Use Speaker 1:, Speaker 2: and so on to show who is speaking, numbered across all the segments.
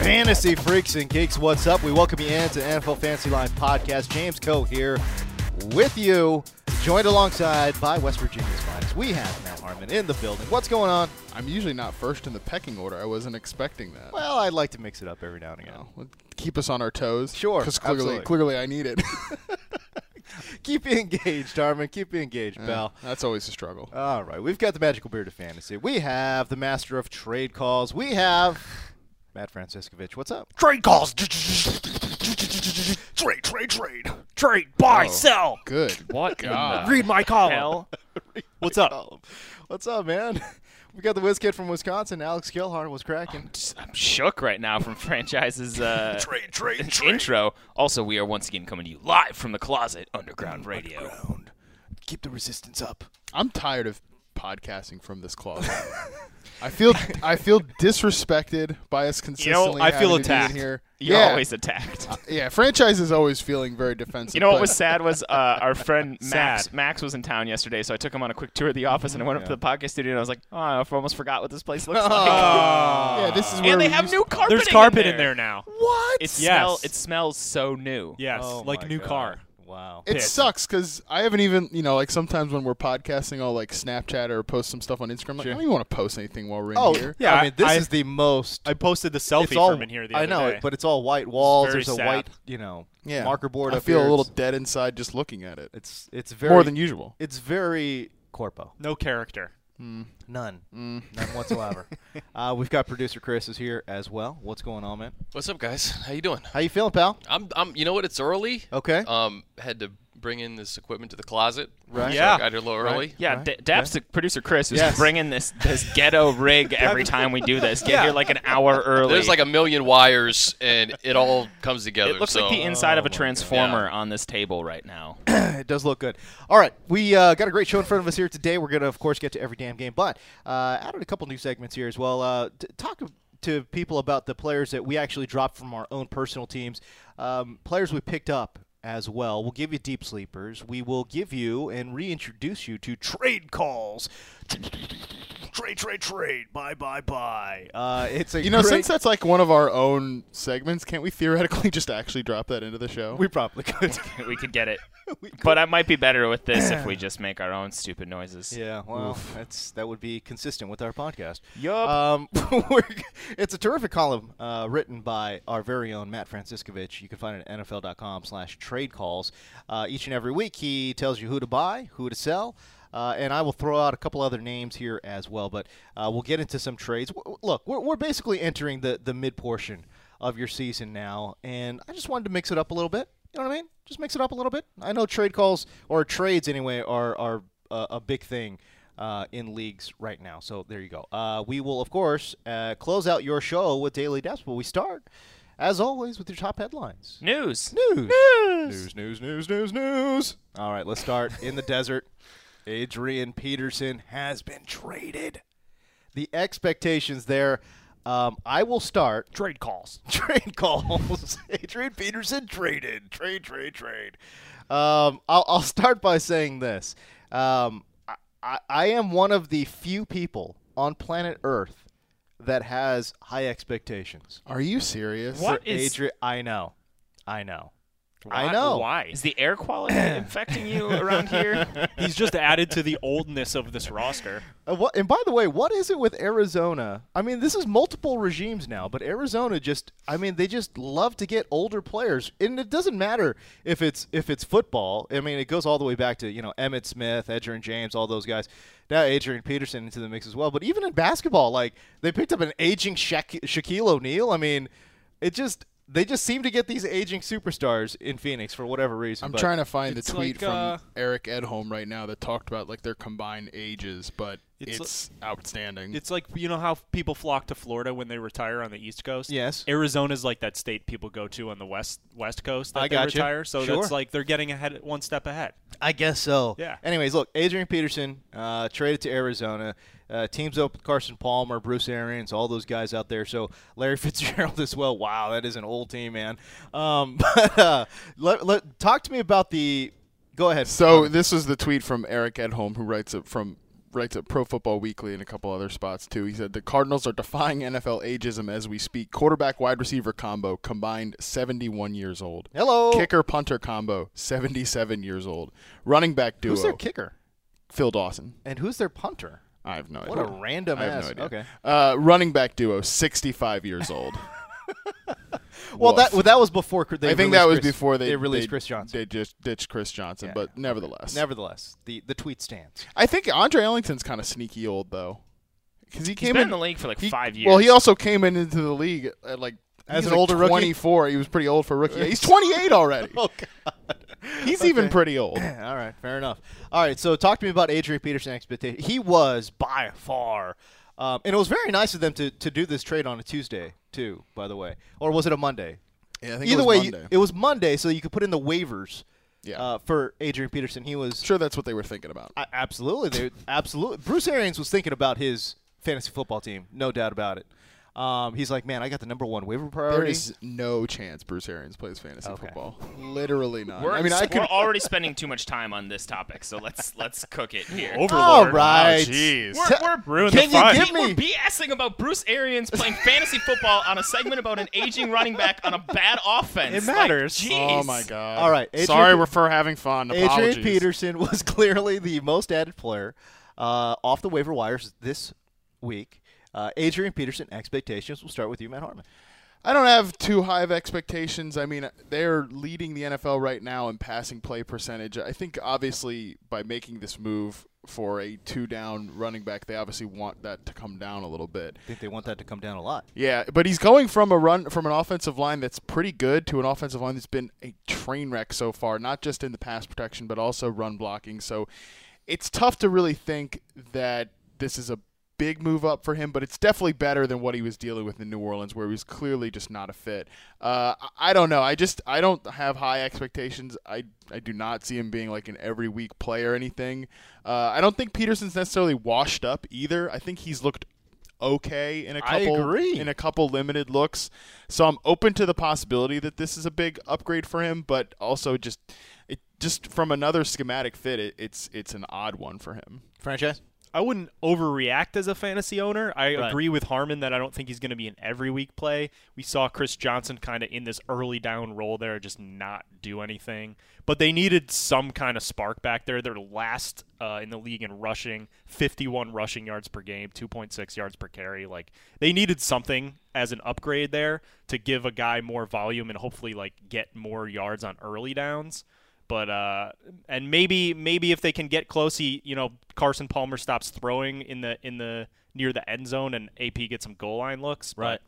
Speaker 1: Fantasy freaks and geeks, what's up? We welcome you into NFL Fantasy Live podcast. James Coe here with you, joined alongside by West Virginia's finest. We have Matt Harmon in the building. What's going on?
Speaker 2: I'm usually not first in the pecking order. I wasn't expecting that.
Speaker 1: Well, I like to mix it up every now and again.
Speaker 3: Oh.
Speaker 2: Well, keep us on our toes.
Speaker 1: Sure,
Speaker 2: Because clearly,
Speaker 1: absolutely.
Speaker 2: clearly I need it.
Speaker 1: Keep you engaged, Harmon. Keep you engaged, pal.
Speaker 2: That's always a struggle.
Speaker 4: Uh,
Speaker 1: All right, we've got the magical beard of fantasy. We have the master of trade calls. We have Matt Franciscovich. What's up?
Speaker 3: Trade calls. Trade, trade, trade. Trade, buy,
Speaker 2: Oh.
Speaker 3: sell.
Speaker 2: Good.
Speaker 4: What in the
Speaker 3: Read my column.
Speaker 4: hell?
Speaker 3: What's up?
Speaker 1: Column. Oh, What's up, man? We got the whiz kid from Wisconsin, Alex Kilhart. was cracking?
Speaker 4: I'm shook right now from franchise's uh,
Speaker 3: Trade, trade, trade.
Speaker 4: intro. Also, we are once again coming to you live from the closet, Underground Radio.
Speaker 3: Underground. Keep the resistance up.
Speaker 2: I'm tired of podcasting from this closet. I feel I feel disrespected by us
Speaker 3: You know,
Speaker 2: consistently.
Speaker 3: I feel
Speaker 2: having to be in
Speaker 3: attacked.
Speaker 2: here.
Speaker 4: You're
Speaker 2: yeah,
Speaker 4: always attacked.
Speaker 2: yeah. Franchise is always feeling very defensive.
Speaker 4: You know what
Speaker 2: but
Speaker 4: was sad was uh, our friend Max.
Speaker 3: Sad.
Speaker 4: Max was in town yesterday, so I took him on a quick tour of the office, and I went up to the podcast studio, and I was like, "Oh, I almost forgot what this place looks like."
Speaker 2: Yeah, this is where
Speaker 4: and they
Speaker 2: we
Speaker 4: have
Speaker 2: used-
Speaker 4: new carpet.
Speaker 3: There's carpet in there now.
Speaker 4: What? It smell.
Speaker 3: Yes.
Speaker 4: It smells so new.
Speaker 3: Yes,
Speaker 1: Oh
Speaker 3: like
Speaker 1: my
Speaker 3: new
Speaker 1: God.
Speaker 3: car.
Speaker 1: Wow.
Speaker 2: It
Speaker 3: pit.
Speaker 2: sucks because I haven't even, you know, like sometimes when we're podcasting, I'll like Snapchat or post some stuff on Instagram. Like, I don't even want to post anything while we're in
Speaker 1: Oh,
Speaker 2: here.
Speaker 1: yeah. I,
Speaker 3: I-
Speaker 1: mean, this
Speaker 3: I-
Speaker 1: is the most.
Speaker 3: I posted the selfie
Speaker 1: it's all,
Speaker 3: from in here the
Speaker 1: I
Speaker 3: other
Speaker 1: know,
Speaker 3: day.
Speaker 1: but it's all white walls.
Speaker 3: very
Speaker 1: There's a
Speaker 3: sad.
Speaker 1: white, you know,
Speaker 2: Yeah.
Speaker 1: marker board.
Speaker 2: I
Speaker 1: up
Speaker 2: feel
Speaker 1: here.
Speaker 2: a little
Speaker 1: It's-
Speaker 2: dead inside just looking at it.
Speaker 1: It's it's very
Speaker 2: More than usual.
Speaker 1: It's very Mm. corpo.
Speaker 3: no character.
Speaker 1: None. None whatsoever. uh, we've got producer Chris is here as well. What's going on, man?
Speaker 5: What's up, guys? How you doing?
Speaker 1: How you feeling, pal?
Speaker 5: I'm, I'm. You know what? It's early.
Speaker 1: Okay.
Speaker 5: Um, had to bring in this equipment to the closet.
Speaker 1: Right.
Speaker 5: So
Speaker 3: Yeah.
Speaker 5: I got here a little early.
Speaker 4: Yeah, D- Daps, the producer Chris, is
Speaker 1: Yes.
Speaker 4: bringing this this ghetto rig every time we do this. Get here like an hour early.
Speaker 5: There's like a million wires, and it all comes together.
Speaker 4: it looks
Speaker 5: so.
Speaker 4: like the inside of a transformer
Speaker 5: Yeah.
Speaker 4: on this table right now.
Speaker 1: It does look good. All right, we uh, got a great show in front of us here today. We're gonna, of course, get to every damn game, but uh, added a couple new segments here as well. Uh, t- talk to people about the players that we actually dropped from our own personal teams, um, players we picked up as well. We'll give you deep sleepers. We will give you and reintroduce you to trade calls.
Speaker 3: Trade, trade, trade. Bye, bye, bye.
Speaker 1: Uh, it's a
Speaker 2: You know,
Speaker 1: great-
Speaker 2: since that's like one of our own segments, can't we theoretically just actually drop that into the show?
Speaker 1: we probably could.
Speaker 4: we could get it. But I might be better with this if we just make our own stupid noises.
Speaker 1: Yeah, well, that's that would be consistent with our podcast.
Speaker 4: Yup.
Speaker 1: Um, we're g- it's a terrific column uh, written by our very own Matt Franciscovich. You can find it at NFL.com slash trade calls. Uh, each and every week, he tells you who to buy, who to sell. Uh, and I will throw out a couple other names here as well, but uh, we'll get into some trades. W- w- look, we're, we're basically entering the, the mid portion of your season now, and I just wanted to mix it up a little bit. You know what I mean? Just mix it up a little bit. I know trade calls or trades anyway are are uh, a big thing uh, in leagues right now. So there you go. Uh, we will of course uh, close out your show with daily depths, but we start as always with your top headlines.
Speaker 4: News.
Speaker 1: News. News. News. News. News. News. All right, let's start in the desert. Adrian Peterson has been traded. The expectations there. Um, I will start
Speaker 3: Trade calls.
Speaker 1: trade calls. Adrian Peterson traded. Trade, trade, trade. Um, I'll, I'll start by saying this. Um, I- I, I am one of the few people on planet Earth that has high expectations.
Speaker 2: Are you serious?
Speaker 6: What
Speaker 1: For
Speaker 6: is-
Speaker 1: Adri- I know. I know.
Speaker 6: Why-
Speaker 1: I know.
Speaker 6: Why is the air quality infecting you around here?
Speaker 4: He's just added to the oldness of this roster.
Speaker 1: Uh, what, and by the way, what is it with Arizona? I mean, this is multiple regimes now, but Arizona just—I mean—they just love to get older players, and it doesn't matter if it's if it's football. I mean, it goes all the way back to you know Emmett Smith, Edgerrin James, all those guys. Now Adrian Peterson into the mix as well, but even in basketball, like they picked up an aging Shaq- Shaquille O'Neal. I mean, it just—they just seem to get these aging superstars in Phoenix for whatever reason.
Speaker 2: I'm
Speaker 1: but-
Speaker 2: trying to find the
Speaker 4: it's
Speaker 2: tweet
Speaker 4: like,
Speaker 2: from
Speaker 4: uh,
Speaker 2: Eric Edholm right now that talked about like their combined ages, but
Speaker 4: It's
Speaker 2: it's,
Speaker 4: li-
Speaker 2: outstanding.
Speaker 4: It's like you know how people flock to Florida when they retire on the East Coast.
Speaker 1: Yes.
Speaker 4: Arizona's like that state people go to on the west West Coast that
Speaker 1: I
Speaker 4: they
Speaker 1: gotcha.
Speaker 4: retire. So
Speaker 1: Sure.
Speaker 4: that's like they're getting ahead one step ahead.
Speaker 1: I guess so.
Speaker 4: Yeah.
Speaker 1: Anyways, look, Adrian Peterson uh, traded to Arizona. Uh, teams up with Carson Palmer, Bruce Arians, all those guys out there. So Larry Fitzgerald as well. Wow, that is an old team, man. Um, but uh, let, let, talk to me about the. Go ahead.
Speaker 2: So this is the tweet from Eric Edholm, who writes it from writes at Pro Football Weekly and a couple other spots too. He said the Cardinals are defying NFL ageism as we speak. Quarterback wide receiver combo combined 71 years old.
Speaker 1: Hello.
Speaker 2: Kicker punter combo 77 years old. Running back duo
Speaker 1: Who's their kicker?
Speaker 2: Phil Dawson.
Speaker 1: And who's their punter?
Speaker 2: I have no
Speaker 1: What
Speaker 2: idea.
Speaker 1: a random
Speaker 2: I have
Speaker 1: ass-
Speaker 2: no idea.
Speaker 1: okay.
Speaker 2: Uh, running back duo 65 years old.
Speaker 1: Well, that
Speaker 2: Woof.
Speaker 1: well, that was before. cr- They
Speaker 2: I think
Speaker 1: released
Speaker 2: that was
Speaker 1: Chris-
Speaker 2: before they,
Speaker 1: released
Speaker 2: they-
Speaker 1: Chris Johnson.
Speaker 2: They just ditched Chris Johnson,
Speaker 1: Yeah,
Speaker 2: but nevertheless,
Speaker 1: Nevertheless, the the tweet stands.
Speaker 2: I think Andre Ellington's kind of sneaky old though, because he
Speaker 6: He's
Speaker 2: came
Speaker 6: been in
Speaker 2: in
Speaker 6: the league for like
Speaker 2: he-
Speaker 6: five years.
Speaker 2: Well, he also came in into the league at, at like
Speaker 1: As
Speaker 2: he's
Speaker 1: an
Speaker 2: like
Speaker 1: older rookie?
Speaker 2: 24. He was pretty old for a rookie. He's 28 already.
Speaker 1: Oh God.
Speaker 2: He's even pretty old.
Speaker 1: All right, fair enough. All right, so talk to me about Adrian Peterson expectation. He was by far, um, and it was very nice of them to, to do this trade on a Tuesday too. By the way, or was it a Monday?
Speaker 2: Yeah, I think it
Speaker 1: Either
Speaker 2: was
Speaker 1: way,
Speaker 2: Monday.
Speaker 1: it was Monday, so you could put in the waivers.
Speaker 2: Yeah.
Speaker 1: Uh, for Adrian Peterson, he was
Speaker 2: sure, that's what they were thinking about.
Speaker 1: I, absolutely they absolutely. Bruce Arians was thinking about his fantasy football team, no doubt about it. Um, he's like, man, I got the number one waiver
Speaker 2: There
Speaker 1: priority.
Speaker 2: is no chance Bruce Arians plays fantasy
Speaker 1: Okay.
Speaker 2: football. Literally not.
Speaker 6: we're,
Speaker 2: I mean, I could.
Speaker 6: we're already spending too much time on this topic, so let's let's cook it here.
Speaker 2: Oh,
Speaker 1: All right.
Speaker 6: We're, we're,
Speaker 4: Ruin
Speaker 1: Can
Speaker 4: the
Speaker 1: you
Speaker 4: fun.
Speaker 1: give me?
Speaker 6: we're BSing about Bruce Arians playing fantasy football on a segment about an aging running back on a bad offense.
Speaker 4: It
Speaker 6: Like,
Speaker 4: matters.
Speaker 6: jeez.
Speaker 2: Oh my god.
Speaker 1: All right, Adrian
Speaker 2: Sorry,
Speaker 1: Pe-
Speaker 2: we're for having fun. Apologies.
Speaker 1: Adrian Peterson was clearly the most added player uh, off the waiver wires this week. Uh, Adrian Peterson expectations. We'll start with you, Matt Harmon.
Speaker 2: I don't have too high of expectations. I mean, they're leading the NFL right now in passing play percentage. I think obviously by making this move for a two down running back, they obviously want that to come down a little bit.
Speaker 1: I think they want that to come down a lot.
Speaker 2: Yeah, but he's going from a run from an offensive line that's pretty good to an offensive line that's been a train wreck so far, not just in the pass protection but also run blocking. So it's tough to really think that this is a big move up for him, but it's definitely better than what he was dealing with in New Orleans where he was clearly just not a fit. Uh, I- I don't know. I just I don't have high expectations. I I do not see him being like an every week player or anything. Uh, I don't think Peterson's necessarily washed up either. I think he's looked okay in a
Speaker 1: I
Speaker 2: couple
Speaker 1: agree.
Speaker 2: in a couple limited looks. So I'm open to the possibility that this is a big upgrade for him, but also just it just from another schematic fit, it, it's it's an odd one for him.
Speaker 1: Franchise.
Speaker 4: I wouldn't overreact as a fantasy owner. I
Speaker 1: Right.
Speaker 4: agree with Harmon that I don't think he's going to be an every week play. We saw Chris Johnson kind of in this early down role there, just not do anything. But they needed some kind of spark back there. They're last uh, in the league in rushing, 51 rushing yards per game, 2.6 yards per carry. Like they needed something as an upgrade there to give a guy more volume and hopefully like get more yards on early downs but uh, and maybe maybe if they can get close, he you know Carson Palmer stops throwing in the in the near the end zone, and AP gets some goal line looks.
Speaker 1: Right.
Speaker 4: But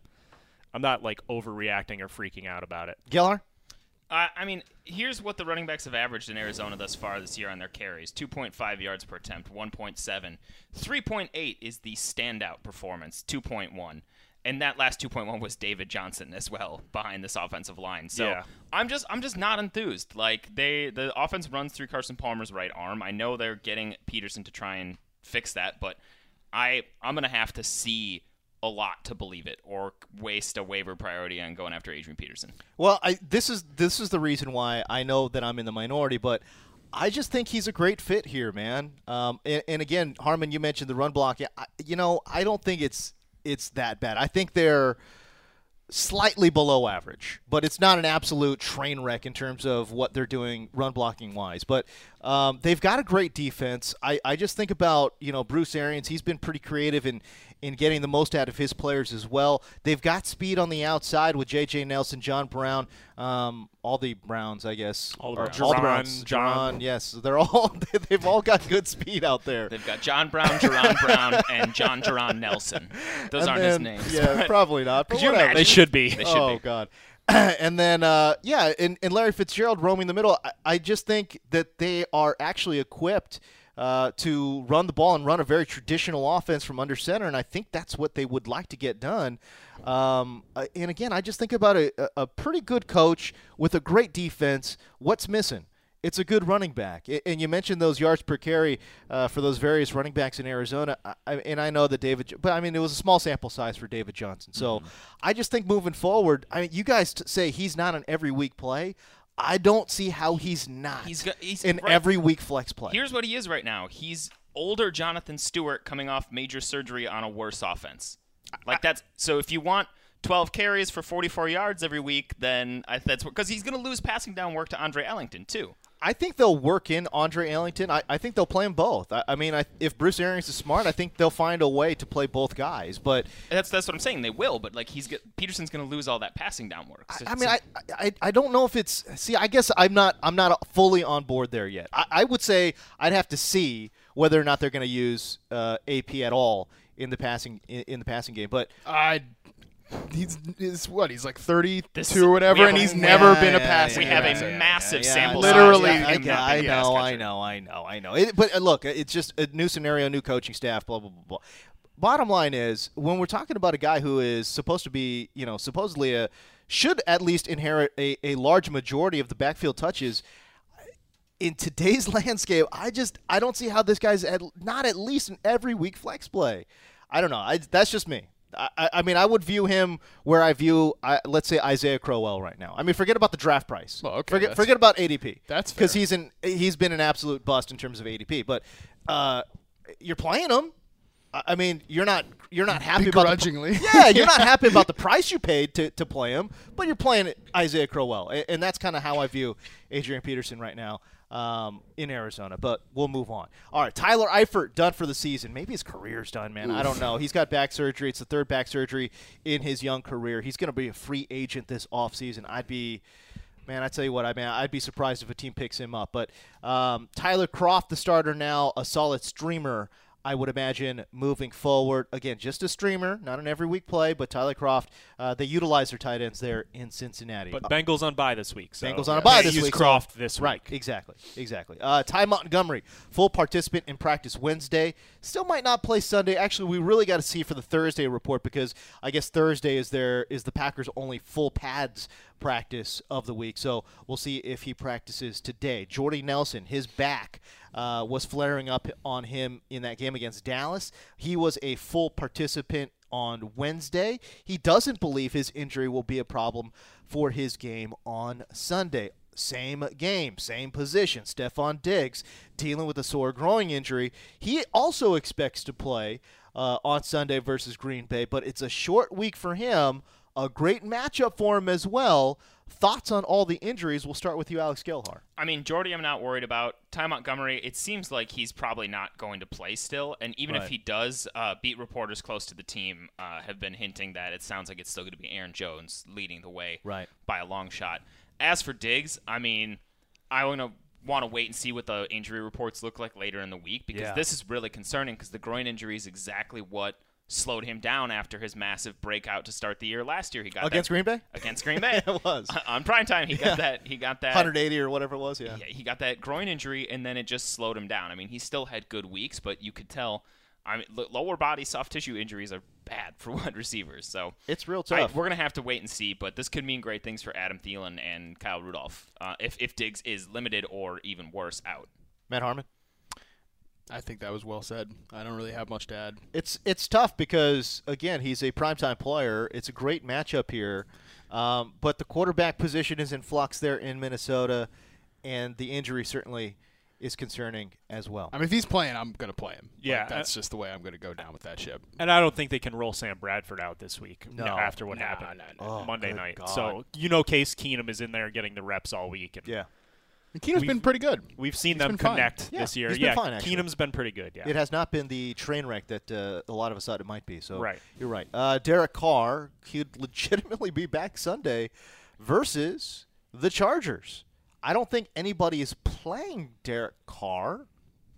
Speaker 4: I'm not like overreacting or freaking out about it.
Speaker 1: Gellar.
Speaker 6: I I mean, here's what the running backs have averaged in Arizona thus far this year on their carries 2.5 yards per attempt, 1.7. 3.8 is the standout performance, 2.1. And that last 2.1 was David Johnson as well behind this offensive line. So
Speaker 4: Yeah.
Speaker 6: I'm just I'm just not enthused. Like they the offense runs through Carson Palmer's right arm. I know they're getting Peterson to try and fix that, but I I'm gonna have to see a lot to believe it or waste a waiver priority on going after Adrian Peterson.
Speaker 1: Well, I this is this is the reason why I know that I'm in the minority, but I just think he's a great fit here, man. Um, and, and again, Harmon, you mentioned the run block. Yeah, I, you know, I don't think it's it's that bad. I think they're slightly below average, but it's not an absolute train wreck in terms of what they're doing run blocking wise. But um, they've got a great defense. I, I just think about you know Bruce Arians. He's been pretty creative in in getting the most out of his players as well. They've got speed on the outside with J.J. Nelson, John Brown, um, all the Browns, I guess. All
Speaker 4: the Browns.
Speaker 1: all the
Speaker 4: Jaron,
Speaker 1: Browns.
Speaker 4: John.
Speaker 1: Jaron, yes, they're all they've all got good speed out there.
Speaker 6: They've got John Brown, Jerron Brown, and John Jerron Nelson. Those
Speaker 1: And
Speaker 6: aren't his
Speaker 1: then-
Speaker 6: names.
Speaker 1: Yeah, probably not. But
Speaker 6: Could you
Speaker 1: whatever.
Speaker 6: imagine?
Speaker 4: They should be.
Speaker 6: They should
Speaker 1: oh,
Speaker 6: be.
Speaker 1: God. and then, uh, yeah, and, and Larry Fitzgerald roaming the middle. I, I just think that they are actually equipped uh, to run the ball and run a very traditional offense from under center, and I think that's what they would like to get done. Um, uh, and again, I just think about a, a- a pretty good coach with a great defense. What's missing? It's a good running back, A- and you mentioned those yards per carry uh, for those various running backs in Arizona. I- I, and I know that David, but I mean it was a small sample size for David Johnson. So
Speaker 6: Mm-hmm.
Speaker 1: I just think moving forward, I mean you guys t- say he's not an every week play. I don't see how he's not
Speaker 6: He's go- he's
Speaker 1: an
Speaker 6: right.
Speaker 1: every week flex play.
Speaker 6: Here's what he is right now. He's older Jonathan Stewart coming off major surgery on a worse offense. Like that's so if you want 12 carries for 44 yards every week, then I, that's because he's going to lose passing down work to Andre Ellington too.
Speaker 1: I think they'll work in Andre Ellington. I, I think they'll play them both. I, I mean, I, if Bruce Arians is smart, I think they'll find a way to play both guys. But
Speaker 6: That's that's what I'm saying. They will, but like he's get, Peterson's going to lose all that passing down work. So-
Speaker 1: I mean,
Speaker 6: so-
Speaker 1: I, I I don't know if it's see. I guess I'm not I'm not fully on board there yet. I, I would say I'd have to see whether or not they're going to use uh, AP at all in the passing in, in the passing game. But
Speaker 2: I. He's, he's what? He's like 32
Speaker 6: This-
Speaker 2: or
Speaker 6: we
Speaker 2: whatever,
Speaker 6: have
Speaker 2: and
Speaker 6: a-
Speaker 2: he's never
Speaker 1: yeah,
Speaker 2: been a
Speaker 1: yeah,
Speaker 2: passer.
Speaker 6: we
Speaker 1: yeah,
Speaker 6: have
Speaker 1: yeah,
Speaker 6: a
Speaker 1: yeah,
Speaker 6: massive
Speaker 1: yeah,
Speaker 6: sample
Speaker 2: I know. Literally,
Speaker 6: size.
Speaker 2: I
Speaker 6: Him
Speaker 2: get-
Speaker 6: not
Speaker 1: I,
Speaker 6: being a pass
Speaker 1: know, I
Speaker 6: catcher.
Speaker 1: know, I know, I know. It, but uh, look, it's just a new scenario, new coaching staff, blah blah blah. blah. Bottom line is, when we're talking about a guy who is supposed to be, you know, supposedly a should at least inherit a, a large majority of the backfield touches. In today's landscape, I just I don't see how this guy's at, not at least an every week flex play. I don't know. I, that's just me. I, I- I mean, I would view him where I view, I, let's say, Isaiah Crowell right now. I mean, forget about the draft price.
Speaker 2: Well, okay,
Speaker 1: forget,
Speaker 2: that's-
Speaker 1: forget about ADP.
Speaker 2: That's
Speaker 1: because
Speaker 2: fair.
Speaker 1: he's an he's been an absolute bust in terms of ADP. But uh, you're playing him. I I mean, you're not you're not happy
Speaker 2: Begrudgingly.
Speaker 1: about the, yeah, you're not happy about the price you paid to, to play him, but you're playing Isaiah Crowell, and, and that's kind of how I view Adrian Peterson right now um, in Arizona. But we'll move on. All right, Tyler Eifert done for the season. Maybe his career's done, man. I don't know. He's got back surgery. It's the third back surgery in his young career. He's going to be a free agent this offseason. I'd be Man, I tell you what, I mean, I'd be surprised if a team picks him up. But um, Tyler Croft, the starter now, a solid streamer, I would imagine, moving forward. Again, just a streamer, not an every week play, but Tyler Croft, uh, they utilize their tight ends there in Cincinnati.
Speaker 4: But
Speaker 1: Uh,
Speaker 4: Bengals on bye this week. So
Speaker 1: Bengals on a
Speaker 4: Yeah.
Speaker 1: bye
Speaker 4: They
Speaker 1: this
Speaker 4: use
Speaker 1: week, so-
Speaker 4: Croft this week.
Speaker 1: Right, exactly, exactly. Uh, Ty Montgomery, full participant in practice Wednesday. Still might not play Sunday. Actually, we really got to see for the Thursday report because I guess Thursday is their is the Packers' only full pads practice of the week. So we'll see if he practices today. Jordy Nelson, his back uh, was flaring up on him in that game against Dallas. He was a full participant on Wednesday. He doesn't believe his injury will be a problem for his game on Sunday. Same game, same position. Stefan Diggs dealing with a sore growing injury. He also expects to play uh, on Sunday versus Green Bay, but it's a short week for him. A great matchup for him as well. Thoughts on all the injuries? We'll start with you, Alex Gelhar.
Speaker 6: I mean, Jordy, I'm not worried about. Ty Montgomery, it seems like he's probably not going to play still. And even if
Speaker 1: Right.
Speaker 6: he does, uh, beat reporters close to the team uh, have been hinting that it sounds like it's still going to be Aaron Jones leading the way
Speaker 1: Right.
Speaker 6: by a long shot. As for Diggs, I mean, I want to want to wait and see what the injury reports look like later in the week because this is really concerning because the groin injury is exactly what slowed him down after his massive breakout to start the year last year. He got
Speaker 1: Against
Speaker 6: that-
Speaker 1: Green Bay?
Speaker 6: Against Green Bay,
Speaker 1: It was.
Speaker 6: on prime time. He got that. He got that
Speaker 1: 180 or whatever it was, yeah.
Speaker 6: yeah, he got that groin injury and then it just slowed him down. I mean, he still had good weeks, but you could tell I mean, l- lower body soft tissue injuries are bad for wide receivers. So
Speaker 1: It's real
Speaker 6: I-
Speaker 1: tough.
Speaker 6: we're gonna have to wait and see, but this could mean great things for Adam Thielen and Kyle Rudolph uh, if if Diggs is limited or even worse out.
Speaker 1: Matt Harmon.
Speaker 2: I think that was well said. I don't really have much to add.
Speaker 1: It's it's tough because again he's a primetime player. It's a great matchup here, um, but the quarterback position is in flux there in Minnesota, and the injury certainly is concerning as well.
Speaker 2: I mean, if he's playing, I'm gonna play him. Like,
Speaker 4: Yeah,
Speaker 2: that's
Speaker 4: I-
Speaker 2: just the way I'm gonna go down with that ship.
Speaker 4: And I don't think they can roll Sam Bradford out this week
Speaker 1: No.
Speaker 4: after what
Speaker 2: No,
Speaker 4: happened
Speaker 2: no,
Speaker 1: no. Oh,
Speaker 4: Monday
Speaker 1: good
Speaker 4: night.
Speaker 1: God.
Speaker 4: So you know, Case Keenum is in there getting the reps all week. And
Speaker 1: yeah,
Speaker 2: Keenum's
Speaker 4: We've-
Speaker 2: been pretty good.
Speaker 4: we've seen
Speaker 2: He's
Speaker 4: them
Speaker 2: been fine.
Speaker 4: connect
Speaker 1: Yeah,
Speaker 4: this year.
Speaker 1: he's been
Speaker 4: yeah,
Speaker 1: fine, actually.
Speaker 4: Keenum's been pretty good. Yeah,
Speaker 1: it has not been the train wreck that uh, a lot of us thought it might be. So
Speaker 4: Right.
Speaker 1: you're right. Uh, Derek Carr could legitimately be back Sunday versus the Chargers. I don't think anybody is playing Derek Carr.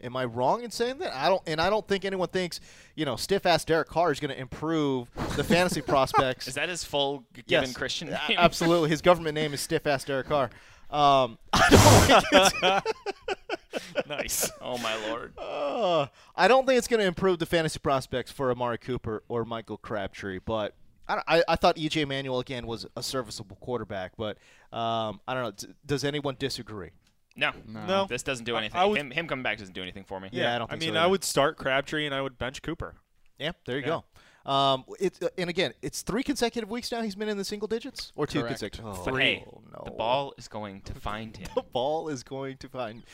Speaker 1: Am I wrong in saying that? I don't, and I don't think anyone thinks you know stiff ass Derek Carr is going to improve the fantasy prospects.
Speaker 6: Is that his full g-
Speaker 1: Yes.
Speaker 6: given Christian
Speaker 1: A-
Speaker 6: name?
Speaker 1: Absolutely, his government name is stiff ass Derek Carr. Um, I don't think it's
Speaker 4: nice.
Speaker 6: oh my lord.
Speaker 1: Uh, I don't think it's going to improve the fantasy prospects for Amari Cooper or Michael Crabtree, but I, don't- I, I thought EJ Manuel again was a serviceable quarterback, but um, I don't know. D- does anyone disagree?
Speaker 6: No.
Speaker 4: No.
Speaker 6: This doesn't do
Speaker 4: I-
Speaker 6: anything.
Speaker 4: I would-
Speaker 6: him, him coming back doesn't do anything for me.
Speaker 1: Yeah. I don't think so
Speaker 4: mean,
Speaker 1: either.
Speaker 4: I would start Crabtree and I would bench Cooper.
Speaker 1: Yeah, there you go. Um, it's uh, and again, it's three consecutive weeks now he's been in the single digits or two
Speaker 2: Correct.
Speaker 1: consecutive. Oh,
Speaker 6: But hey,
Speaker 1: no.
Speaker 6: the ball is going to find him.
Speaker 1: the ball is going to find.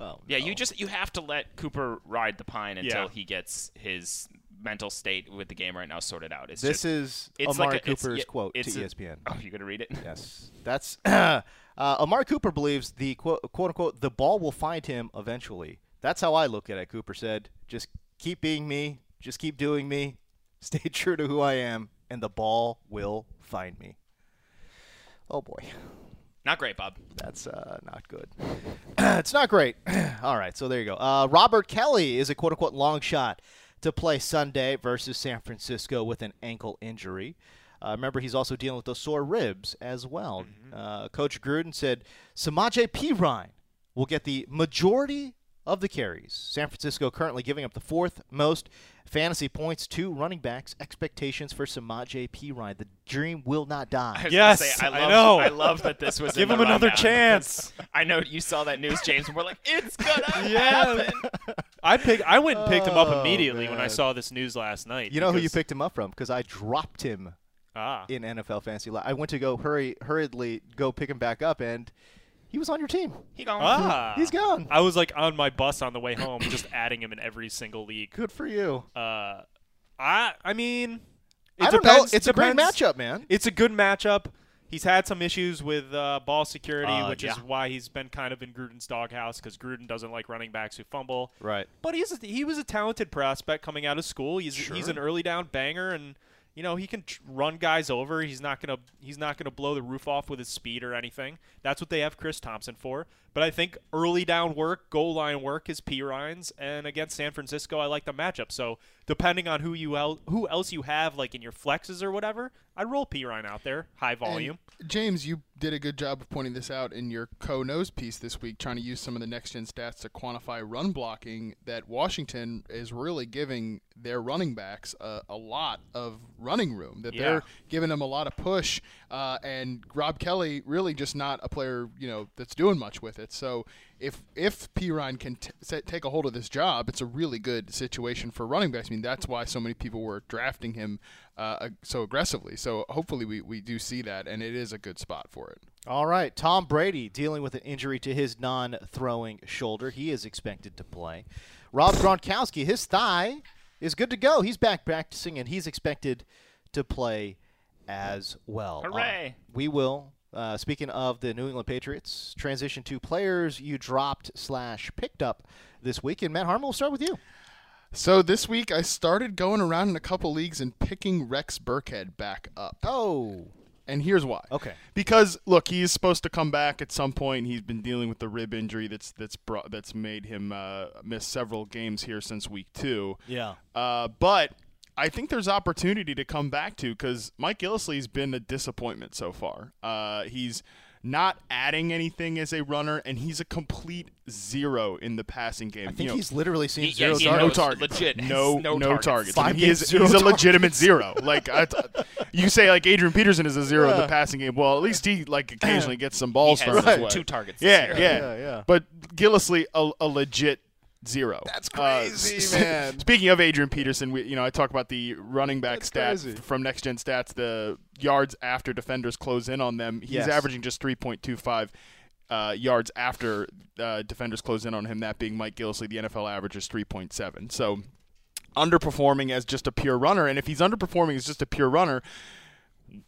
Speaker 1: Oh,
Speaker 6: Yeah,
Speaker 1: no.
Speaker 6: you just you have to let Cooper ride the pine until
Speaker 4: Yeah.
Speaker 6: he gets his mental state with the game right now sorted out. It's
Speaker 1: This
Speaker 6: just,
Speaker 1: is
Speaker 6: it's
Speaker 1: Amari
Speaker 6: like a, it's-
Speaker 1: Cooper's
Speaker 6: yeah,
Speaker 1: quote
Speaker 6: it's
Speaker 1: to E
Speaker 6: a-
Speaker 1: ESPN.
Speaker 6: Oh, you gonna read it?
Speaker 1: Yes, that's uh, Amari Cooper believes the quote, quote unquote the ball will find him eventually. That's how I look at it. Cooper said, "Just keep being me, just keep doing me, stay true to who I am, and the ball will find me." Oh boy,
Speaker 6: Not great, Bob.
Speaker 1: that's uh, not good. it's not great. All right, so there you go. Uh, Robert Kelly is a quote unquote long shot to play Sunday versus San Francisco with an ankle injury. Uh, remember, he's also dealing with those sore ribs as well. Uh, Coach Gruden said Samaje Perine will get the majority of the carries. San Francisco currently giving up the fourth most fantasy points to running backs. Expectations for Samaje Perine. The dream will not die.
Speaker 6: I was gonna
Speaker 4: Yes,
Speaker 6: say, I,
Speaker 4: I
Speaker 6: love,
Speaker 4: know.
Speaker 6: I love that this was
Speaker 4: Give
Speaker 6: in
Speaker 4: him
Speaker 6: the
Speaker 4: another
Speaker 6: rundown
Speaker 4: chance.
Speaker 6: because I know you saw that news, James, and we're like, it's gonna
Speaker 4: Yeah,
Speaker 6: happen.
Speaker 4: I pick. I went and picked him up
Speaker 1: Oh,
Speaker 4: immediately when I
Speaker 1: man.
Speaker 4: saw this news last night.
Speaker 1: You know who you
Speaker 4: because-
Speaker 1: picked him up from? Because I dropped him
Speaker 4: Ah,
Speaker 1: in NFL fantasy. Li- I went to go hurry hurriedly go pick him back up, and he was on your team.
Speaker 6: He gone.
Speaker 4: ah,
Speaker 1: He's gone.
Speaker 4: I was like on my bus on the way home, just adding him in every single league.
Speaker 1: Good for you.
Speaker 4: Uh, I I mean, it
Speaker 1: I don't
Speaker 4: depends-
Speaker 1: know. It's a great
Speaker 4: depends.
Speaker 1: matchup, man.
Speaker 4: It's a good matchup. He's had some issues with uh, ball security,
Speaker 1: Uh,
Speaker 4: which is
Speaker 1: yeah.
Speaker 4: why he's been kind of in Gruden's doghouse because Gruden doesn't like running backs who fumble.
Speaker 1: Right.
Speaker 4: But he's a, he was a talented prospect coming out of school. He's he's an early down banger, and you know he can tr- run guys over. He's not gonna he's not gonna blow the roof off with his speed or anything. That's what they have Chris Thompson for. But I think early down work, goal line work is P Ryan's, and against San Francisco, I like the matchup. So depending on who you el- who else you have like in your flexes or whatever, I'd roll P Ryan out there, high volume.
Speaker 2: And, James, you did a good job of pointing this out in your co nose piece this week, trying to use some of the next gen stats to quantify run blocking. That Washington is really giving their running backs a, a lot of running room. That
Speaker 4: Yeah.
Speaker 2: they're giving them a lot of push, uh, and Rob Kelly really just not a player you know that's doing much with it. So if if P Ryan can t- sa- take a hold of this job, it's a really good situation for running backs. I mean, that's why so many people were drafting him uh, ag- so aggressively. So hopefully we, we do see that, and it is a good spot for it.
Speaker 1: All right. Tom Brady dealing with an injury to his non throwing shoulder. He is expected to play. Rob Gronkowski, his thigh is good to go. He's back practicing, and he's expected to play as well. Uh,
Speaker 6: Hooray.
Speaker 1: we will. Uh, speaking of the New England Patriots, transition to players you dropped slash picked up this week. And Matt Harmon, we'll start with you.
Speaker 2: So this week I started going around in a couple leagues and picking Rex Burkhead back up.
Speaker 1: Oh,
Speaker 2: and here's why.
Speaker 1: Okay.
Speaker 2: Because look, he is supposed to come back at some point. He's been dealing with the rib injury that's that's brought that's made him uh, miss several games here since week two.
Speaker 1: Yeah.
Speaker 2: Uh, but I think there's opportunity to come back to because Mike Gillisley's been a disappointment so far. Uh, he's not adding anything as a runner, and he's a complete zero in the passing game.
Speaker 1: I
Speaker 2: You
Speaker 1: think
Speaker 2: know,
Speaker 1: he's literally seen
Speaker 6: He- yeah,
Speaker 1: zero
Speaker 6: he
Speaker 1: targets.
Speaker 2: no
Speaker 6: knows
Speaker 2: targets.
Speaker 6: legit has
Speaker 2: No,
Speaker 6: no
Speaker 2: no,
Speaker 6: targets.
Speaker 2: targets.
Speaker 1: Five
Speaker 2: And he
Speaker 1: games,
Speaker 2: is,
Speaker 1: zero
Speaker 2: he's a
Speaker 1: targets.
Speaker 2: legitimate zero. Like I, you say, like Adrian Peterson is a zero in the passing game. Well, at least he like occasionally gets some balls
Speaker 6: He
Speaker 2: thrown
Speaker 6: has
Speaker 2: his way.
Speaker 6: two targets this
Speaker 2: Yeah,
Speaker 6: year.
Speaker 2: yeah,
Speaker 1: Yeah, yeah.
Speaker 2: But Gillisley, a, a legit zero.
Speaker 3: That's
Speaker 2: Uh,
Speaker 3: crazy,
Speaker 2: s-
Speaker 3: man.
Speaker 2: Speaking of Adrian Peterson, we you know I talk about the running back
Speaker 3: That's
Speaker 2: stat
Speaker 3: crazy.
Speaker 2: from Next Gen Stats, the yards after defenders close in on them. He's
Speaker 1: Yes.
Speaker 2: averaging just 3.25 uh, yards after uh, defenders close in on him. That being Mike Gillisley, the NFL average is 3.7. So underperforming as just a pure runner, and if he's underperforming as just a pure runner,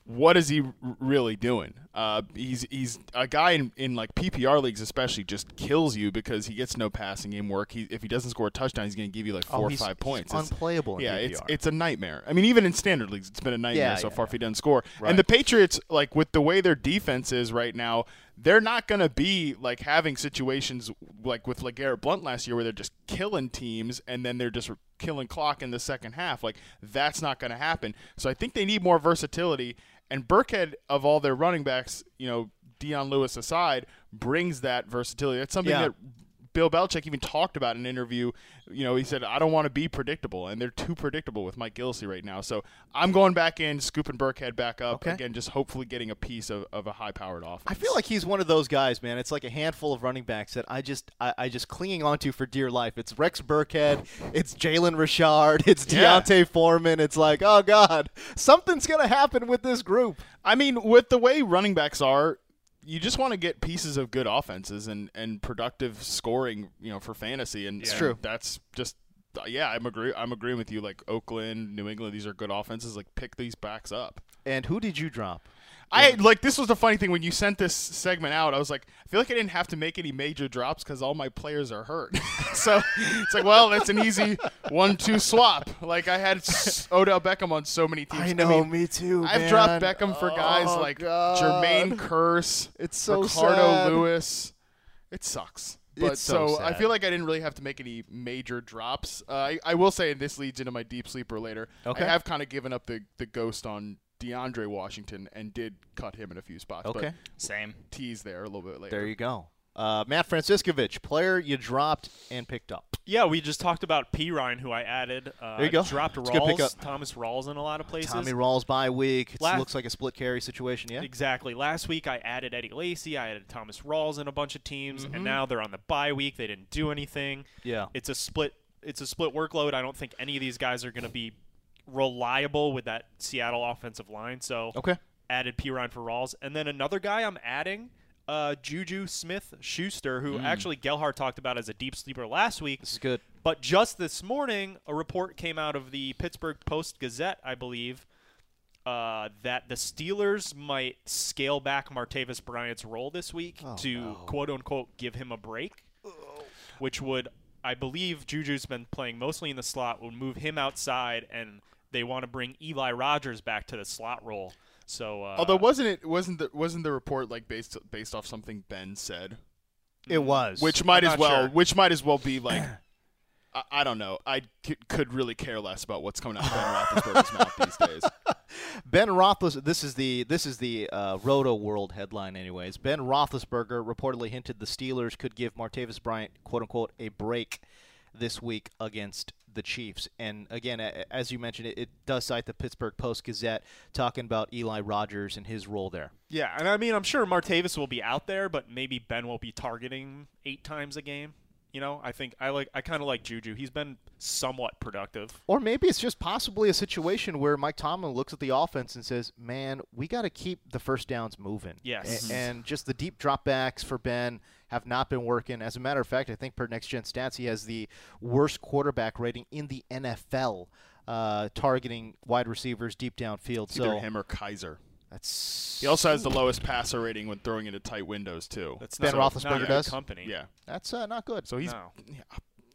Speaker 2: what is he r- really doing? Uh, he's he's a guy in, in like PPR leagues especially just kills you because he gets no passing game work. He if he doesn't score a touchdown, he's going to give you like
Speaker 1: Oh,
Speaker 2: four or
Speaker 1: he's-
Speaker 2: five points.
Speaker 1: he's
Speaker 2: It's-
Speaker 1: unplayable in
Speaker 2: yeah, it's
Speaker 1: PPR.
Speaker 2: it's a nightmare. I mean, even in standard leagues, it's been a nightmare
Speaker 1: Yeah,
Speaker 2: so
Speaker 1: yeah,
Speaker 2: far if he doesn't score.
Speaker 1: Right.
Speaker 2: And the Patriots, like with the way their defense is right now, they're not going to be like having situations like with Legarrette Blunt last year where they're just killing teams and then they're just killing clock in the second half. Like that's not going to happen. So I think they need more versatility. And Burkhead, of all their running backs, you know, Dion Lewis aside, brings that versatility. That's something
Speaker 1: Yeah.
Speaker 2: that Bill Belichick even talked about in an interview. You know, he said, I don't want to be predictable, and they're too predictable with Mike Gillisley right now. So I'm going back in, scooping Burkhead back up.
Speaker 1: Okay.
Speaker 2: Again, just hopefully getting a piece of, of a high powered offense.
Speaker 1: I feel like he's one of those guys, man. It's like a handful of running backs that I just I, I just clinging onto for dear life. It's Rex Burkhead, it's Jalen Richard, it's
Speaker 2: Yeah.
Speaker 1: Deontay Foreman. It's like, oh God, something's gonna happen with this group.
Speaker 2: I mean, with the way running backs are, you just want to get pieces of good offenses and, and productive scoring, you know, for fantasy. And
Speaker 1: It's true.
Speaker 2: That's just yeah, I'm agree. I'm agreeing with you. Like Oakland, New England, these are good offenses. Like pick these backs up.
Speaker 1: And who did you drop?
Speaker 2: I like this was the funny thing when you sent this segment out. I was like, I feel like I didn't have to make any major drops because all my players are hurt. so it's like, well, that's an easy one-two swap. Like I had s- Odell Beckham on so many teams. mean,
Speaker 1: me too.
Speaker 2: I've
Speaker 1: man.
Speaker 2: dropped Beckham for guys
Speaker 1: Oh,
Speaker 2: like
Speaker 1: God.
Speaker 2: Jermaine Curse,
Speaker 1: It's so
Speaker 2: Ricardo
Speaker 1: sad.
Speaker 2: Lewis. It sucks. But
Speaker 1: It's so
Speaker 2: I
Speaker 1: sad.
Speaker 2: feel like I didn't really have to make any major drops. Uh, I, I will say, and this leads into my deep sleeper later.
Speaker 1: Okay.
Speaker 2: I have kind of given up the, the ghost on DeAndre Washington and did cut him in a few spots.
Speaker 1: Okay.
Speaker 6: Same.
Speaker 2: But tease there a little bit later.
Speaker 1: There you go. Uh, Matt Franciscovich, player you dropped and picked up.
Speaker 4: Yeah, we just talked about P Ryan, who I added. Uh,
Speaker 1: There you go.
Speaker 4: Dropped
Speaker 1: It's a good
Speaker 4: Rawls,
Speaker 1: pickup.
Speaker 4: Thomas Rawls in a lot of places.
Speaker 1: Tommy Rawls bye week. It
Speaker 4: La-
Speaker 1: looks like a split carry situation. Yeah.
Speaker 4: Exactly. Last week I added Eddie Lacy, I added Thomas Rawls in a bunch of teams, and now they're on the bye week. They didn't do anything.
Speaker 1: Mm-hmm. Yeah.
Speaker 4: It's a split it's a split workload. I don't think any of these guys are gonna be reliable with that Seattle offensive line. So
Speaker 1: Okay.
Speaker 4: added P Ryan for Rawls. And then another guy I'm adding uh, Juju Smith Schuster, who actually Gelhard talked about as a deep sleeper last week.
Speaker 1: Mm. This is good.
Speaker 4: But just this morning, a report came out of the Pittsburgh Post Gazette, I believe, uh, that the Steelers might scale back Martavis Bryant's role this week to quote unquote give him a break, which would, I believe, Juju's been playing mostly in the slot, would move him outside, and they want to bring Eli Rogers back to the slot role. So, uh,
Speaker 2: Although wasn't it wasn't the wasn't the report like based based off something Ben said?
Speaker 1: It was.
Speaker 2: which might as
Speaker 4: I'm not
Speaker 2: well
Speaker 4: sure.
Speaker 2: which might as well be like I, I don't know I c- could really care less about what's coming out of Ben Roethlisberger's mouth these days.
Speaker 1: Ben Roethlis. This is the this is the uh, Roto World headline, anyways. Ben Roethlisberger reportedly hinted the Steelers could give Martavis Bryant "quote unquote" a break this week against the Chiefs. And again, a- as you mentioned, it, it does cite the Pittsburgh Post Gazette talking about Eli Rogers and his role there.
Speaker 4: yeah, and I mean, I'm sure Martavis will be out there, but maybe Ben will be targeting eight times a game. You know, I think I like I kind of like Juju. He's been somewhat productive.
Speaker 1: Or maybe it's just possibly a situation where Mike Tomlin looks at the offense and says, "Man, we got to keep the first downs moving."
Speaker 4: Yes.
Speaker 2: Mm-hmm.
Speaker 1: A- and just the deep dropbacks for Ben have not been working. As a matter of fact, I think per Next Gen Stats, he has the worst quarterback rating in the NFL, uh, targeting wide receivers deep downfield.
Speaker 2: It's either
Speaker 1: So
Speaker 2: him or Kaiser.
Speaker 1: that's
Speaker 2: He also has the lowest passer rating when throwing into tight windows too.
Speaker 4: That's
Speaker 1: Ben
Speaker 4: not,
Speaker 1: Roethlisberger
Speaker 4: not a good
Speaker 1: does?
Speaker 4: company.
Speaker 2: yeah.
Speaker 1: that's uh, not good.
Speaker 2: So he's
Speaker 4: No.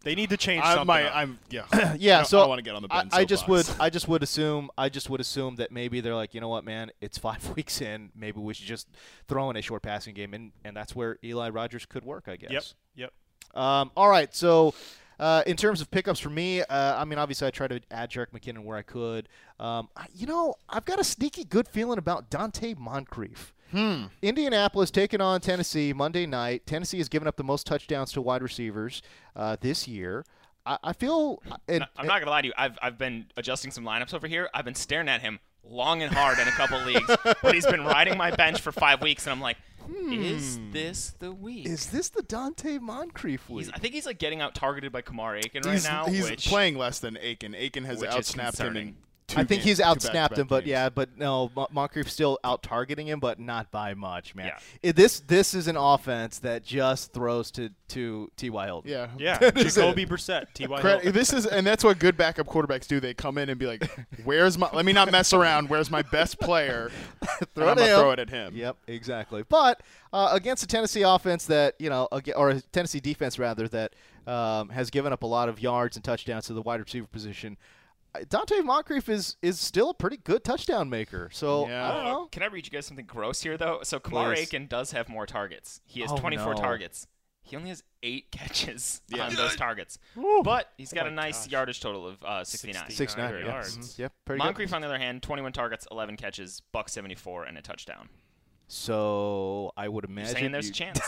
Speaker 4: They need to change
Speaker 2: I
Speaker 4: something.
Speaker 2: my
Speaker 4: up.
Speaker 2: I'm yeah.
Speaker 1: yeah,
Speaker 2: I don't-
Speaker 1: so
Speaker 2: I want to get on the
Speaker 1: I,
Speaker 2: Ben.
Speaker 1: I just would
Speaker 2: soapbox.
Speaker 1: I just would assume I just would assume that maybe they're like, you know what, man, it's five weeks in, maybe we should just throw in a short passing game and, and that's where Eli Rogers could work, I guess.
Speaker 4: yep. Yep.
Speaker 1: Um, all right, so uh, in terms of pickups for me, uh, I mean, obviously I try to add Jarek McKinnon where I could. Um, I, you know, I've got a sneaky good feeling about Dante Moncrief. Hmm. Indianapolis taking on Tennessee Monday night. Tennessee has given up the most touchdowns to wide receivers uh, this year. I, I feel. and-
Speaker 6: I'm not gonna lie to you. I've I've been adjusting some lineups over here. I've been staring at him long and hard in a couple leagues, but he's been riding my bench for five weeks, and I'm like, Is
Speaker 4: Hmm.
Speaker 6: this the week?
Speaker 2: Is this the Dante Moncrief week?
Speaker 6: He's- I think he's like getting out targeted by Kamar Aiken right
Speaker 2: he's,
Speaker 6: now.
Speaker 2: he's
Speaker 6: which,
Speaker 2: playing less than Aiken. Aiken has
Speaker 6: which is
Speaker 2: outsnapped him in
Speaker 6: concerning.
Speaker 2: two
Speaker 1: I think he's
Speaker 2: games, two
Speaker 1: outsnapped
Speaker 2: back-to-back
Speaker 1: him, but
Speaker 2: games.
Speaker 1: yeah, but no, Mon- Moncrief's still out targeting him, but not by much, man.
Speaker 6: Yeah.
Speaker 1: It- this this is an offense that just throws to to T.Y. Hilton.
Speaker 2: Yeah.
Speaker 4: Yeah,
Speaker 2: That is it.
Speaker 4: Jacoby Brissett, T.Y.
Speaker 2: Cra-
Speaker 4: Hilton.
Speaker 2: This is, and that's what good backup quarterbacks do. They come in and be like, "Where's my? Let me not mess around. Where's my best player?
Speaker 1: Throw
Speaker 2: and
Speaker 1: it
Speaker 2: I'm
Speaker 1: at
Speaker 2: gonna throw
Speaker 1: him.
Speaker 2: it at him."
Speaker 1: Yep, exactly. But uh, against a Tennessee offense that you know, ag- or a Tennessee defense rather that um, has given up a lot of yards and touchdowns to the wide receiver position, uh, Dante Moncrief is is still a pretty good touchdown maker. So I
Speaker 2: Yeah.
Speaker 1: don't know.
Speaker 6: Uh, Can I read you guys something gross here though? So Kamar
Speaker 1: Please.
Speaker 6: Aiken does have more targets. He has
Speaker 1: Oh,
Speaker 6: 24
Speaker 1: no.
Speaker 6: targets. He only has eight catches on those targets, but
Speaker 1: Oh
Speaker 6: he's got a nice yardage total of uh, 69.
Speaker 4: 69.
Speaker 1: Six nine.
Speaker 4: Hundred
Speaker 1: yeah.
Speaker 4: yards.
Speaker 1: Mhm. Yep, pretty good.
Speaker 6: Moncrief, on the other hand, 21 targets, 11 catches, buck 74, and a touchdown.
Speaker 1: So I would
Speaker 6: You're
Speaker 1: imagine
Speaker 6: saying there's a
Speaker 1: you-
Speaker 6: chance.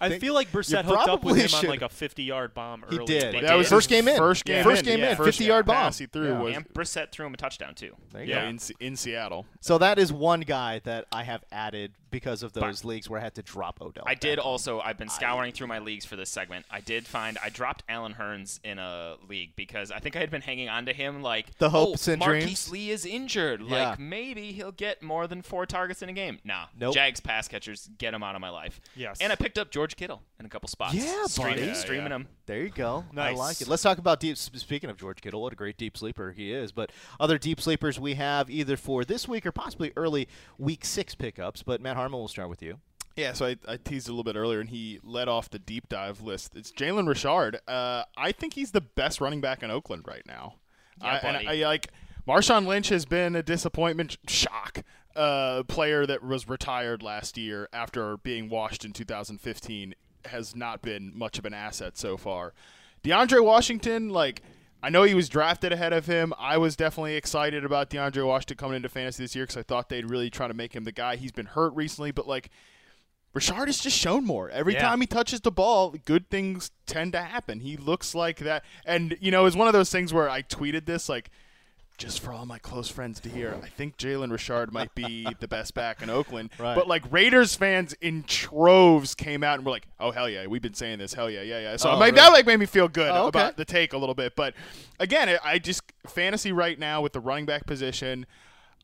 Speaker 4: I
Speaker 1: think
Speaker 4: feel like Brissett
Speaker 1: you
Speaker 4: hooked up with
Speaker 1: probably
Speaker 4: him
Speaker 1: should-
Speaker 4: on like a 50-yard bomb
Speaker 1: He
Speaker 4: early.
Speaker 1: did.
Speaker 6: They
Speaker 2: That was his
Speaker 6: did.
Speaker 1: First game in.
Speaker 2: First game
Speaker 1: First
Speaker 2: in.
Speaker 1: game
Speaker 2: yeah.
Speaker 1: in,
Speaker 2: First
Speaker 1: 50-yard bomb.
Speaker 2: pass he threw
Speaker 1: Yeah.
Speaker 2: was
Speaker 6: and Brissett threw him a touchdown too.
Speaker 1: There you
Speaker 2: yeah,
Speaker 1: go.
Speaker 2: in, Se- in Seattle.
Speaker 1: So that is one guy that I have added because of those leagues where I had to drop Odell.
Speaker 6: I did also. I've been scouring through my leagues for this segment. I did find I dropped Alan Hearns in a league because I think I had been hanging on to him like
Speaker 1: The hopes
Speaker 6: oh,
Speaker 1: and
Speaker 6: Marquise
Speaker 1: dreams."
Speaker 6: Lee is injured.
Speaker 1: Yeah.
Speaker 6: Like maybe he'll get more than four targets in a game. Nah,
Speaker 1: Nope.
Speaker 6: Jags pass catchers get him out of my life.
Speaker 4: Yes.
Speaker 6: And I picked up George Kittle in a couple spots.
Speaker 1: Yeah,
Speaker 6: streaming,
Speaker 1: buddy.
Speaker 6: streaming him.
Speaker 1: There you go. I
Speaker 4: Nice.
Speaker 1: like it. Let's talk about deep. sp- Speaking of George Kittle, what a great deep sleeper he is. But other deep sleepers we have either for this week or possibly early week six pickups. But Matt Harmon, we'll start with you.
Speaker 2: Yeah, so I, I teased a little bit earlier, and he led off the deep dive list. It's Jalen Richard. Uh, I think he's the best running back in Oakland right now. I, and
Speaker 6: buddy.
Speaker 2: I like Marshawn Lynch has been a disappointment, shock, uh, player that was retired last year after being washed in 2015 has not been much of an asset so far. DeAndre Washington, like. I know he was drafted ahead of him. I was definitely excited about DeAndre Washington coming into fantasy this year because I thought they'd really try to make him the guy. He's been hurt recently, but like Richard has just shown more. Every time he touches the ball, good things tend to happen. He looks like that. And, you know, it's one of those things where I tweeted this, like, just for all my close friends to hear, I think Jalen Richard might be the best back in Oakland.
Speaker 1: Right.
Speaker 2: But, like, Raiders fans in troves came out and were like, oh, hell yeah, we've been saying this. Hell yeah, yeah, yeah. So
Speaker 1: Oh,
Speaker 2: it made- that, like, made me feel good
Speaker 1: Oh, okay.
Speaker 2: about the take a little bit. But, again, I- I just, fantasy right now with the running back position,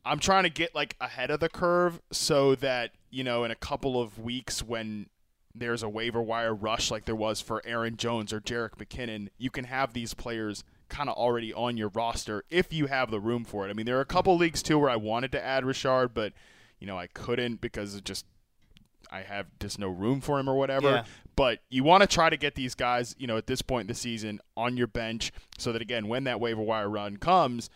Speaker 2: I'm trying to get like ahead of the curve so that you know in a couple of weeks when there's a waiver wire rush like there was for Aaron Jones or Jarek McKinnon, you can have these players kind of already on your roster if you have the room for it. I mean, there are a couple leagues too where I wanted to add Richard, but you know I couldn't because it just I have just no room for him or whatever.
Speaker 1: Yeah.
Speaker 2: But you want to try to get these guys, you know, at this point in the season on your bench so that again when that waiver wire run comes,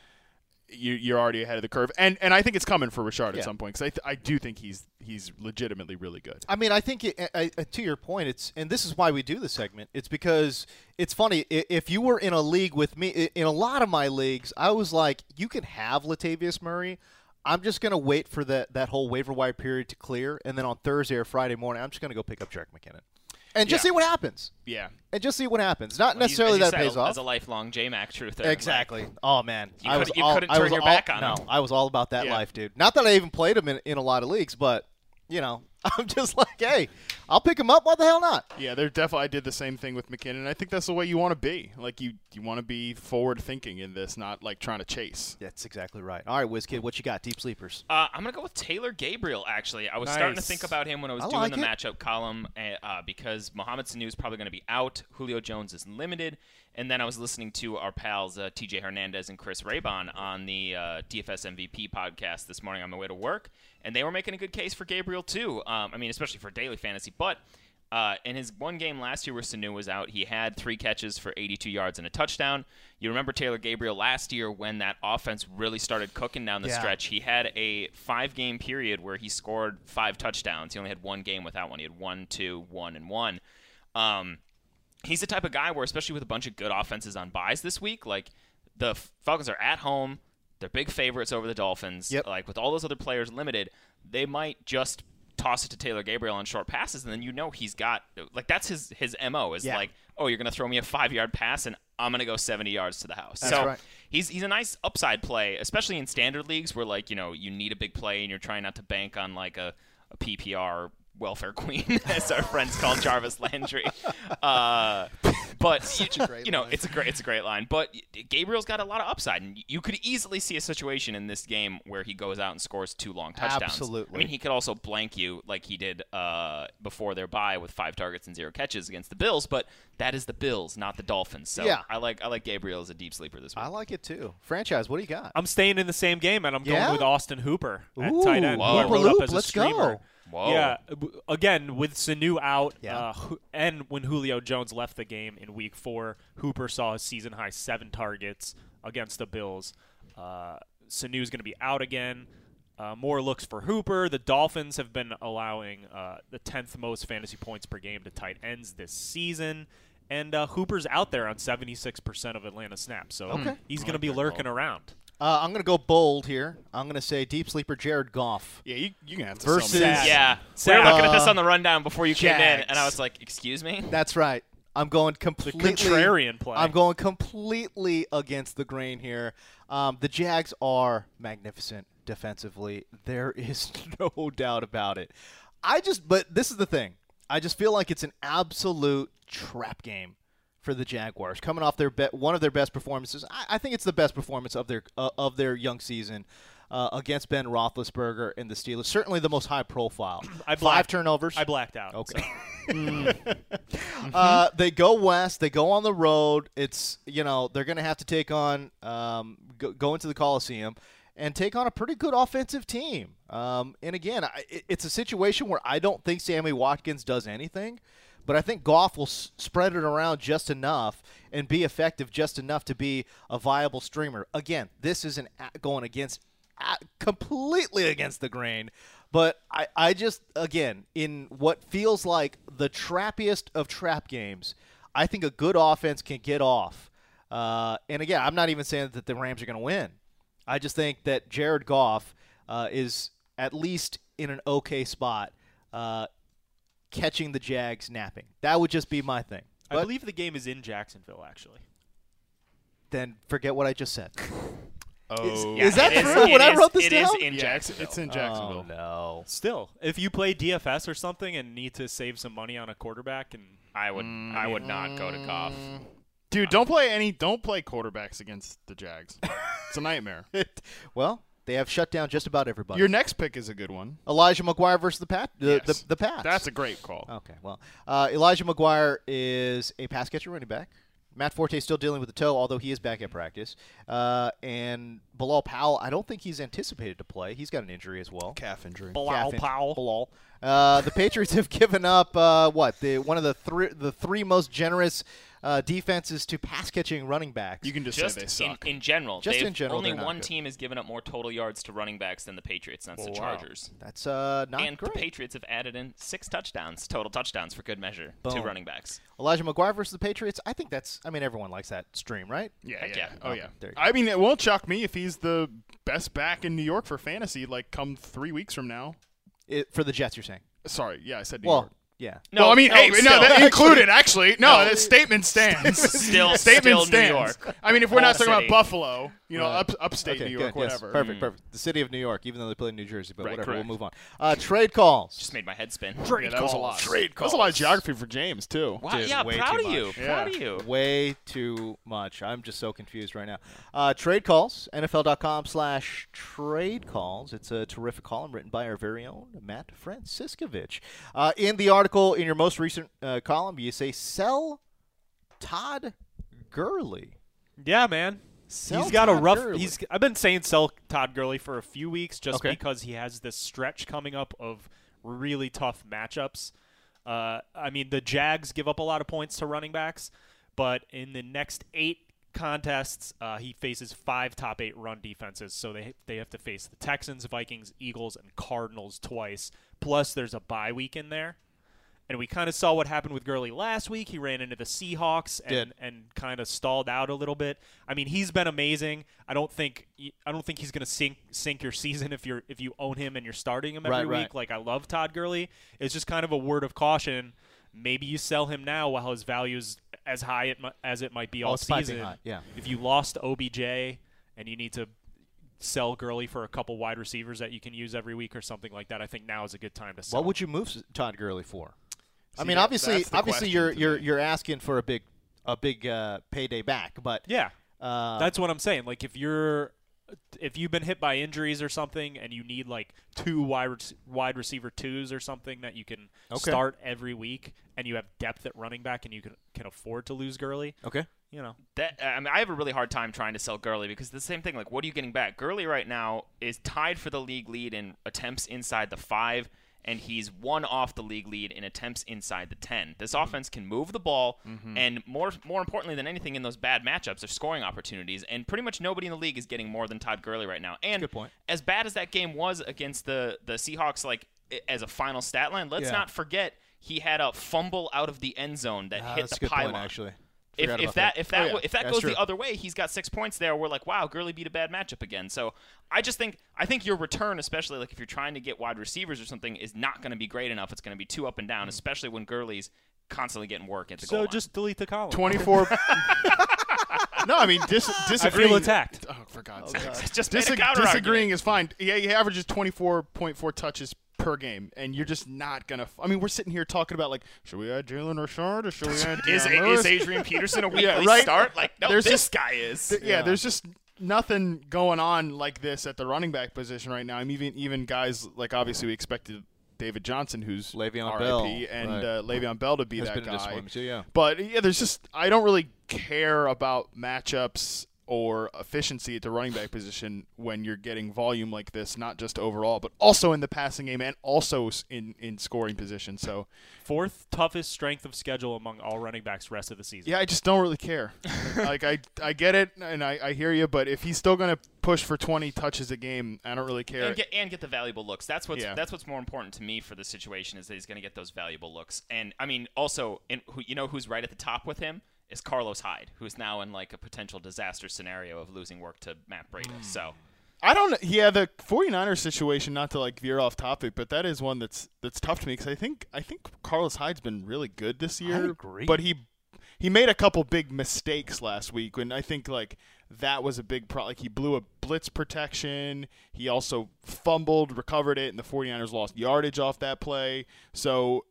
Speaker 2: you, you're already ahead of the curve, and and I think it's coming for Richard
Speaker 1: Yeah.
Speaker 2: at some point because I, th- I do think he's he's legitimately really good.
Speaker 1: I mean, I think it, I, I, to your point, it's and this is why we do this segment. It's because it's funny. i- If you were in a league with me, i- in a lot of my leagues, I was like, you can have Latavius Murray. I'm just gonna wait for that that whole waiver wire period to clear, and then on Thursday or Friday morning, I'm just gonna go pick up Jarek McKinnon, and just
Speaker 2: Yeah.
Speaker 1: see what happens,
Speaker 2: Yeah,
Speaker 1: and just see what happens. Not
Speaker 6: He's-
Speaker 1: necessarily
Speaker 6: as you
Speaker 1: that
Speaker 6: said,
Speaker 1: pays
Speaker 6: a-
Speaker 1: off.
Speaker 6: As a lifelong JMac truther. like,
Speaker 1: Exactly. oh man,
Speaker 6: You
Speaker 1: I
Speaker 6: couldn't-
Speaker 1: was
Speaker 6: you
Speaker 1: all,
Speaker 6: couldn't
Speaker 1: I
Speaker 6: turn
Speaker 1: was
Speaker 6: your
Speaker 1: all-
Speaker 6: back on
Speaker 1: no,
Speaker 6: him.
Speaker 1: I was all about that
Speaker 2: Yeah.
Speaker 1: life, dude. Not that I even played him in, in a lot of leagues, but you know, I'm just like, hey, I'll pick him up. Why the hell not?
Speaker 2: yeah, they're definitely. I did the same thing with McKinnon. I think that's the way you want to be. Like you you want to be forward thinking in this, not like trying to chase.
Speaker 1: That's exactly right. All right, Wizkid, what you got? Deep sleepers.
Speaker 6: Uh, I'm gonna go with Taylor Gabriel. Actually, I was starting to
Speaker 4: Nice.
Speaker 6: think about him when I was
Speaker 1: I
Speaker 6: doing
Speaker 1: like
Speaker 6: the
Speaker 1: it.
Speaker 6: matchup column uh, uh, because Mohamed Sanu is probably gonna be out. Julio Jones is limited, and then I was listening to our pals uh, T.J. Hernandez and Chris Raybon on the uh, DFS MVP podcast this morning on my way to work, and they were making a good case for Gabriel too. Um, I mean, especially for daily fantasy, but. Uh, in his one game last year where Sanu was out, he had three catches for 82 yards and a touchdown. You remember Taylor Gabriel last year when that offense really started cooking down the stretch. He had a five game period where he scored five touchdowns. He only had one game without one. He had one, two, one, and one. Um, he's the type of guy where, especially with a bunch of good offenses on buys this week, like the F- Falcons are at home, they're big favorites over the Dolphins.
Speaker 1: Yep.
Speaker 6: Like with all those other players limited, they might just toss it to Taylor Gabriel on short passes, and then you know he's got like that's his his mo is
Speaker 1: Yeah.
Speaker 6: like, oh, you're gonna throw me a five yard pass, and I'm gonna go 70 yards to the house.
Speaker 1: That's
Speaker 6: so
Speaker 1: right.
Speaker 6: he's he's a nice upside play, especially in standard leagues where like you know you need a big play and you're trying not to bank on like a, a PPR welfare queen, as our friends call Jarvis Landry. Uh, but you,
Speaker 1: great
Speaker 6: you know,
Speaker 1: line.
Speaker 6: it's a great it's a great line. But Gabriel's got a lot of upside, and you could easily see a situation in this game where he goes out and scores two long touchdowns.
Speaker 1: Absolutely.
Speaker 6: I mean, he could also blank you like he did uh, before their bye with five targets and zero catches against the Bills. But that is the Bills, not the Dolphins. So
Speaker 1: Yeah.
Speaker 6: I like I like Gabriel as a deep sleeper this week.
Speaker 1: I like it too. Franchise, what do you got?
Speaker 4: I'm staying in the same game, and I'm
Speaker 1: Yeah?
Speaker 4: going with Austin Hooper at tight
Speaker 1: Ooh,
Speaker 4: end.
Speaker 6: Whoa.
Speaker 4: Who I wrote up
Speaker 1: Hoop-a-loop,
Speaker 4: as a
Speaker 1: let's
Speaker 4: streamer.
Speaker 1: go.
Speaker 6: Whoa.
Speaker 4: Yeah, b- again with Sanu out,
Speaker 1: Yeah.
Speaker 4: uh, Ju- and when Julio Jones left the game in Week Four, Hooper saw his season high seven targets against the Bills. Uh, Sanu's going to be out again. Uh, more looks for Hooper. The Dolphins have been allowing uh, the tenth most fantasy points per game to tight ends this season, and uh, Hooper's out there on seventy six percent of Atlanta snaps, so he's going to be lurking around.
Speaker 1: Uh, I'm going to go bold here. I'm going to say deep sleeper Jared Goff.
Speaker 2: Yeah, you you gonna have to
Speaker 1: Versus-
Speaker 2: sell me.
Speaker 1: Sad.
Speaker 6: Yeah. we were looking at this
Speaker 1: Uh,
Speaker 6: on the rundown before you came in,
Speaker 2: Jags.
Speaker 6: and I was like, "Excuse me."
Speaker 1: That's right. I'm going completely
Speaker 4: contrarian play.
Speaker 1: I'm going completely against the grain here. Um, the Jags are magnificent defensively. There is no doubt about it. I just, but this is the thing. I just feel like it's an absolute trap game for the Jaguars, coming off their be- one of their best performances. I, I think it's the best performance of their uh, of their young season. Uh, against Ben Roethlisberger and the Steelers, certainly the most high profile.
Speaker 4: I
Speaker 1: Five
Speaker 4: blacked-
Speaker 1: turnovers.
Speaker 4: I blacked out.
Speaker 1: Okay. uh, they go west. They go on the road. It's you know they're going to have to take on um, go, go into the Coliseum and take on a pretty good offensive team. Um, and again, I, it- it's a situation where I don't think Sammy Watkins does anything, but I think Goff will s- spread it around just enough and be effective just enough to be a viable streamer. Again, this is an a- going against a- uh, completely against the grain. But I, I just, again, in what feels like the trappiest of trap games, I think a good offense can get off. Uh, and again, I'm not even saying that the Rams are going to win. I just think that Jared Goff uh, is at least in an okay spot uh, catching the Jags napping. That would just be my thing.
Speaker 4: I
Speaker 1: But
Speaker 4: believe the game is in Jacksonville, actually.
Speaker 1: then forget what I just said.
Speaker 2: Oh.
Speaker 6: Yeah,
Speaker 1: Is that
Speaker 6: it
Speaker 1: true? When
Speaker 6: it
Speaker 1: I wrote this
Speaker 6: it is
Speaker 1: down?
Speaker 2: Yeah,
Speaker 6: in
Speaker 2: it's,
Speaker 6: Jacksonville.
Speaker 2: it's in Jacksonville.
Speaker 1: no.
Speaker 4: Still, if you play DFS or something and need to save some money on a quarterback, and
Speaker 6: I would I would not go to Goff.
Speaker 2: Dude, don't play any. Don't play quarterbacks against the Jags. it's a nightmare.
Speaker 1: Well, they have shut down just about everybody.
Speaker 2: Your next pick is a good one.
Speaker 1: Elijah McGuire versus the Pat, the,
Speaker 2: Yes.
Speaker 1: the, the Pats.
Speaker 2: That's a great call.
Speaker 1: Okay, well, uh, Elijah McGuire is a pass catcher running back. Matt Forte is still dealing with the toe, although he is back at practice. Uh, and Bilal Powell, I don't think he's anticipated to play. He's got an injury as well.
Speaker 2: Calf injury.
Speaker 4: Bilal
Speaker 1: Calf in-
Speaker 4: Powell.
Speaker 1: Bilal. Uh, the Patriots have given up uh, what the one of the three the three most generous uh, defenses to pass catching running backs.
Speaker 2: You can just,
Speaker 6: Just
Speaker 2: say they
Speaker 6: in,
Speaker 2: suck.
Speaker 6: in general,
Speaker 1: Just
Speaker 6: they've-
Speaker 1: in general,
Speaker 6: only
Speaker 1: they're not
Speaker 6: one
Speaker 1: good.
Speaker 6: team has given up more total yards to running backs than the Patriots. and That's the Chargers.
Speaker 1: That's uh, not
Speaker 6: And
Speaker 1: great.
Speaker 6: the Patriots have added in six touchdowns, total touchdowns for good measure, to
Speaker 1: Boom.
Speaker 6: running backs.
Speaker 1: Elijah McGuire versus the Patriots. I think that's. I mean, everyone likes that stream, right?
Speaker 2: yeah,
Speaker 6: Heck
Speaker 2: yeah.
Speaker 6: yeah.
Speaker 2: Oh yeah.
Speaker 1: There you go.
Speaker 2: I mean, it won't shock me if he's the best back in New York for fantasy. Like, come three weeks from now.
Speaker 1: It, for the Jets, you're saying.
Speaker 2: Sorry. Yeah, I said New
Speaker 1: Well,
Speaker 2: York.
Speaker 1: yeah.
Speaker 6: No,
Speaker 2: well, I mean,
Speaker 6: no,
Speaker 2: hey, no,
Speaker 6: still.
Speaker 2: that included actually. No, that statement stands.
Speaker 6: Still-
Speaker 2: statement
Speaker 6: still New
Speaker 2: stands.
Speaker 6: York.
Speaker 2: I mean, if we're not
Speaker 6: Whole
Speaker 2: talking
Speaker 6: city.
Speaker 2: about Buffalo, you know,
Speaker 1: Right.
Speaker 2: up, upstate
Speaker 1: Okay,
Speaker 2: New York,
Speaker 1: good, yes,
Speaker 2: whatever. Mm.
Speaker 1: perfect, perfect. The city of New York, even though they play in New Jersey, but
Speaker 2: Right,
Speaker 1: whatever.
Speaker 2: correct.
Speaker 1: We'll move on. Uh, trade calls.
Speaker 6: Just made my head spin.
Speaker 2: Yeah, that was a lot.
Speaker 3: Trade
Speaker 2: That was a lot of geography for James too.
Speaker 6: Wow,
Speaker 1: Dude,
Speaker 6: yeah,
Speaker 1: way
Speaker 6: proud
Speaker 1: too
Speaker 6: of you.
Speaker 1: much.
Speaker 6: Proud
Speaker 2: Yeah.
Speaker 6: of you.
Speaker 1: Way too much. I'm just so confused right now. Uh, trade calls. NFL.com slash trade calls. It's a terrific column written by our very own Matt Franciscovich. Uh, in the article, in your most recent uh, column, you say sell Todd Gurley.
Speaker 4: yeah, man,
Speaker 1: Sell
Speaker 4: he's got a
Speaker 1: Todd
Speaker 4: rough.
Speaker 1: Gurley.
Speaker 4: He's I've been saying sell Todd Gurley for a few weeks just
Speaker 1: Okay.
Speaker 4: because he has this stretch coming up of really tough matchups. Uh, I mean, the Jags give up a lot of points to running backs, but in the next eight contests, uh, he faces five top eight run defenses. So they they have to face the Texans, Vikings, Eagles, and Cardinals twice. Plus, there's a bye week in there. And we kind of saw what happened with Gurley last week. He ran into the Seahawks and,
Speaker 1: Did.
Speaker 4: and kind of stalled out a little bit. I mean, he's been amazing. I don't think I don't think he's going to sink sink your season if you're if you own him and you're starting him every
Speaker 1: Right, right.
Speaker 4: week. Like I love Todd Gurley. It's just kind of a word of caution. Maybe you sell him now while his value is as high it, mi- as it might be all
Speaker 1: it's piping
Speaker 4: season.
Speaker 1: hot, yeah.
Speaker 4: If you lost OBJ and you need to sell Gurley for a couple wide receivers that you can use every week or something like that, I think now is a good time to sell.
Speaker 1: What would you move s- Todd Gurley for? I
Speaker 2: See,
Speaker 1: mean,
Speaker 2: that-
Speaker 1: obviously,
Speaker 2: that's the
Speaker 1: obviously,
Speaker 2: question
Speaker 1: you're
Speaker 2: to
Speaker 1: you're
Speaker 2: me.
Speaker 1: you're asking for a big a big uh, payday back, but
Speaker 4: Yeah,
Speaker 1: uh,
Speaker 4: that's what I'm saying. Like if you're if you've been hit by injuries or something and you need like two wide rec- wide receiver twos or something that you can
Speaker 1: Okay.
Speaker 4: start every week and you have depth at running back and you can can afford to lose Gurley,
Speaker 1: okay.
Speaker 4: you know.
Speaker 6: That I mean, I have a really hard time trying to sell Gurley because the same thing. Like, what are you getting back? Gurley right now is tied for the league lead in attempts inside the five, and he's one off the league lead in attempts inside the ten. This
Speaker 1: Mm-hmm.
Speaker 6: offense can move the ball, and more more importantly than anything, in those bad matchups, there's scoring opportunities, and pretty much nobody in the league is getting more than Todd Gurley right now. And
Speaker 1: good point.
Speaker 6: as bad as that game was against the the Seahawks, like i- as a final stat line, let's
Speaker 1: Yeah.
Speaker 6: not forget he had a fumble out of the end zone that
Speaker 1: Ah,
Speaker 6: hit
Speaker 1: that's a
Speaker 6: the
Speaker 1: good point,
Speaker 6: pylon.
Speaker 1: actually.
Speaker 6: If,
Speaker 1: Forgot
Speaker 6: if
Speaker 1: about
Speaker 6: that,
Speaker 1: that.
Speaker 6: if that
Speaker 1: Oh, yeah.
Speaker 6: wa- if that
Speaker 1: That's
Speaker 6: goes
Speaker 1: true.
Speaker 6: the other way, he's got six points there. We're like, wow, Gurley beat a bad matchup again. So I just think I think your return, especially like if you're trying to get wide receivers or something, is not going to be great enough. It's going to be too up and down, especially when Gurley's constantly getting work at the goal
Speaker 4: So
Speaker 6: line.
Speaker 4: just delete the column.
Speaker 2: 24. no, I mean, dis- disagreeing.
Speaker 4: attacked.
Speaker 2: Oh, for God's sake.
Speaker 6: just make a
Speaker 2: Disag-
Speaker 6: counter
Speaker 2: disagreeing is fine. Yeah, he averages 24.4 touches per game, and you're just not going to. F- I mean, we're sitting here talking about, like, should we add Jalen Richard or should we add
Speaker 6: is,
Speaker 2: Deion
Speaker 6: is
Speaker 2: Lewis?
Speaker 6: Adrian Peterson a weekly
Speaker 2: Yeah, right?
Speaker 6: start? Like, no,
Speaker 2: There's
Speaker 6: this
Speaker 2: just-
Speaker 6: guy is.
Speaker 2: Th- yeah. there's just nothing going on like this at the running back position right now. I'm even even guys like obviously we expected David Johnson, who's
Speaker 1: Le'Veon
Speaker 2: RIP,
Speaker 1: Bell,
Speaker 2: and
Speaker 1: right.
Speaker 2: uh, Le'Veon Bell to be
Speaker 1: Has
Speaker 2: that
Speaker 1: been a
Speaker 2: guy.
Speaker 1: disappointment too, yeah.
Speaker 2: But yeah, there's just I don't really care about matchups or efficiency at the running back position when you're getting volume like this, not just overall, but also in the passing game and also s- in in scoring position. So
Speaker 4: Fourth toughest strength of schedule among all running backs rest of the season.
Speaker 2: yeah, I just don't really care. like I, I get it and I, I hear you, but if he's still gonna push for 20 touches a game, I don't really care.
Speaker 6: and get and get the valuable looks. That's what's
Speaker 2: Yeah.
Speaker 6: that's what's more important to me for the situation is that he's going to get those valuable looks. And I mean, also, in, who, you know who's right at the top with him is Carlos Hyde, who's now in like a potential disaster scenario of losing work to Matt Brady. So
Speaker 2: I don't. Yeah, the 49ers situation. Not to like veer off topic, but that is one that's that's tough to me because I think I think Carlos Hyde's been really good this year.
Speaker 1: agree.
Speaker 2: But he he made a couple big mistakes last week, and I think like that was a big problem. Like he blew a blitz protection. He also fumbled, recovered it, and the 49ers lost yardage off that play. So.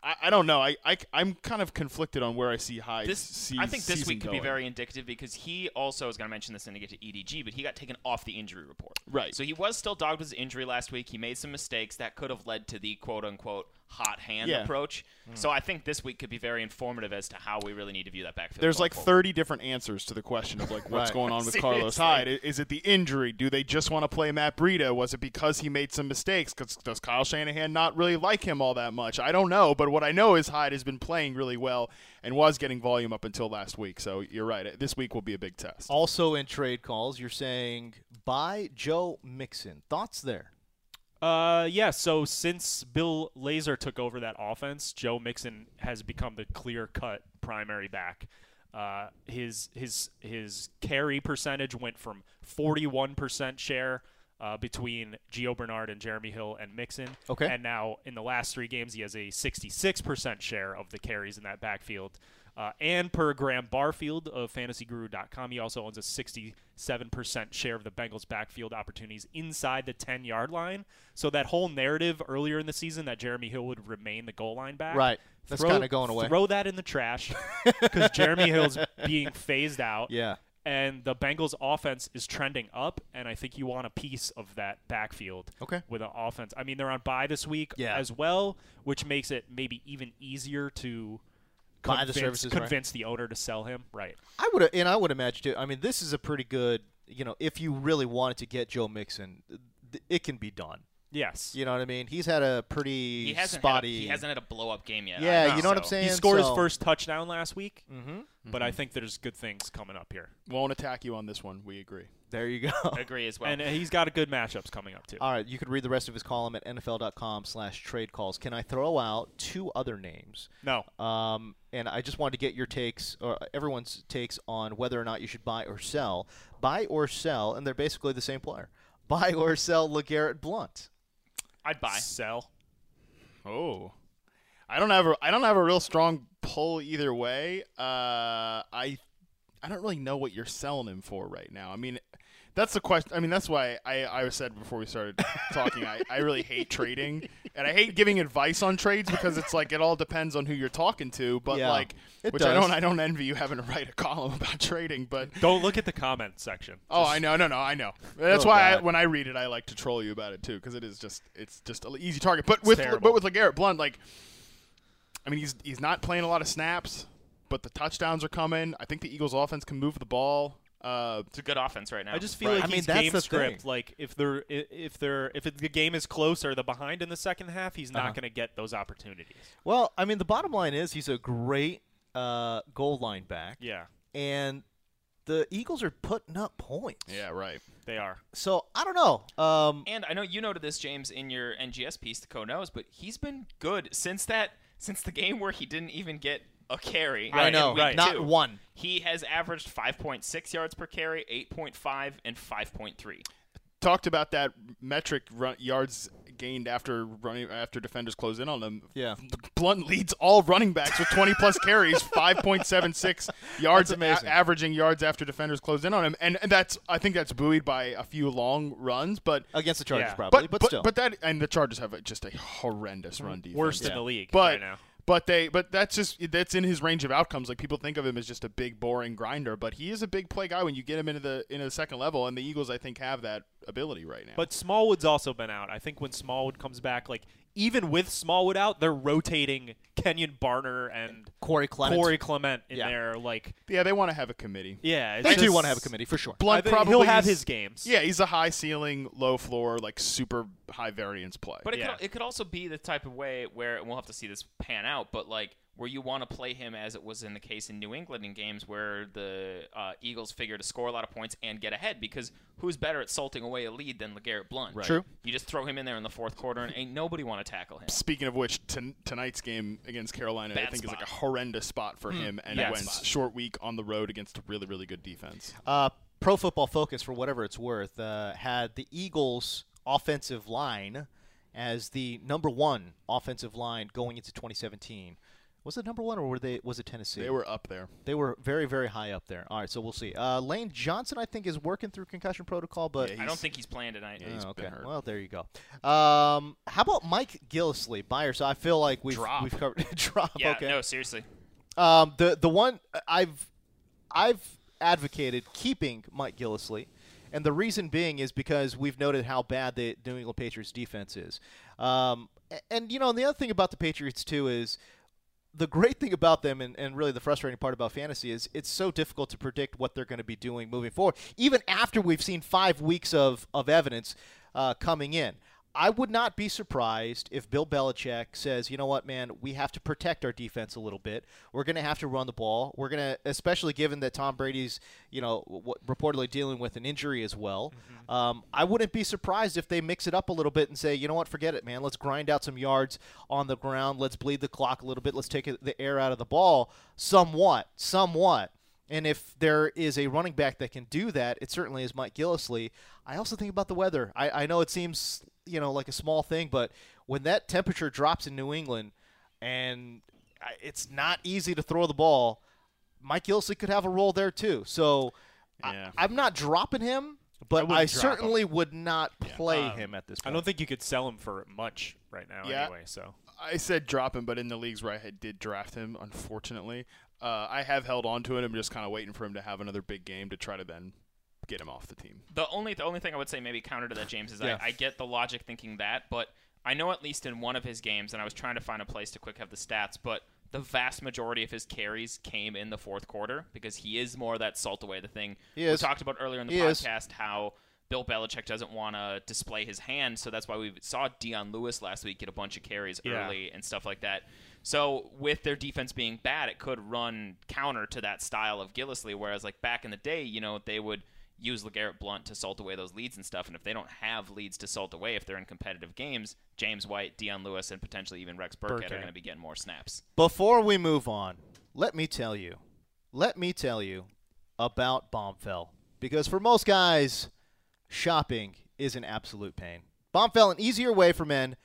Speaker 2: I, I don't know. I, I am kind of conflicted on where I see Hyde.
Speaker 6: this,
Speaker 2: se-
Speaker 6: I think this
Speaker 2: season
Speaker 6: week could be
Speaker 2: going.
Speaker 6: very indicative because he also is going to mention this when I get to EDG, but he got taken off the injury report.
Speaker 2: Right.
Speaker 6: So he was still dogged with his injury last week. He made some mistakes that could have led to the quote unquote hot hand
Speaker 2: Yeah. Mm.
Speaker 6: approach. So I think this week could be very informative as to how we really need to view that backfield.
Speaker 2: There's
Speaker 6: going
Speaker 2: like
Speaker 6: forward.
Speaker 2: 30 different answers to the question of like what's
Speaker 1: Right.
Speaker 2: going on with
Speaker 6: Seriously.
Speaker 2: Carlos Hyde. I- Is it the injury? Do they just want to play Matt Breida? Was it because he made some mistakes? 'Cause does Kyle Shanahan not really like him all that much? I don't know, but what I know is Hyde has been playing really well and was getting volume up until last week. So you're right. This week will be a big test.
Speaker 1: Also in trade calls, you're saying buy Joe Mixon. Thoughts there?
Speaker 4: Uh, yeah. So since Bill Lazor took over that offense, Joe Mixon has become the clear-cut primary back. Uh, his his his carry percentage went from 41% share uh, between Gio Bernard and Jeremy Hill and Mixon.
Speaker 1: Okay.
Speaker 4: And now in the last three games, he has a 66% share of the carries in that backfield. Uh, and per Graham Barfield of fantasyguru.com, he also owns a 67% share of the Bengals' backfield opportunities inside the 10 yard line. So that whole narrative earlier in the season that Jeremy Hill would remain the goal line back.
Speaker 1: Right. That's
Speaker 4: throw-
Speaker 1: kinda going away.
Speaker 4: Throw that in the trash because Jeremy Hill's being phased out
Speaker 1: Yeah.
Speaker 4: and the Bengals offense is trending up, and I think you want a piece of that backfield.
Speaker 1: Okay.
Speaker 4: With an offense, I mean they're on bye this week
Speaker 1: Yeah.
Speaker 4: as well, which makes it maybe even easier to
Speaker 1: Buy the
Speaker 4: convince,
Speaker 1: services, right.
Speaker 4: convince the owner to sell him. Right.
Speaker 1: I would and I would imagine too. I mean, this is a pretty good. You know, if you really wanted to get Joe Mixon, th- it can be done.
Speaker 4: Yes.
Speaker 1: You know what I mean? He's had a pretty
Speaker 6: he hasn't
Speaker 1: spotty.
Speaker 6: Had a, he hasn't had a blow up game yet. uh,
Speaker 1: Yeah,
Speaker 6: either,
Speaker 1: you know what I'm
Speaker 6: so-
Speaker 1: saying.
Speaker 4: He scored
Speaker 1: So-
Speaker 4: his first touchdown last week,
Speaker 1: Mhm.
Speaker 4: but I think there's good things coming up here,
Speaker 2: Won't attack you on this one. We agree.
Speaker 1: There you go.
Speaker 6: Agree as well.
Speaker 4: and uh, he's got a good matchups coming up too.
Speaker 1: All right, you can read the rest of his column at NFL.com slash trade calls. Can I throw out two other names?
Speaker 4: no.
Speaker 1: Um, and I just wanted to get your takes, or everyone's takes, on whether or not you should buy or sell. Buy or sell, and they're basically the same player. Buy or sell LeGarrette Blunt.
Speaker 6: I'd buy.
Speaker 4: Sell.
Speaker 2: Oh, I don't have a I don't have a real strong pull either way. Uh, I I don't really know what you're selling him for right now. I mean, that's the question. I mean, that's why I, I said before we started talking, I, I really hate trading. And I hate giving advice on trades because it's like it all depends on who you're talking to. But,
Speaker 1: Yeah,
Speaker 2: like,
Speaker 1: it
Speaker 2: which I
Speaker 1: does.
Speaker 2: don't I don't envy you having to write a column about trading. But,
Speaker 4: Don't look at the comment section.
Speaker 2: oh, I know, no, no, I know. That's why I,
Speaker 1: God.
Speaker 2: when I read it, I like to troll you about it too because it is just, it's just an easy target. But with,
Speaker 4: terrible.
Speaker 2: but with LeGarrette Blunt, like, I mean, he's he's not playing a lot of snaps, but the touchdowns are coming. I think the Eagles' offense can move the ball. Uh,
Speaker 6: It's a good offense right now.
Speaker 4: I just feel
Speaker 1: Right.
Speaker 4: like
Speaker 1: I mean,
Speaker 4: he's
Speaker 1: that's
Speaker 4: game
Speaker 1: the
Speaker 4: script.
Speaker 1: thing.
Speaker 4: Like if they're i- if they're if it, the game is close or they're behind in the second half, he's
Speaker 1: Uh-huh.
Speaker 4: not going to get those opportunities.
Speaker 1: Well, I mean, the bottom line is he's a great uh, goal line back.
Speaker 4: Yeah,
Speaker 1: And the Eagles are putting up points.
Speaker 2: yeah, right.
Speaker 4: they are.
Speaker 1: So I don't know. Um,
Speaker 6: And I know you noted this, James, in your NGS piece, the co knows, but he's been good since that since the game where he didn't even get a carry.
Speaker 1: I
Speaker 6: in
Speaker 1: know,
Speaker 6: week
Speaker 4: right.
Speaker 1: not
Speaker 6: two.
Speaker 1: one.
Speaker 6: He has averaged 5.6 yards per carry, 8.5, and 5.3.
Speaker 2: Talked about that metric run, yards gained after running after defenders close in on them.
Speaker 1: Yeah.
Speaker 2: Blunt leads all running backs with 20 plus carries, 5.76 yards,
Speaker 1: That's amazing.
Speaker 2: a- averaging yards after defenders close in on him, and, and that's I think that's buoyed by a few long runs, but.
Speaker 1: against the Chargers,
Speaker 4: Yeah.
Speaker 1: probably,
Speaker 2: but,
Speaker 1: but, still. Mm-hmm.
Speaker 2: but that and the Chargers have a- just a horrendous run defense.
Speaker 4: Worst in
Speaker 1: Yeah.
Speaker 4: the league
Speaker 2: but
Speaker 4: right now.
Speaker 2: but they but that's just that's in his range of outcomes. Like people think of him as just a big boring grinder, but he is a big play guy when you get him into the into the second level, and the Eagles I think have that ability right now.
Speaker 4: But Smallwood's also been out. I think when Smallwood comes back, like even with Smallwood out, they're rotating Kenyon Barner and
Speaker 1: Corey Clement.
Speaker 4: Corey Clement in
Speaker 1: Yeah.
Speaker 4: there. Like
Speaker 2: yeah, they want to have a committee.
Speaker 4: yeah, it's
Speaker 1: they do
Speaker 4: just-
Speaker 1: want to have a committee for sure.
Speaker 4: I
Speaker 2: Blunt
Speaker 4: think
Speaker 2: probably
Speaker 4: he'll have
Speaker 2: is-
Speaker 4: his games.
Speaker 2: Yeah, he's a high ceiling, low floor, like super high variance play.
Speaker 6: But it,
Speaker 4: Yeah.
Speaker 6: could, it could also be the type of way where and we'll have to see this pan out, but like where you want to play him as it was in the case in New England in games where the uh, Eagles figure to score a lot of points and get ahead because who's better at salting away a lead than LeGarrette Blunt?
Speaker 1: True.
Speaker 6: You just throw him in there in the fourth quarter and ain't nobody want to tackle him.
Speaker 2: Speaking of which, ton tonight's game against Carolina, I
Speaker 6: Bad
Speaker 2: think, is
Speaker 6: spot.
Speaker 2: like a horrendous spot
Speaker 6: Hmm.
Speaker 2: for him and
Speaker 4: bad
Speaker 2: Wentz.
Speaker 4: spot.
Speaker 2: Short week on the road against a really, really good defense.
Speaker 1: Uh, Pro Football Focus, for whatever it's worth, uh, had the Eagles' offensive line as the number one offensive line going into 2017. Was it number one, or were they? Was it Tennessee?
Speaker 2: They were up there.
Speaker 1: They were very, very high up there. All right, so we'll see. Uh, Lane Johnson, I think, is working through concussion protocol, but
Speaker 6: I don't think he's playing tonight.
Speaker 2: Yeah, he's
Speaker 1: Oh, okay.
Speaker 2: been hurt.
Speaker 1: Well, there you go. Um, how about Mike Gillisley, buyer? So I feel like we've
Speaker 6: Drop.
Speaker 1: we've covered drop.
Speaker 6: yeah,
Speaker 1: okay.
Speaker 6: no, seriously.
Speaker 1: Um, the the one I've I've advocated keeping Mike Gillisley, and the reason being is because we've noted how bad the New England Patriots defense is. Um, a- and you know, and the other thing about the Patriots too is the great thing about them and, and really the frustrating part about fantasy is it's so difficult to predict what they're going to be doing moving forward even after we've seen five weeks of, of evidence uh, coming in i would not be surprised if bill belichick says you know what man we have to protect our defense a little bit we're going to have to run the ball we're going to especially given that tom brady's you know w- reportedly dealing with an injury as well um, i wouldn't be surprised if they mix it up a little bit and say you know what forget it man let's grind out some yards on the ground let's bleed the clock a little bit let's take it- the air out of the ball somewhat somewhat and if there is a running back that can do that, it certainly is Mike Gillisley. I also think about the weather. I, I know it seems you know like a small thing, but when that temperature drops in New England, and I- it's not easy to throw the ball, Mike Gillisley could have a role there too. So
Speaker 2: Yeah.
Speaker 1: I, I'm not dropping him, but I,
Speaker 4: wouldn't drop
Speaker 1: certainly would not play
Speaker 4: Um,
Speaker 1: him at this
Speaker 4: I
Speaker 1: point.
Speaker 4: don't think you could sell him for much right now.
Speaker 2: Yeah.
Speaker 4: Anyway, so
Speaker 2: I said drop him, but in the leagues where I had, did draft him, unfortunately, uh, I have held on to him. I'm just kind of waiting for him to have another big game to try to then get him off the team.
Speaker 6: The only the only thing I would say maybe counter to that, James, is
Speaker 1: Yeah.
Speaker 6: I, I get the logic thinking that, but I know at least in one of his games, and I was trying to find a place to quick have the stats, but the vast majority of his carries came in the fourth quarter because he is more that salt away the thing
Speaker 1: He
Speaker 6: we
Speaker 1: is.
Speaker 6: talked about earlier in the
Speaker 1: He is.
Speaker 6: podcast how Bill Belichick doesn't want to display his hand, so that's why we saw Dion Lewis last week get a bunch of carries
Speaker 4: Yeah.
Speaker 6: early and stuff like that. So with their defense being bad, it could run counter to that style of Gillisley. Whereas like back in the day, you know, they would use LeGarrette Blunt to salt away those leads and stuff. And if they don't have leads to salt away, if they're in competitive games, James White, Dion Lewis, and potentially even Rex Burkhead,
Speaker 4: Burkhead.
Speaker 6: are going to be getting more snaps.
Speaker 1: Before we move on, let me tell you, let me tell you about Bombfell. Because for most guys, shopping is an absolute pain. Bombfell, an easier way for men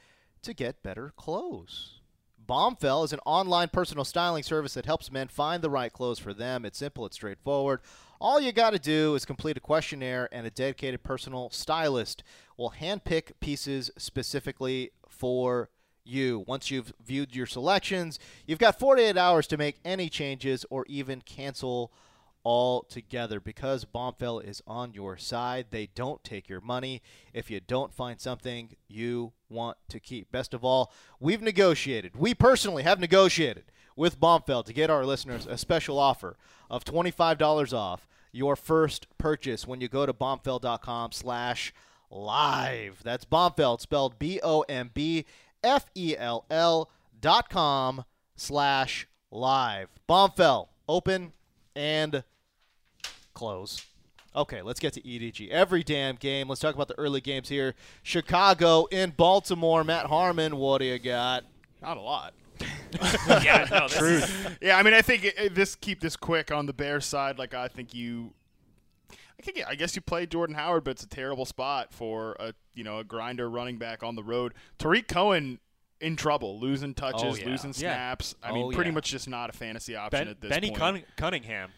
Speaker 1: to get better clothes. Bombfell is an online personal styling service that helps men find the right clothes for them. It's simple, it's straightforward. All you got to do is complete a questionnaire, and a dedicated personal stylist will handpick pieces specifically for you. Once you've viewed your selections, you've got 48 hours to make any changes or even cancel altogether because Bombfell is on your side. They don't take your money if you don't find something you want to keep. Best of all, we've negotiated. We personally have negotiated with Bombfell to get our listeners a special offer of $25 off your first purchase when you go to bombfell.com slash live. That's Bombfell spelled B-O-M-B-F-E-L-L E dot com slash live. Bombfell, open and close. Okay, let's get to EDG. Every damn game. Let's talk about the early games here. Chicago in Baltimore. Matt Harmon, what do you got?
Speaker 2: Not a lot.
Speaker 6: yeah, no, this is-
Speaker 2: yeah, I mean, I think it, it- this keep this quick on the Bears side. Like, I think you, I think yeah, I guess you play Jordan Howard, but it's a terrible spot for a you know a grinder running back on the road. Tariq Cohen in trouble, losing touches,
Speaker 1: yeah.
Speaker 2: losing snaps. I mean,
Speaker 1: Oh,
Speaker 2: pretty
Speaker 1: yeah.
Speaker 2: much just not a fantasy option
Speaker 4: Ben,
Speaker 2: at this
Speaker 4: Benny
Speaker 2: point.
Speaker 4: Cunning- Cunningham,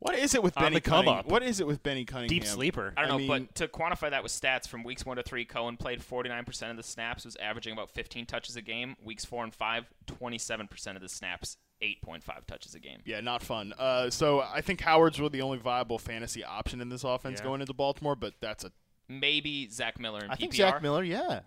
Speaker 2: what is it with
Speaker 4: on
Speaker 2: Benny
Speaker 4: the come
Speaker 2: Cunning-
Speaker 4: up.
Speaker 2: What is it with Benny Cunningham?
Speaker 4: deep sleeper.
Speaker 6: I don't know,
Speaker 2: mean-
Speaker 6: but to quantify that with stats from weeks one to three, Cohen played 49% of the snaps, was averaging about 15 touches a game. Weeks four and five, 27% of the snaps, 8.5 touches a game.
Speaker 2: Yeah, not fun. Uh, so I think Howard's really the only viable fantasy option in this offense
Speaker 4: Yeah.
Speaker 2: going into Baltimore, but that's a
Speaker 6: Maybe Zach Miller in
Speaker 1: I
Speaker 6: PPR.
Speaker 1: think Zach Miller, yeah.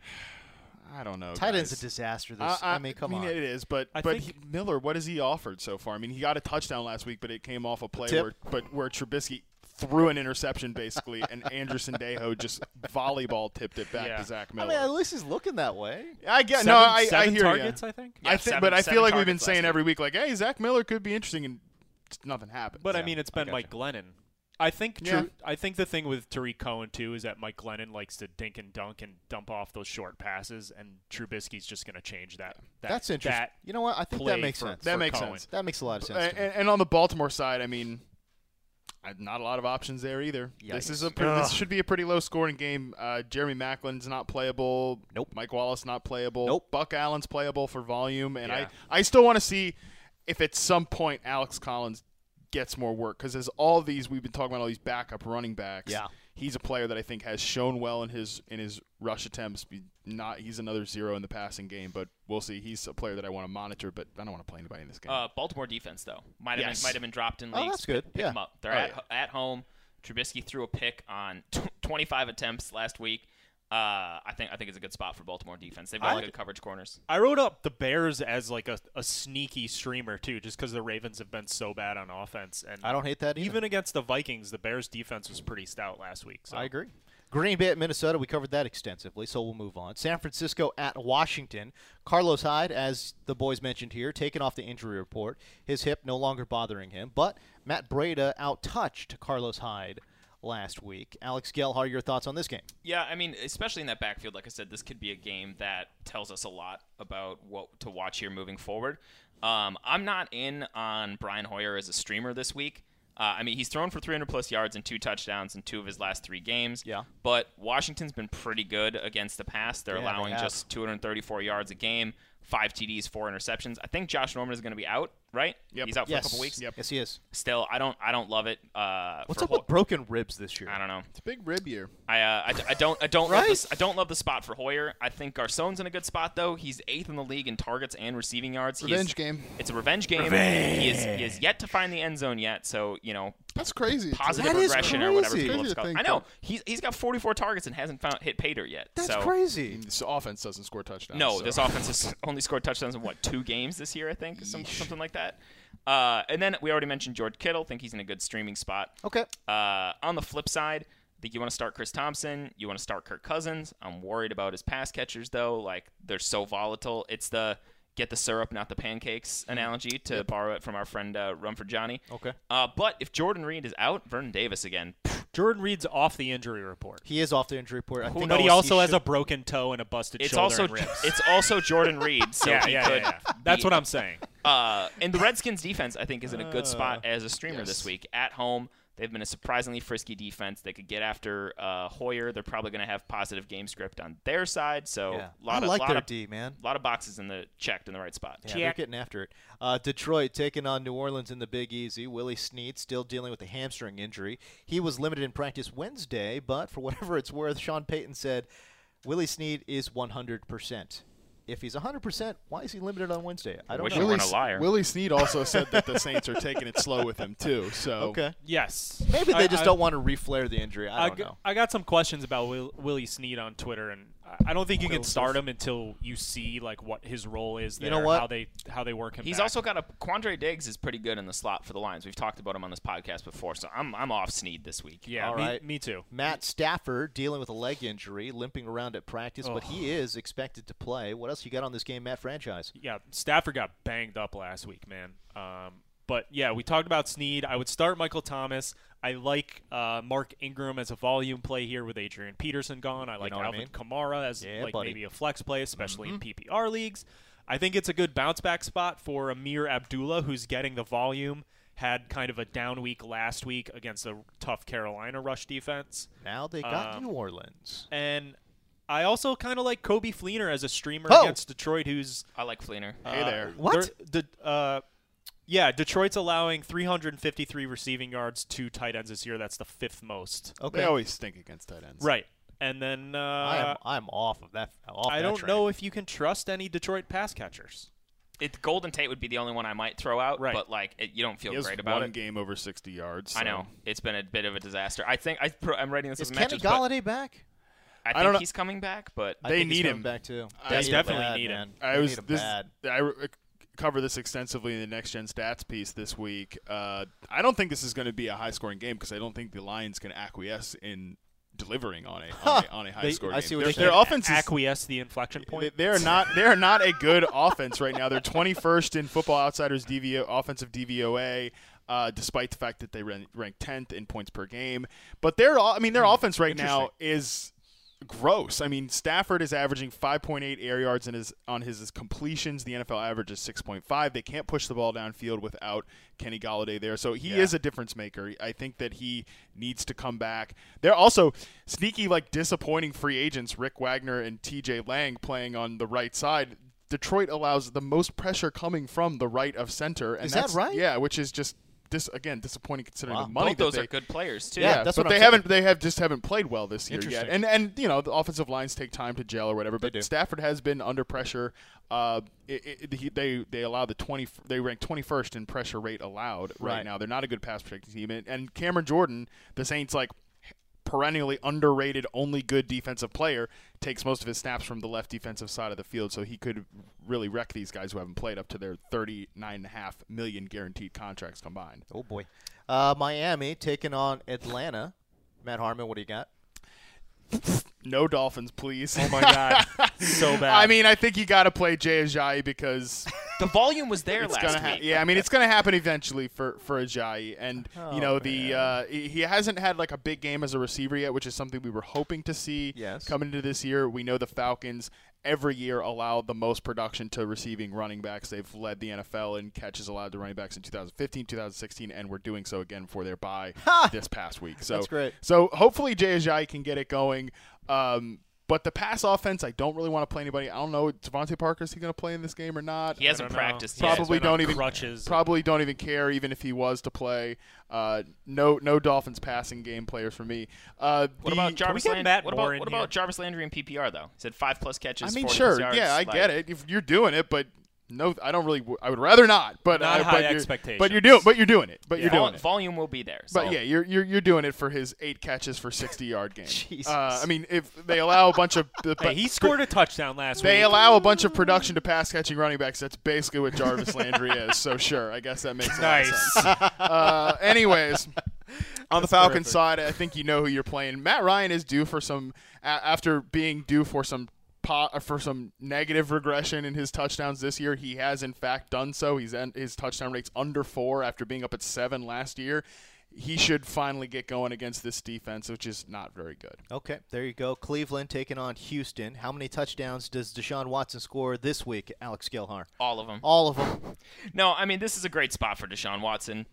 Speaker 2: I don't know.
Speaker 1: Tight end's a
Speaker 2: guys.
Speaker 1: disaster this
Speaker 2: Uh,
Speaker 1: I, mean, come on.
Speaker 2: it is, but
Speaker 4: I
Speaker 2: but
Speaker 4: think-
Speaker 2: he- Miller, what has he offered so far? I mean, he got a touchdown last week, but it came off a play
Speaker 1: Tip.
Speaker 2: where but where Trubisky threw an interception basically, and Anderson Dejo just volleyball tipped it back
Speaker 4: Yeah.
Speaker 2: to Zach
Speaker 1: I
Speaker 2: Miller.
Speaker 1: mean, at least he's looking that way.
Speaker 2: I get
Speaker 4: Seven-
Speaker 2: no, I, I
Speaker 4: seven
Speaker 2: hear
Speaker 4: targets,
Speaker 2: you.
Speaker 4: I think.
Speaker 6: Yeah,
Speaker 2: I think,
Speaker 6: seven-
Speaker 2: but I
Speaker 6: seven
Speaker 2: feel like we've been
Speaker 6: targets last
Speaker 2: saying
Speaker 6: week.
Speaker 2: every week, like, hey, Zach Miller could be interesting, and just nothing happens.
Speaker 4: But I
Speaker 2: Yeah.
Speaker 4: mean, it's been
Speaker 2: I
Speaker 4: Mike
Speaker 2: gotcha.
Speaker 4: Glennon. I think
Speaker 2: Yeah.
Speaker 4: Tari- I think the thing with Tariq Cohen too is that Mike Glennon likes to dink and dunk and dump off those short passes, and Trubisky's just going to change that. that
Speaker 1: That's interesting.
Speaker 4: that
Speaker 1: you know what? I think that
Speaker 4: play
Speaker 1: makes
Speaker 4: for-
Speaker 1: sense.
Speaker 2: That
Speaker 4: for
Speaker 2: makes
Speaker 4: Cohen.
Speaker 2: sense.
Speaker 1: That makes a lot of sense.
Speaker 2: and,
Speaker 1: to me.
Speaker 2: and- and on the Baltimore side, I mean, I- not a lot of options there either. This is a pre- this should be a pretty low scoring game. Uh, Jeremy Macklin's not playable.
Speaker 1: Nope.
Speaker 2: Mike Wallace not playable.
Speaker 1: Nope.
Speaker 2: Buck Allen's playable for volume, and
Speaker 4: Yeah.
Speaker 2: I I still want to see if at some point Alex Collins gets more work because as all these we've been talking about all these backup running backs.
Speaker 1: Yeah.
Speaker 2: He's a player that I think has shown well in his in his rush attempts. Be- Not he's another zero in the passing game, but we'll see. He's a player that I want to monitor, but I don't want to play anybody in this game.
Speaker 6: Uh, Baltimore defense though might have
Speaker 2: Yes.
Speaker 6: been, might have been dropped in
Speaker 1: Oh,
Speaker 6: leagues.
Speaker 1: that's good.
Speaker 6: Pick, pick
Speaker 1: Yeah.
Speaker 6: 'em up. They're
Speaker 2: Oh,
Speaker 6: at
Speaker 2: yeah.
Speaker 6: at home. Trubisky threw a pick on t- 25 attempts last week. Uh, I think I think it's a good spot for Baltimore defense. They've got
Speaker 4: I-
Speaker 6: good coverage corners.
Speaker 4: I wrote up the Bears as like a, a sneaky streamer too, just because the Ravens have been so bad on offense, and
Speaker 1: I don't hate that either.
Speaker 4: even against the Vikings, the Bears defense was pretty stout last week. So
Speaker 1: I agree. Green Bay at Minnesota, we covered that extensively, so we'll move on. San Francisco at Washington. Carlos Hyde, as the boys mentioned here, taken off the injury report. His hip no longer bothering him, but Matt Breda out touched Carlos Hyde last week. Alex Gelhar, your thoughts on this game?
Speaker 6: Yeah, I mean, especially in that backfield, like I said, this could be a game that tells us a lot about what to watch here moving forward. Um, I'm not in on Brian Hoyer as a streamer this week. Uh, I mean, he's thrown for 300 plus yards and two touchdowns in two of his last three games.
Speaker 1: Yeah.
Speaker 6: But Washington's been pretty good against the pass. They're
Speaker 1: Yeah, they
Speaker 6: allowing
Speaker 1: have.
Speaker 6: just 234 yards a game, five TDs, four interceptions. I think Josh Norman is going to be out, right?
Speaker 2: Yep.
Speaker 6: He's out for a couple weeks.
Speaker 2: Yep.
Speaker 1: Yes, he is.
Speaker 6: Still, I don't, I don't love it. Uh,
Speaker 1: What's
Speaker 6: for
Speaker 1: up
Speaker 6: Hol-
Speaker 1: with broken ribs this year?
Speaker 6: I don't know.
Speaker 2: It's a big rib year.
Speaker 6: I, uh, I, d- I don't I don't
Speaker 1: Right?
Speaker 6: love this I don't love the spot for Hoyer. I think Garcon's in a good spot though. He's eighth in the league in targets and receiving yards. He is-
Speaker 2: Revenge game.
Speaker 6: It's a revenge game. He is he is yet to find the end zone yet. So you know
Speaker 2: That's crazy.
Speaker 6: positive
Speaker 1: That is
Speaker 6: regression or whatever
Speaker 1: crazy.
Speaker 6: people
Speaker 2: Crazy to
Speaker 6: have called.
Speaker 2: think
Speaker 6: I know
Speaker 2: that-
Speaker 6: he's he's got 44 targets and hasn't found hit Pater yet.
Speaker 1: That's
Speaker 6: so
Speaker 1: crazy.
Speaker 2: This offense doesn't score touchdowns.
Speaker 6: no,
Speaker 2: so.
Speaker 6: this offense has only scored touchdowns in what two games this year I think some, something like that. Uh, and then we already mentioned George Kittle. Think he's in a good streaming spot.
Speaker 1: Okay.
Speaker 6: Uh, on the flip side, I think you want to start Chris Thompson. You want to start Kirk Cousins. I'm worried about his pass catchers though. Like they're so volatile. It's the get the syrup, not the pancakes
Speaker 4: Mm.
Speaker 6: analogy to borrow it from our friend uh, Rumford Johnny.
Speaker 1: Okay.
Speaker 6: Uh, but if Jordan Reed is out, Vernon Davis again.
Speaker 4: Jordan Reed's off the injury report,
Speaker 1: He is off the injury report. I think
Speaker 4: but he
Speaker 1: knows?
Speaker 4: also has
Speaker 1: should-
Speaker 4: a broken toe and a busted
Speaker 6: It's
Speaker 4: shoulder
Speaker 6: also
Speaker 4: and ribs.
Speaker 6: it's also Jordan Reed. So
Speaker 4: yeah,
Speaker 6: he
Speaker 4: yeah,
Speaker 6: could
Speaker 4: yeah, yeah. That's what I'm saying.
Speaker 1: Uh,
Speaker 6: Uh, and the Redskins defense, I think, is in a good spot as a streamer this week at home. They've been a surprisingly frisky defense. They could get after uh, Hoyer. They're probably going to have positive game script on their side. So
Speaker 1: Yeah.
Speaker 6: a lot
Speaker 1: I
Speaker 6: of
Speaker 1: like
Speaker 6: lot
Speaker 1: their
Speaker 6: of,
Speaker 1: D, man.
Speaker 6: lot of boxes in the checked in the right spot.
Speaker 1: Yeah, they're getting after it. Uh, Detroit taking on New Orleans in the Big Easy. Willie Snead still dealing with a hamstring injury. He was limited in practice Wednesday, but for whatever it's worth, Sean Payton said Willie Snead is 100%. If he's 100%, why is he limited on Wednesday? I don't
Speaker 6: Wish
Speaker 1: know.
Speaker 6: you
Speaker 2: Willie,
Speaker 6: weren't a liar.
Speaker 2: Willie Snead also said that the Saints are taking it slow with him too. So
Speaker 1: Okay.
Speaker 4: Yes.
Speaker 1: Maybe they
Speaker 4: Oh. I-
Speaker 1: just
Speaker 4: I-
Speaker 1: don't want to reflare the injury. I don't
Speaker 4: g-
Speaker 1: know.
Speaker 4: I got some questions about Will, Willie Snead on Twitter, and I- I don't think you can start him until you see like what his role is. There,
Speaker 1: know what?
Speaker 4: How they how they work him.
Speaker 6: He's
Speaker 4: back.
Speaker 6: also got a Quandre Diggs is pretty good in the slot for the Lions. We've talked about him on this podcast before, so I'm I'm off Snead this week.
Speaker 4: yeah.
Speaker 1: All
Speaker 4: me,
Speaker 1: right.
Speaker 4: me too.
Speaker 1: Matt Stafford dealing with a leg injury, limping around at practice, but he is expected to play. What else you got on this game, Matt franchise?
Speaker 4: Yeah, Stafford got banged up last week, man. Um, but yeah, we talked about Snead. I would start Michael Thomas. I like uh, Mark Ingram as a volume play here with Adrian Peterson gone. I like
Speaker 1: know what I
Speaker 4: Alvin
Speaker 1: mean?
Speaker 4: Kamara as
Speaker 1: Yeah,
Speaker 4: like
Speaker 1: buddy. Mm-hmm.
Speaker 4: maybe a flex play, especially in PPR leagues. I think it's a good bounce back spot for Amir Abdullah, who's getting the volume. Had kind of a down week last week against a tough Carolina rush defense.
Speaker 1: Now they got
Speaker 4: Um,
Speaker 1: New Orleans.
Speaker 4: And I also kind of like Kobe Fleener as a streamer
Speaker 1: Oh!
Speaker 4: against Detroit, who's
Speaker 6: I like Fleener.
Speaker 2: hey there.
Speaker 1: What?
Speaker 4: they're- the- uh, yeah, Detroit's allowing 353 receiving yards to tight ends this year. That's the fifth most.
Speaker 1: Okay.
Speaker 2: They always stink against tight ends.
Speaker 4: Right. And then uh,
Speaker 1: I am
Speaker 4: I,
Speaker 1: I'm off of that. Off that
Speaker 4: don't
Speaker 1: train.
Speaker 4: know if you can trust any Detroit pass catchers.
Speaker 6: it, Golden Tate would be the only one I might throw out,
Speaker 4: Right.
Speaker 6: but like it, you don't feel
Speaker 2: He has
Speaker 6: great about
Speaker 2: one
Speaker 6: it.
Speaker 2: game over 60 yards.
Speaker 6: I
Speaker 2: so-
Speaker 6: know it's been a bit of a disaster. I think I pro, I'm writing this
Speaker 1: Is
Speaker 6: as
Speaker 1: Kenny
Speaker 6: matches, but
Speaker 1: Galladay back?
Speaker 6: I think
Speaker 2: don't know.
Speaker 6: he's coming back. But
Speaker 1: I
Speaker 2: They
Speaker 1: think he's
Speaker 2: need
Speaker 1: coming
Speaker 2: him.
Speaker 1: back too.
Speaker 2: I-
Speaker 1: They
Speaker 2: They
Speaker 1: need
Speaker 4: definitely
Speaker 1: him bad,
Speaker 4: need him.
Speaker 1: man.
Speaker 2: I
Speaker 1: They
Speaker 2: was
Speaker 1: need him
Speaker 2: this.
Speaker 1: bad.
Speaker 2: I re- uh, covered this extensively in the Next Gen Stats piece this week. Uh, I don't think this is going to be a high scoring game because I don't think the Lions can acquiesce in delivering on a on a, on a high scoring
Speaker 1: I
Speaker 2: game.
Speaker 1: see what
Speaker 2: their,
Speaker 1: you're
Speaker 2: their
Speaker 1: saying.
Speaker 2: offense is
Speaker 4: acquiesce the inflection
Speaker 2: They-
Speaker 4: point.
Speaker 2: They are not. They are not a good offense right now. They're 21st in Football Outsiders DVO, offensive DVOA, uh, despite the fact that they ran, rank 10th in points per game. But their, o- I mean, their offense right now is gross. I mean, Stafford is averaging 5.8 air yards in his on his completions. The NFL average is 6.5. They can't push the ball downfield without Kenny Galladay there, so he is a difference maker. I think that he needs to come back. They're also sneaky, like disappointing free agents, Rick Wagner and T.J. Lang playing on the right side. Detroit allows the most pressure coming from the right of center, and
Speaker 1: Is that
Speaker 2: that's
Speaker 1: right?
Speaker 2: Yeah, which is just. Dis- again, disappointing considering
Speaker 1: Wow.
Speaker 2: the money
Speaker 6: both those
Speaker 2: that they,
Speaker 6: are good players too.
Speaker 2: yeah,
Speaker 1: that's
Speaker 2: but
Speaker 1: what I'm
Speaker 2: they
Speaker 1: saying.
Speaker 2: haven't. They have just haven't played well this year yet.
Speaker 1: Interesting.
Speaker 2: And and you know the offensive lines take time to gel or whatever. But Stafford has been under pressure. Uh, it, it, he, they they allow the twenty. They rank twenty first in pressure rate allowed right,
Speaker 1: Right.
Speaker 2: now. They're not a good pass protecting team. And, and Cameron Jordan, the Saints like perennially underrated, only good defensive player, takes most of his snaps from the left defensive side of the field. So he could really wreck these guys who haven't played up to their thirty nine and a half million guaranteed contracts combined.
Speaker 1: Oh boy. Uh, Miami taking on Atlanta. Matt Harmon, what do you got?
Speaker 2: No Dolphins, please.
Speaker 4: Oh my god, so bad.
Speaker 2: I mean, I think you got to play Jay Ajayi because
Speaker 6: The volume was there
Speaker 2: it's
Speaker 6: last
Speaker 2: gonna
Speaker 6: week.
Speaker 2: ha- yeah. I mean, it's gonna happen eventually for for Ajayi, and you know the uh, he he hasn't had like a big game as a receiver yet, which is something we were hoping to see
Speaker 1: Yes.
Speaker 2: coming into this year. We know the Falcons every year allow the most production to receiving running backs. They've led the NFL in catches allowed to running backs in 2015, 2016, and we're doing so again for their bye this past week. So
Speaker 1: That's great.
Speaker 2: so hopefully Jay Ajayi can get it going. Um, but the pass offense, I don't really want to play anybody. I don't know Devontae Parker is he going to play in this game or not?
Speaker 6: He hasn't practiced yet.
Speaker 2: Probably
Speaker 4: He's been on
Speaker 2: don't even
Speaker 4: crutches.
Speaker 2: Probably don't even care, even if he was to play. Uh, no, no Dolphins passing game players for me. Uh,
Speaker 6: What
Speaker 2: the-
Speaker 6: about Jarvis
Speaker 4: get
Speaker 6: Landry?
Speaker 4: Matt
Speaker 6: what
Speaker 4: Moore
Speaker 6: about
Speaker 4: in
Speaker 6: what
Speaker 4: here?
Speaker 6: about Jarvis Landry in PPR though? He said five plus
Speaker 2: I
Speaker 6: catches.
Speaker 2: mean,
Speaker 6: 40
Speaker 2: sure,
Speaker 6: yards,
Speaker 2: yeah, I
Speaker 6: like-
Speaker 2: get it. If you're doing it, but no, I don't really. I would rather not. But
Speaker 4: Not
Speaker 2: I, but you're-
Speaker 4: high
Speaker 2: But you're
Speaker 4: expectations.
Speaker 2: doing. But you're doing it. But you're
Speaker 6: Vol-
Speaker 2: doing it.
Speaker 6: volume will be there. So.
Speaker 2: But yeah, you're, you're you're doing it for his eight catches for sixty yard game. Uh, I mean, if they allow a bunch of the,
Speaker 4: Hey, he scored a touchdown last
Speaker 2: They
Speaker 4: week.
Speaker 2: allow a bunch of production to pass catching running backs. That's basically what Jarvis Landry is. So sure, I guess that makes a lot of sense.
Speaker 4: nice.
Speaker 2: Uh, anyways, on the Falcons side, I think you know who you're playing. Matt Ryan is due for some a- after being due for some po- uh, for some negative regression in his touchdowns this year. He has in fact done so. He's en- his touchdown rates under 4 after being up at 7 last year. He should finally get going against this defense, which is not very good.
Speaker 1: Okay, there you go. Cleveland taking on Houston. How many touchdowns does Deshaun Watson score this week, Alex Gilhar?
Speaker 6: Uh, all of them.
Speaker 1: All of them.
Speaker 6: No, I mean this is a great spot for Deshaun Watson.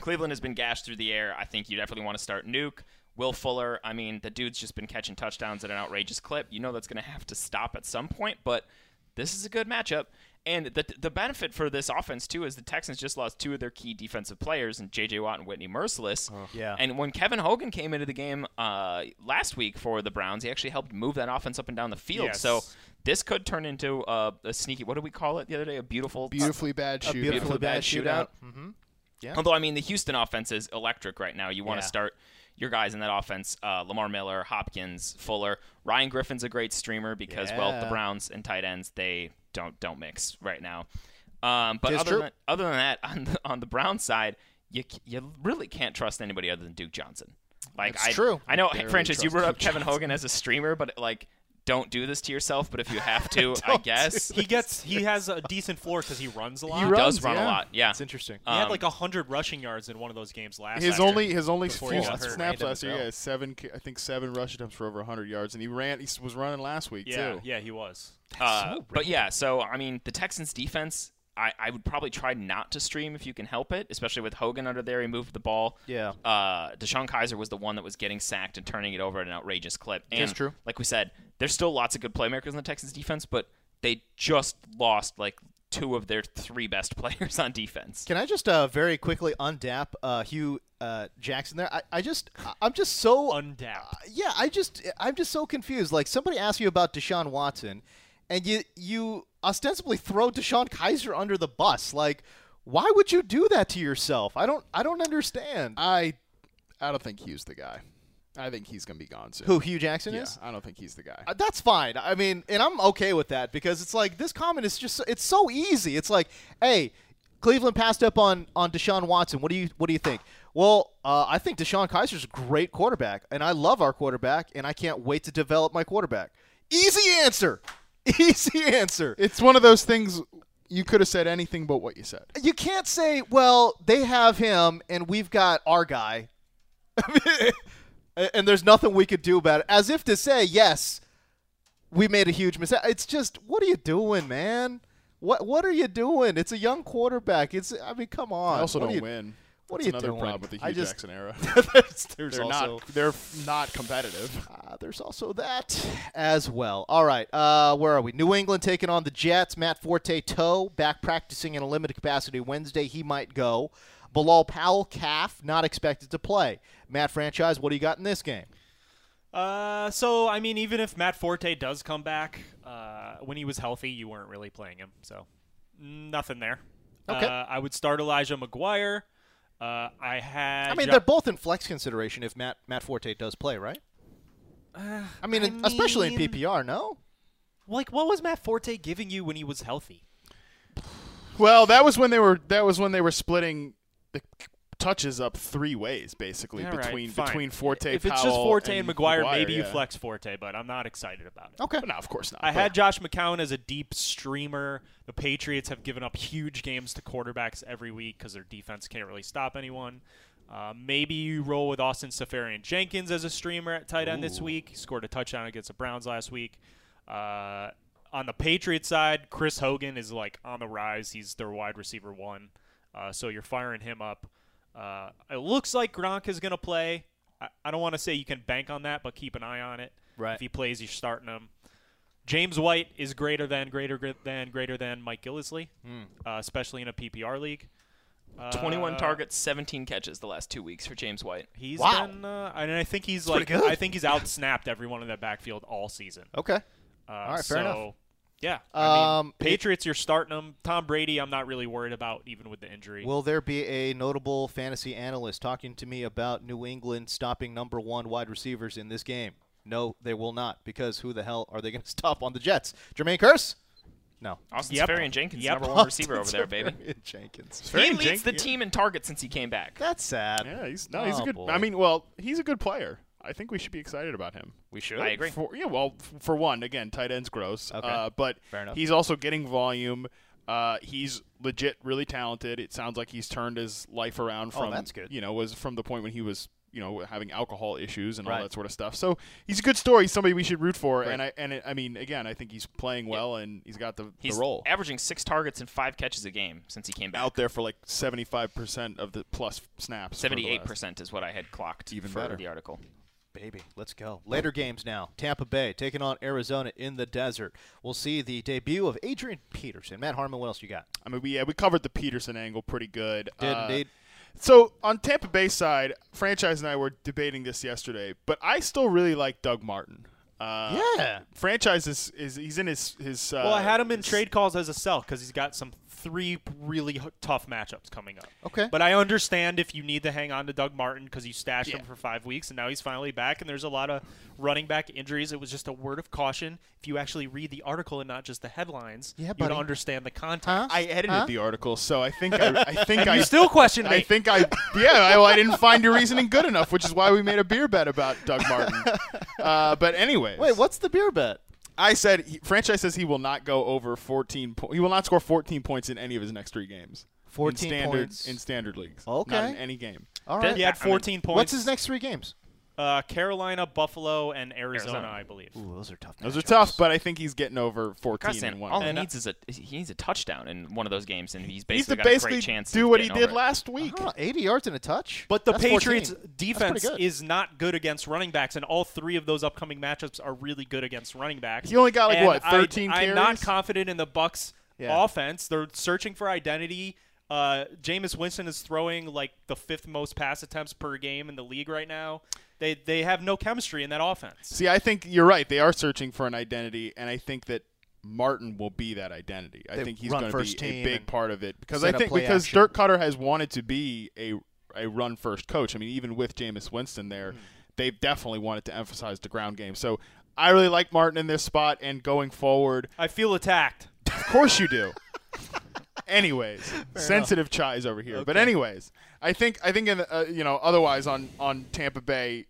Speaker 6: Cleveland has been gashed through the air. I think you definitely want to start Nuke. Will Fuller, I mean, the dude's just been catching touchdowns at an outrageous clip. You know that's going to have to stop at some point, but this is a good matchup. And the, the benefit for this offense, too, is the Texans just lost two of their key defensive players, and J.J. Watt and Whitney Merciless.
Speaker 1: Yeah.
Speaker 6: And when Kevin Hogan came into the game uh, last week for the Browns, he actually helped move that offense up and down the field.
Speaker 4: Yes.
Speaker 6: So this could turn into uh, a sneaky, what did we call it the other day? A beautiful,
Speaker 2: Beautifully bad shootout.
Speaker 6: beautifully bad shootout.
Speaker 1: Mm-hmm. Yeah.
Speaker 6: Although I mean, the Houston offense is electric right now. You want to
Speaker 4: Yeah.
Speaker 6: start your guys in that offense: uh, Lamar Miller, Hopkins, Fuller, Ryan Griffin's a great streamer because well, the
Speaker 1: Yeah.
Speaker 6: Browns and tight ends they don't don't mix right now. Um, but
Speaker 1: It's
Speaker 6: other
Speaker 1: true.
Speaker 6: than, other than that, on the, on the Browns side, you c- you really can't trust anybody other than Duke Johnson. Like
Speaker 1: That's
Speaker 6: I,
Speaker 1: true.
Speaker 6: I know,
Speaker 2: Barely
Speaker 6: Francis, you
Speaker 2: trust
Speaker 6: brought up
Speaker 2: Duke
Speaker 6: Kevin Hogan as a streamer, but like, don't do this to yourself. But if you have to, I guess
Speaker 4: He gets he has a decent floor because he runs a lot.
Speaker 2: He
Speaker 6: he
Speaker 2: runs,
Speaker 6: does run
Speaker 2: yeah.
Speaker 6: a lot. Yeah,
Speaker 1: It's interesting.
Speaker 4: He had
Speaker 6: Um,
Speaker 4: like hundred rushing yards in one of those games last.
Speaker 2: His
Speaker 4: last
Speaker 2: only
Speaker 4: year
Speaker 2: his only
Speaker 4: before
Speaker 2: few
Speaker 4: he got hurt.
Speaker 2: snaps
Speaker 1: Random
Speaker 2: last year,
Speaker 1: throw.
Speaker 2: yeah, seven ca- I think seven rush attempts for over 100 yards, and he ran. He s- was running last week
Speaker 4: Yeah,
Speaker 2: too.
Speaker 4: yeah, he was.
Speaker 6: Uh, but yeah, so I mean, the Texans' defense, I, I would probably try not to stream if you can help it, especially with Hogan under there. He moved the ball.
Speaker 1: Yeah.
Speaker 6: Uh, Deshaun Kaiser was the one that was getting sacked and turning it over at an outrageous clip. And
Speaker 1: That's true.
Speaker 6: Like we said, there's still lots of good playmakers in the Texans' defense, but they just lost like two of their three best players on defense.
Speaker 1: Can I just uh, very quickly undap uh, Hugh uh, Jackson there? I, I just I- I'm just so uh,
Speaker 4: Undapped.
Speaker 1: yeah, I just I'm just so confused. Like somebody asked you about Deshaun Watson, and you you ostensibly throw Deshaun Kaiser under the bus. Like, why would you do that to yourself? I don't I don't understand.
Speaker 2: I I don't think Hugh's the guy. I think he's gonna be gone soon.
Speaker 1: Who Hugh Jackson
Speaker 2: Yeah,
Speaker 1: is?
Speaker 2: I don't think he's the guy.
Speaker 1: Uh, That's fine. I mean, and I'm okay with that because it's like this comment is just it's so easy. It's like, hey, Cleveland passed up on on Deshaun Watson. What do you what do you think? Well, uh, I think Deshaun Kaiser's a great quarterback, and I love our quarterback, and I can't wait to develop my quarterback. Easy answer. Easy answer.
Speaker 2: it's one of those things you could have said anything but what you said.
Speaker 1: You can't say, well, they have him, and we've got our guy. I mean, and there's nothing we could do about it. As if to say, yes, we made a huge mistake. It's just, what are you doing, man? What what are you doing? It's a young quarterback. It's I mean, come on.
Speaker 2: I also
Speaker 1: What
Speaker 2: don't
Speaker 1: are you-
Speaker 2: win.
Speaker 1: what are
Speaker 2: That's
Speaker 1: you
Speaker 2: another
Speaker 1: doing?
Speaker 2: problem with the
Speaker 1: I
Speaker 2: Hugh
Speaker 1: just-
Speaker 2: Jackson era?
Speaker 1: there's there's
Speaker 2: they're
Speaker 1: also
Speaker 2: not they're not competitive.
Speaker 1: uh, there's also that as well. All right, uh, where are we? New England taking on the Jets. Matt Forte toe back practicing in a limited capacity Wednesday. He might go. Bilal Powell calf not expected to play. Matt franchise. What do you got in this game?
Speaker 4: Uh, so I mean, even if Matt Forte does come back, uh, when he was healthy, you weren't really playing him, so nothing there.
Speaker 1: Okay.
Speaker 4: Uh, I would start Elijah McGuire. Uh, I had.
Speaker 1: I mean,
Speaker 4: Jo-
Speaker 1: they're both in flex consideration if Matt Matt Forte does play, right? I mean,
Speaker 4: Uh, I
Speaker 1: in- especially in
Speaker 4: mean-
Speaker 1: PPR, no.
Speaker 4: like, what was Matt Forte giving you when he was healthy?
Speaker 2: Well, that was when they were that was when they were splitting the touches up three ways basically
Speaker 4: All right,
Speaker 2: between
Speaker 4: fine.
Speaker 2: between Forte.
Speaker 4: If it's just
Speaker 2: Powell,
Speaker 4: Forte and, McGuire, maybe you
Speaker 2: yeah.
Speaker 4: flex Forte, but I'm not excited about it.
Speaker 1: Okay.
Speaker 2: But no, of course not.
Speaker 4: I
Speaker 2: But-
Speaker 4: had Josh McCown as a deep streamer. The Patriots have given up huge games to quarterbacks every week because their defense can't really stop anyone. Uh, maybe you roll with Austin Safarian Jenkins as a streamer at tight end this week. He scored a touchdown against the Browns last week. Uh, on the Patriots side, Chris Hogan is like on the rise. He's their wide receiver one, uh, so you're firing him up. Uh, it looks like Gronk is going to play. I, I don't want to say you can bank on that, but keep an eye on it.
Speaker 1: Right.
Speaker 4: If he plays, you're starting him. James White is greater than greater gr- than greater than Mike Gillisley,
Speaker 1: Hmm.
Speaker 4: uh, especially in a PPR league. Uh,
Speaker 6: 21 targets, 17 catches the last two weeks for James White.
Speaker 4: He's
Speaker 1: Wow.
Speaker 4: been, uh, and I think he's
Speaker 1: pretty
Speaker 4: like,
Speaker 1: good.
Speaker 4: I think he's outsnapped everyone in that backfield all season.
Speaker 1: Okay.
Speaker 4: Uh,
Speaker 1: right, fair
Speaker 4: so,
Speaker 1: enough.
Speaker 4: Yeah, I mean,
Speaker 1: Um,
Speaker 4: Patriots, you're starting them. Tom Brady, I'm not really worried about, even with the injury.
Speaker 1: Will there be a notable fantasy analyst talking to me about New England stopping number one wide receivers in this game? No, they will not, because who the hell are they going to stop on the Jets? Jermaine Curse? No.
Speaker 6: Austin
Speaker 4: Yep.
Speaker 6: Safarian Jenkins,
Speaker 4: Yep.
Speaker 6: number one receiver over there, baby.
Speaker 1: Safarian Jenkins.
Speaker 6: He
Speaker 2: Safarian
Speaker 6: leads the
Speaker 2: Jenkins-
Speaker 6: team in targets since he came back.
Speaker 1: That's sad.
Speaker 2: Yeah, he's no, he's
Speaker 1: Oh,
Speaker 2: a good.
Speaker 1: boy.
Speaker 2: I mean, well, he's a good player. I think we should be excited about him.
Speaker 6: We should. I agree.
Speaker 2: For, yeah, well, f- for one, again, tight end's gross.
Speaker 1: Okay.
Speaker 2: Uh, but
Speaker 1: Fair enough.
Speaker 2: he's also getting volume. Uh, he's legit, really talented. It sounds like he's turned his life around from
Speaker 1: Oh, that's good.
Speaker 2: you know was from the point when he was you know having alcohol issues and all
Speaker 1: Right.
Speaker 2: that sort of stuff. So he's a good story. He's somebody we should root for. And I and I mean again, I think he's playing well and he's got the,
Speaker 6: He's
Speaker 2: the role
Speaker 6: averaging six targets and five catches a game since he came back.
Speaker 2: out there for like seventy five percent of the plus snaps. for the last-
Speaker 6: Seventy-eight percent is what I had clocked
Speaker 2: Even
Speaker 6: for
Speaker 2: better.
Speaker 6: the article.
Speaker 1: Baby, let's go. Later games now. Tampa Bay taking on Arizona in the desert. We'll see the debut of Adrian Peterson. Matt Harmon, what else you got?
Speaker 2: I mean, we, yeah, we covered the Peterson angle pretty good.
Speaker 1: Did
Speaker 2: Uh,
Speaker 1: indeed.
Speaker 2: So on Tampa Bay side, franchise and I were debating this yesterday, but I still really like Doug Martin. Uh,
Speaker 1: Yeah.
Speaker 2: franchise is, is he's in his his. Uh,
Speaker 4: Well, I had him in
Speaker 2: his-
Speaker 4: trade calls as a sell because he's got some three really h- tough matchups coming up.
Speaker 1: Okay.
Speaker 4: But I understand if you need to hang on to Doug Martin because you stashed
Speaker 2: Yeah.
Speaker 4: him for five weeks and now he's finally back and there's a lot of running back injuries. It was just a word of caution. If you actually read the article and not just the headlines,
Speaker 1: Yeah,
Speaker 4: you'd
Speaker 1: buddy.
Speaker 4: understand the context.
Speaker 2: I edited
Speaker 1: Huh?
Speaker 2: the article, so I think I, I think
Speaker 4: And
Speaker 2: I
Speaker 4: you still question
Speaker 2: I
Speaker 4: me.
Speaker 2: think I yeah I, well, I didn't find your reasoning good enough, which is why we made a beer bet about Doug Martin. Uh, but anyway,
Speaker 1: Wait, what's the beer bet?
Speaker 2: I said he, franchise says he will not go over 14 po- he will not score 14 points in any of his next 3 games.
Speaker 1: 14
Speaker 2: in standard
Speaker 1: points.
Speaker 2: in standard leagues. Not
Speaker 1: Okay.
Speaker 2: in any game.
Speaker 1: All
Speaker 6: That-
Speaker 1: right.
Speaker 4: he had
Speaker 6: I mean,
Speaker 4: 14 points.
Speaker 1: What's his next three games?
Speaker 4: Uh, Carolina, Buffalo, and Arizona,
Speaker 6: Arizona.
Speaker 4: I believe.
Speaker 1: Ooh, those are tough.
Speaker 2: Those are
Speaker 1: matchups.
Speaker 2: tough, but I think he's getting over 14 in
Speaker 6: Carson,
Speaker 2: one.
Speaker 6: all oh, he
Speaker 2: game.
Speaker 6: needs is a he needs a touchdown in one of those games, and he's
Speaker 2: He needs
Speaker 6: basically
Speaker 2: to
Speaker 6: got a
Speaker 2: basically
Speaker 6: great chance.
Speaker 2: do
Speaker 6: of
Speaker 2: what he
Speaker 6: getting
Speaker 2: did
Speaker 6: over it.
Speaker 2: last week.
Speaker 1: Huh, 80 yards and a touch.
Speaker 4: But the
Speaker 1: That's 14.
Speaker 4: Patriots'
Speaker 1: That's pretty
Speaker 4: defense
Speaker 1: good.
Speaker 4: is not good against running backs, and all three of those upcoming matchups are really good against running backs.
Speaker 2: He only got, like,
Speaker 4: And
Speaker 2: what,
Speaker 4: I-
Speaker 2: 13
Speaker 4: I'm not
Speaker 2: carries?
Speaker 4: confident in the Bucks'
Speaker 2: Yeah.
Speaker 4: offense. They're searching for identity. Uh, Jameis Winston is throwing like the fifth most pass attempts per game in the league right now. They they have no chemistry in that offense.
Speaker 2: See, I think you're right. They are searching for an identity, and I think that Martin will be that identity. I
Speaker 1: They
Speaker 2: think he's
Speaker 1: run
Speaker 2: going to
Speaker 1: first
Speaker 2: be a
Speaker 1: team
Speaker 2: big
Speaker 1: and
Speaker 2: part of it because I
Speaker 1: set up
Speaker 2: think
Speaker 1: play
Speaker 2: because
Speaker 1: action.
Speaker 2: Dirk Cutter has wanted to be a a run first coach. I mean, even with Jameis Winston there,
Speaker 1: Hmm.
Speaker 2: they've definitely wanted to emphasize the ground game. So I really like Martin in this spot and going forward.
Speaker 4: I feel attacked.
Speaker 2: Of course you do. anyways, sensitive chai's over here. But anyways, I think I think in the, uh, you know otherwise on on Tampa Bay,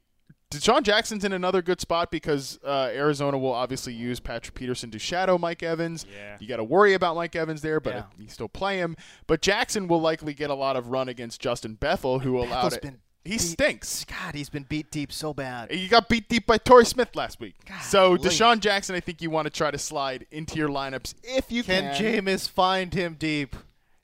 Speaker 2: Deshaun Jackson's in another good spot because uh, Arizona will obviously use Patrick Peterson to shadow Mike Evans.
Speaker 4: Yeah.
Speaker 2: You got to worry about Mike Evans there, but
Speaker 1: Yeah.
Speaker 2: if you still play him. But Jackson will likely get a lot of run against Justin Bethel, who allowed
Speaker 1: Bethel's
Speaker 2: it.
Speaker 1: been
Speaker 2: he
Speaker 1: beat-
Speaker 2: stinks.
Speaker 1: God, he's been beat deep so bad.
Speaker 2: You got beat deep by Torrey Smith last week. so
Speaker 1: Golly.
Speaker 2: Deshaun Jackson, I think you want to try to slide into your lineups if you can.
Speaker 1: Can Jameis find him deep?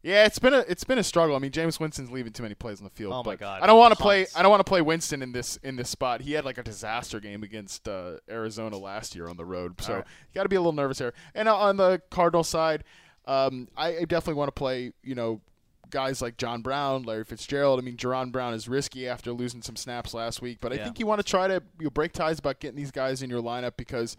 Speaker 2: Yeah, it's been a it's been a struggle. I mean, James Winston's leaving too many plays on the field.
Speaker 1: Oh my
Speaker 2: but
Speaker 1: God,
Speaker 2: I don't want to play.
Speaker 1: tons.
Speaker 2: I don't want to play Winston in this in this spot. He had like a disaster game against uh, Arizona last year on the road, so you got to be a little nervous here. And uh, on the Cardinal side, um, I, I definitely want to play. You know, guys like John Brown, Larry Fitzgerald. I mean, Jerron Brown is risky after losing some snaps last week, but I
Speaker 1: Yeah.
Speaker 2: think you want to try to you know, break ties about getting these guys in your lineup because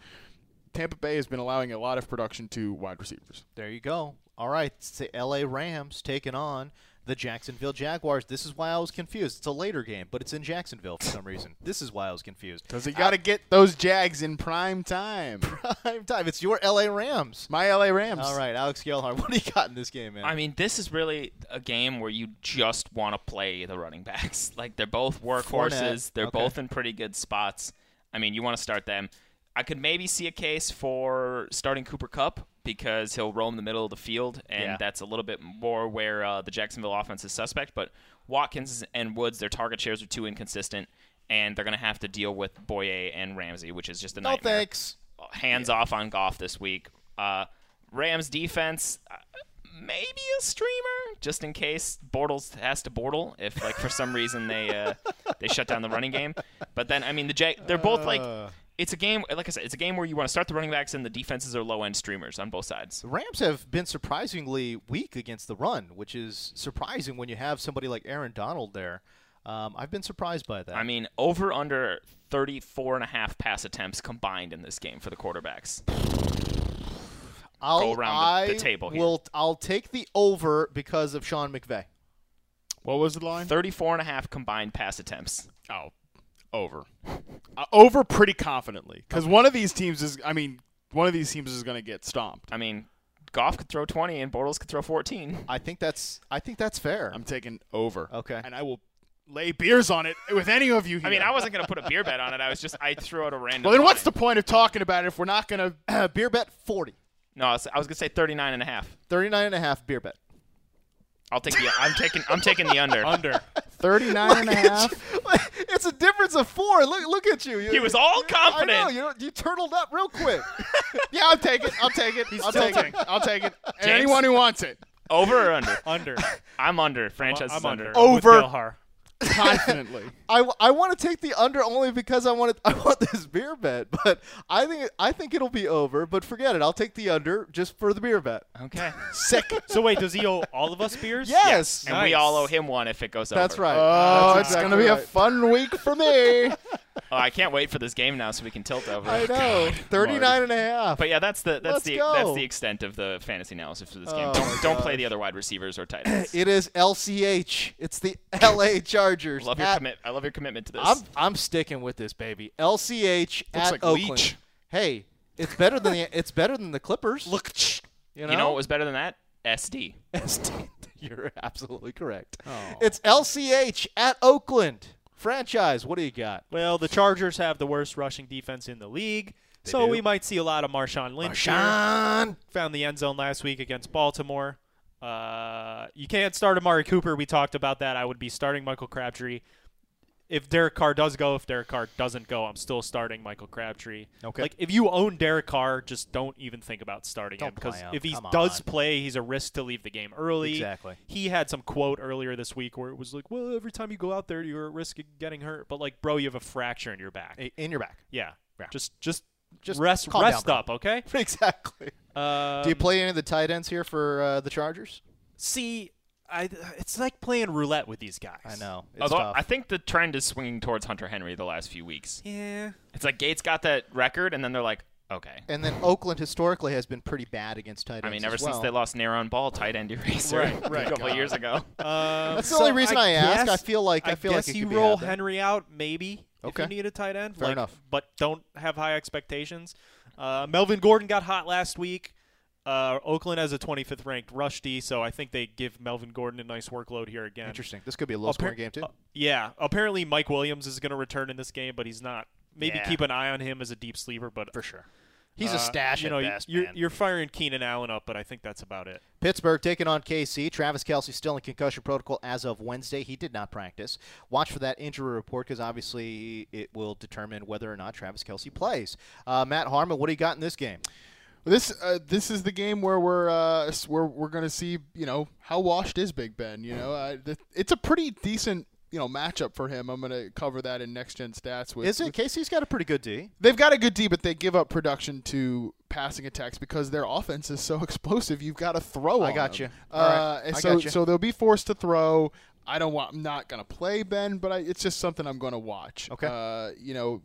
Speaker 2: Tampa Bay has been allowing a lot of production to wide receivers.
Speaker 1: There you go. All right, it's the L.A. Rams taking on the Jacksonville Jaguars. This is why I was confused. It's a later game, but it's in Jacksonville for some reason. This is why I was confused.
Speaker 2: Because you got to get those Jags in prime time.
Speaker 1: Prime time. It's your L.A. Rams.
Speaker 2: My LA Rams.
Speaker 1: All right, Alex Gellhart, what do you got in this game, man?
Speaker 6: I mean, this is really a game where you just want to play the running backs. Like they're both workhorses. They're
Speaker 1: Okay.
Speaker 6: both in pretty good spots. I mean, you want to start them. I could maybe see a case for starting Cooper Cup because he'll roam the middle of the field, and
Speaker 1: Yeah.
Speaker 6: that's a little bit more where uh, the Jacksonville offense is suspect. But Watkins and Woods, their target shares are too inconsistent, and they're going to have to deal with Boye and Ramsey, which is just a
Speaker 1: no
Speaker 6: nightmare
Speaker 1: thanks.
Speaker 6: hands off on golf this week. Uh, Rams defense, uh, maybe a streamer just in case Bortles has to Bortle if like for some reason they uh, they shut down the running game. But then I mean the Jag they're both like it's a game like I said it's a game where you want to start the running backs and the defenses are low end streamers on both sides.
Speaker 1: The Rams have been surprisingly weak against the run, which is surprising when you have somebody like Aaron Donald there. Um, I've been surprised by that.
Speaker 6: I mean over under 34 and a half pass attempts combined in this game for the quarterbacks.
Speaker 1: I'll,
Speaker 6: around the-
Speaker 1: I
Speaker 6: the table here.
Speaker 1: Will, I'll take the over because of Sean McVay.
Speaker 2: What was the line?
Speaker 6: 34 and a half combined pass attempts.
Speaker 2: Oh, over. Uh, over pretty confidently. Because one of these teams is, I mean, one of these teams is going to get stomped.
Speaker 6: I mean Goff could throw 20 and Bortles could throw 14.
Speaker 1: I think that's I think that's fair.
Speaker 2: I'm taking over.
Speaker 1: Okay.
Speaker 2: And I will lay beers on it with any of you here.
Speaker 6: I mean, I wasn't gonna put a beer bet on it. I was just I threw out a random.
Speaker 2: Well, then what's the
Speaker 6: line.
Speaker 2: point of talking about it if we're not going to.
Speaker 1: Uh, beer bet 40.
Speaker 6: No, I was, I was gonna say 39 and a half.
Speaker 1: 39 and a half beer bet.
Speaker 6: I'll take the. I'm taking. I'm taking the under.
Speaker 4: Under.
Speaker 2: 39 and a half.
Speaker 1: it's a difference of four. Look, look at you. you
Speaker 6: He was all
Speaker 1: you-
Speaker 6: confident.
Speaker 1: I know. You, you turtled up real quick.
Speaker 2: Yeah, I'll take it. I'll take it. I'll
Speaker 4: still
Speaker 2: take it. I'll take it. And
Speaker 6: James?
Speaker 2: Anyone who wants it.
Speaker 6: Over or under?
Speaker 4: Under.
Speaker 6: I'm under. Franchise
Speaker 4: I'm
Speaker 6: is under.
Speaker 4: under.
Speaker 1: Over.
Speaker 4: With Gilhar.
Speaker 2: Confidently.
Speaker 1: I, want to take the under only because I want to, I want this beer bet, but I think I think it'll be over. But forget it. I'll take the under just for the beer bet.
Speaker 6: Okay.
Speaker 4: Sick. So wait, does he owe all of us beers?
Speaker 1: Yes,
Speaker 6: And we all owe him one if it goes over.
Speaker 1: that's right.
Speaker 2: Oh,
Speaker 1: That's
Speaker 2: it's
Speaker 1: exactly
Speaker 2: gonna be a
Speaker 1: right.
Speaker 2: fun week for me.
Speaker 6: Oh, I can't wait for this game now so we can tilt over.
Speaker 1: I know. 39 and a half.
Speaker 6: Oh, But yeah, that's the that's
Speaker 1: Let's
Speaker 6: the
Speaker 1: go.
Speaker 6: that's the extent of the fantasy analysis for this game.
Speaker 1: Oh my
Speaker 6: don't don't play the other wide receivers or tight ends.
Speaker 1: It is LCH. It's the LA Chargers.
Speaker 6: love your
Speaker 1: at-
Speaker 6: commit. I love your commitment to this.
Speaker 1: I'm I'm sticking with this baby. LCH at
Speaker 2: like
Speaker 1: Oakland.
Speaker 2: leech.
Speaker 1: Hey, it's better than the it's better than the Clippers. Look, you know,
Speaker 6: you know what was better than that? SD.
Speaker 1: you're absolutely correct. It's LCH at Oakland. Franchise, what do you got?
Speaker 4: Well, the Chargers have the worst rushing defense in the league, so we might see a lot of Marshawn Lynch. here.
Speaker 1: Uh,
Speaker 4: Found the end zone last week against Baltimore. Uh, you can't start Amari Cooper. We talked about that. I would be starting Michael Crabtree. If Derek Carr does go, if Derek Carr doesn't go, I'm still starting Michael Crabtree.
Speaker 1: Okay.
Speaker 4: Like if you own Derek Carr, just don't even think about starting him
Speaker 1: play
Speaker 4: because
Speaker 1: him.
Speaker 4: if he
Speaker 1: Come
Speaker 4: does
Speaker 1: on.
Speaker 4: play, he's a risk to leave the game early.
Speaker 1: Exactly.
Speaker 4: He had some quote earlier this week where it was like, "Well, every time you go out there, you're at risk of getting hurt." But like, bro, you have a fracture in your back.
Speaker 1: In your back.
Speaker 4: Yeah.
Speaker 1: Yeah.
Speaker 4: Just just
Speaker 1: Just
Speaker 4: rest
Speaker 1: calm
Speaker 4: rest
Speaker 1: down,
Speaker 4: up, okay?
Speaker 1: Exactly.
Speaker 4: Um,
Speaker 1: do you play any of the tight ends here for uh, the Chargers?
Speaker 4: See, I it's like playing roulette with these guys.
Speaker 1: It's
Speaker 6: Although
Speaker 1: tough.
Speaker 6: I think the trend is swinging towards Hunter Henry the last few weeks.
Speaker 4: Yeah.
Speaker 6: It's like Gates got that record, and then they're like, okay.
Speaker 1: and then Oakland historically has been pretty bad against tight ends.
Speaker 6: I mean,
Speaker 1: as
Speaker 6: ever since
Speaker 1: well.
Speaker 6: they lost Naron Ball, tight end eraser,
Speaker 4: Right, right.
Speaker 6: a couple of years ago.
Speaker 4: Um,
Speaker 1: That's the only reason I asked. I
Speaker 4: guess-
Speaker 1: feel like- I feel like
Speaker 4: guess
Speaker 1: it
Speaker 4: you
Speaker 1: could be
Speaker 4: roll
Speaker 1: had there.
Speaker 4: Henry out maybe
Speaker 1: Okay.
Speaker 4: if you need a tight end.
Speaker 1: Fair
Speaker 4: like,
Speaker 1: enough.
Speaker 4: But don't have high expectations. Uh, Melvin Gordon got hot last week. Uh, Oakland has a 25th ranked rush D, so I think they give Melvin Gordon a nice workload here again.
Speaker 1: Interesting. This could be a low scoring
Speaker 4: Appar-
Speaker 1: game too.
Speaker 4: uh, yeah. Apparently, Mike Williams is going to return in this game, but he's not. Maybe
Speaker 6: Yeah.
Speaker 4: keep an eye on him as a deep sleeper, but
Speaker 1: For sure. He's
Speaker 4: uh,
Speaker 1: a stash
Speaker 4: You know,
Speaker 1: at
Speaker 4: y-
Speaker 1: best,
Speaker 4: you're
Speaker 1: man.
Speaker 4: you're firing Keenan Allen up, but I think that's about it.
Speaker 1: Pittsburgh taking on KC. Travis Kelsey still in concussion protocol as of Wednesday. He did not practice. Watch for that injury report because obviously it will determine whether or not Travis Kelsey plays. Uh, Matt Harmon, what do you got in this game?
Speaker 2: This uh, this is the game where we're uh, s- we're we're gonna see you know how washed is Big Ben. You know, uh, th- it's a pretty decent you know matchup for him. I'm gonna cover that in next gen stats. With,
Speaker 1: Is it
Speaker 2: with-
Speaker 1: KC's got a pretty good D?
Speaker 2: They've got a good D, but they give up production to passing attacks because their offense is so explosive. You've got to throw.
Speaker 1: I
Speaker 2: on
Speaker 1: got
Speaker 2: them.
Speaker 1: you.
Speaker 2: Uh,
Speaker 1: All right.
Speaker 2: and
Speaker 1: I
Speaker 2: so
Speaker 1: got you.
Speaker 2: so they'll be forced to throw. I don't want. I'm not gonna play Ben, but I, it's just something I'm gonna watch.
Speaker 1: Okay.
Speaker 2: Uh, you know,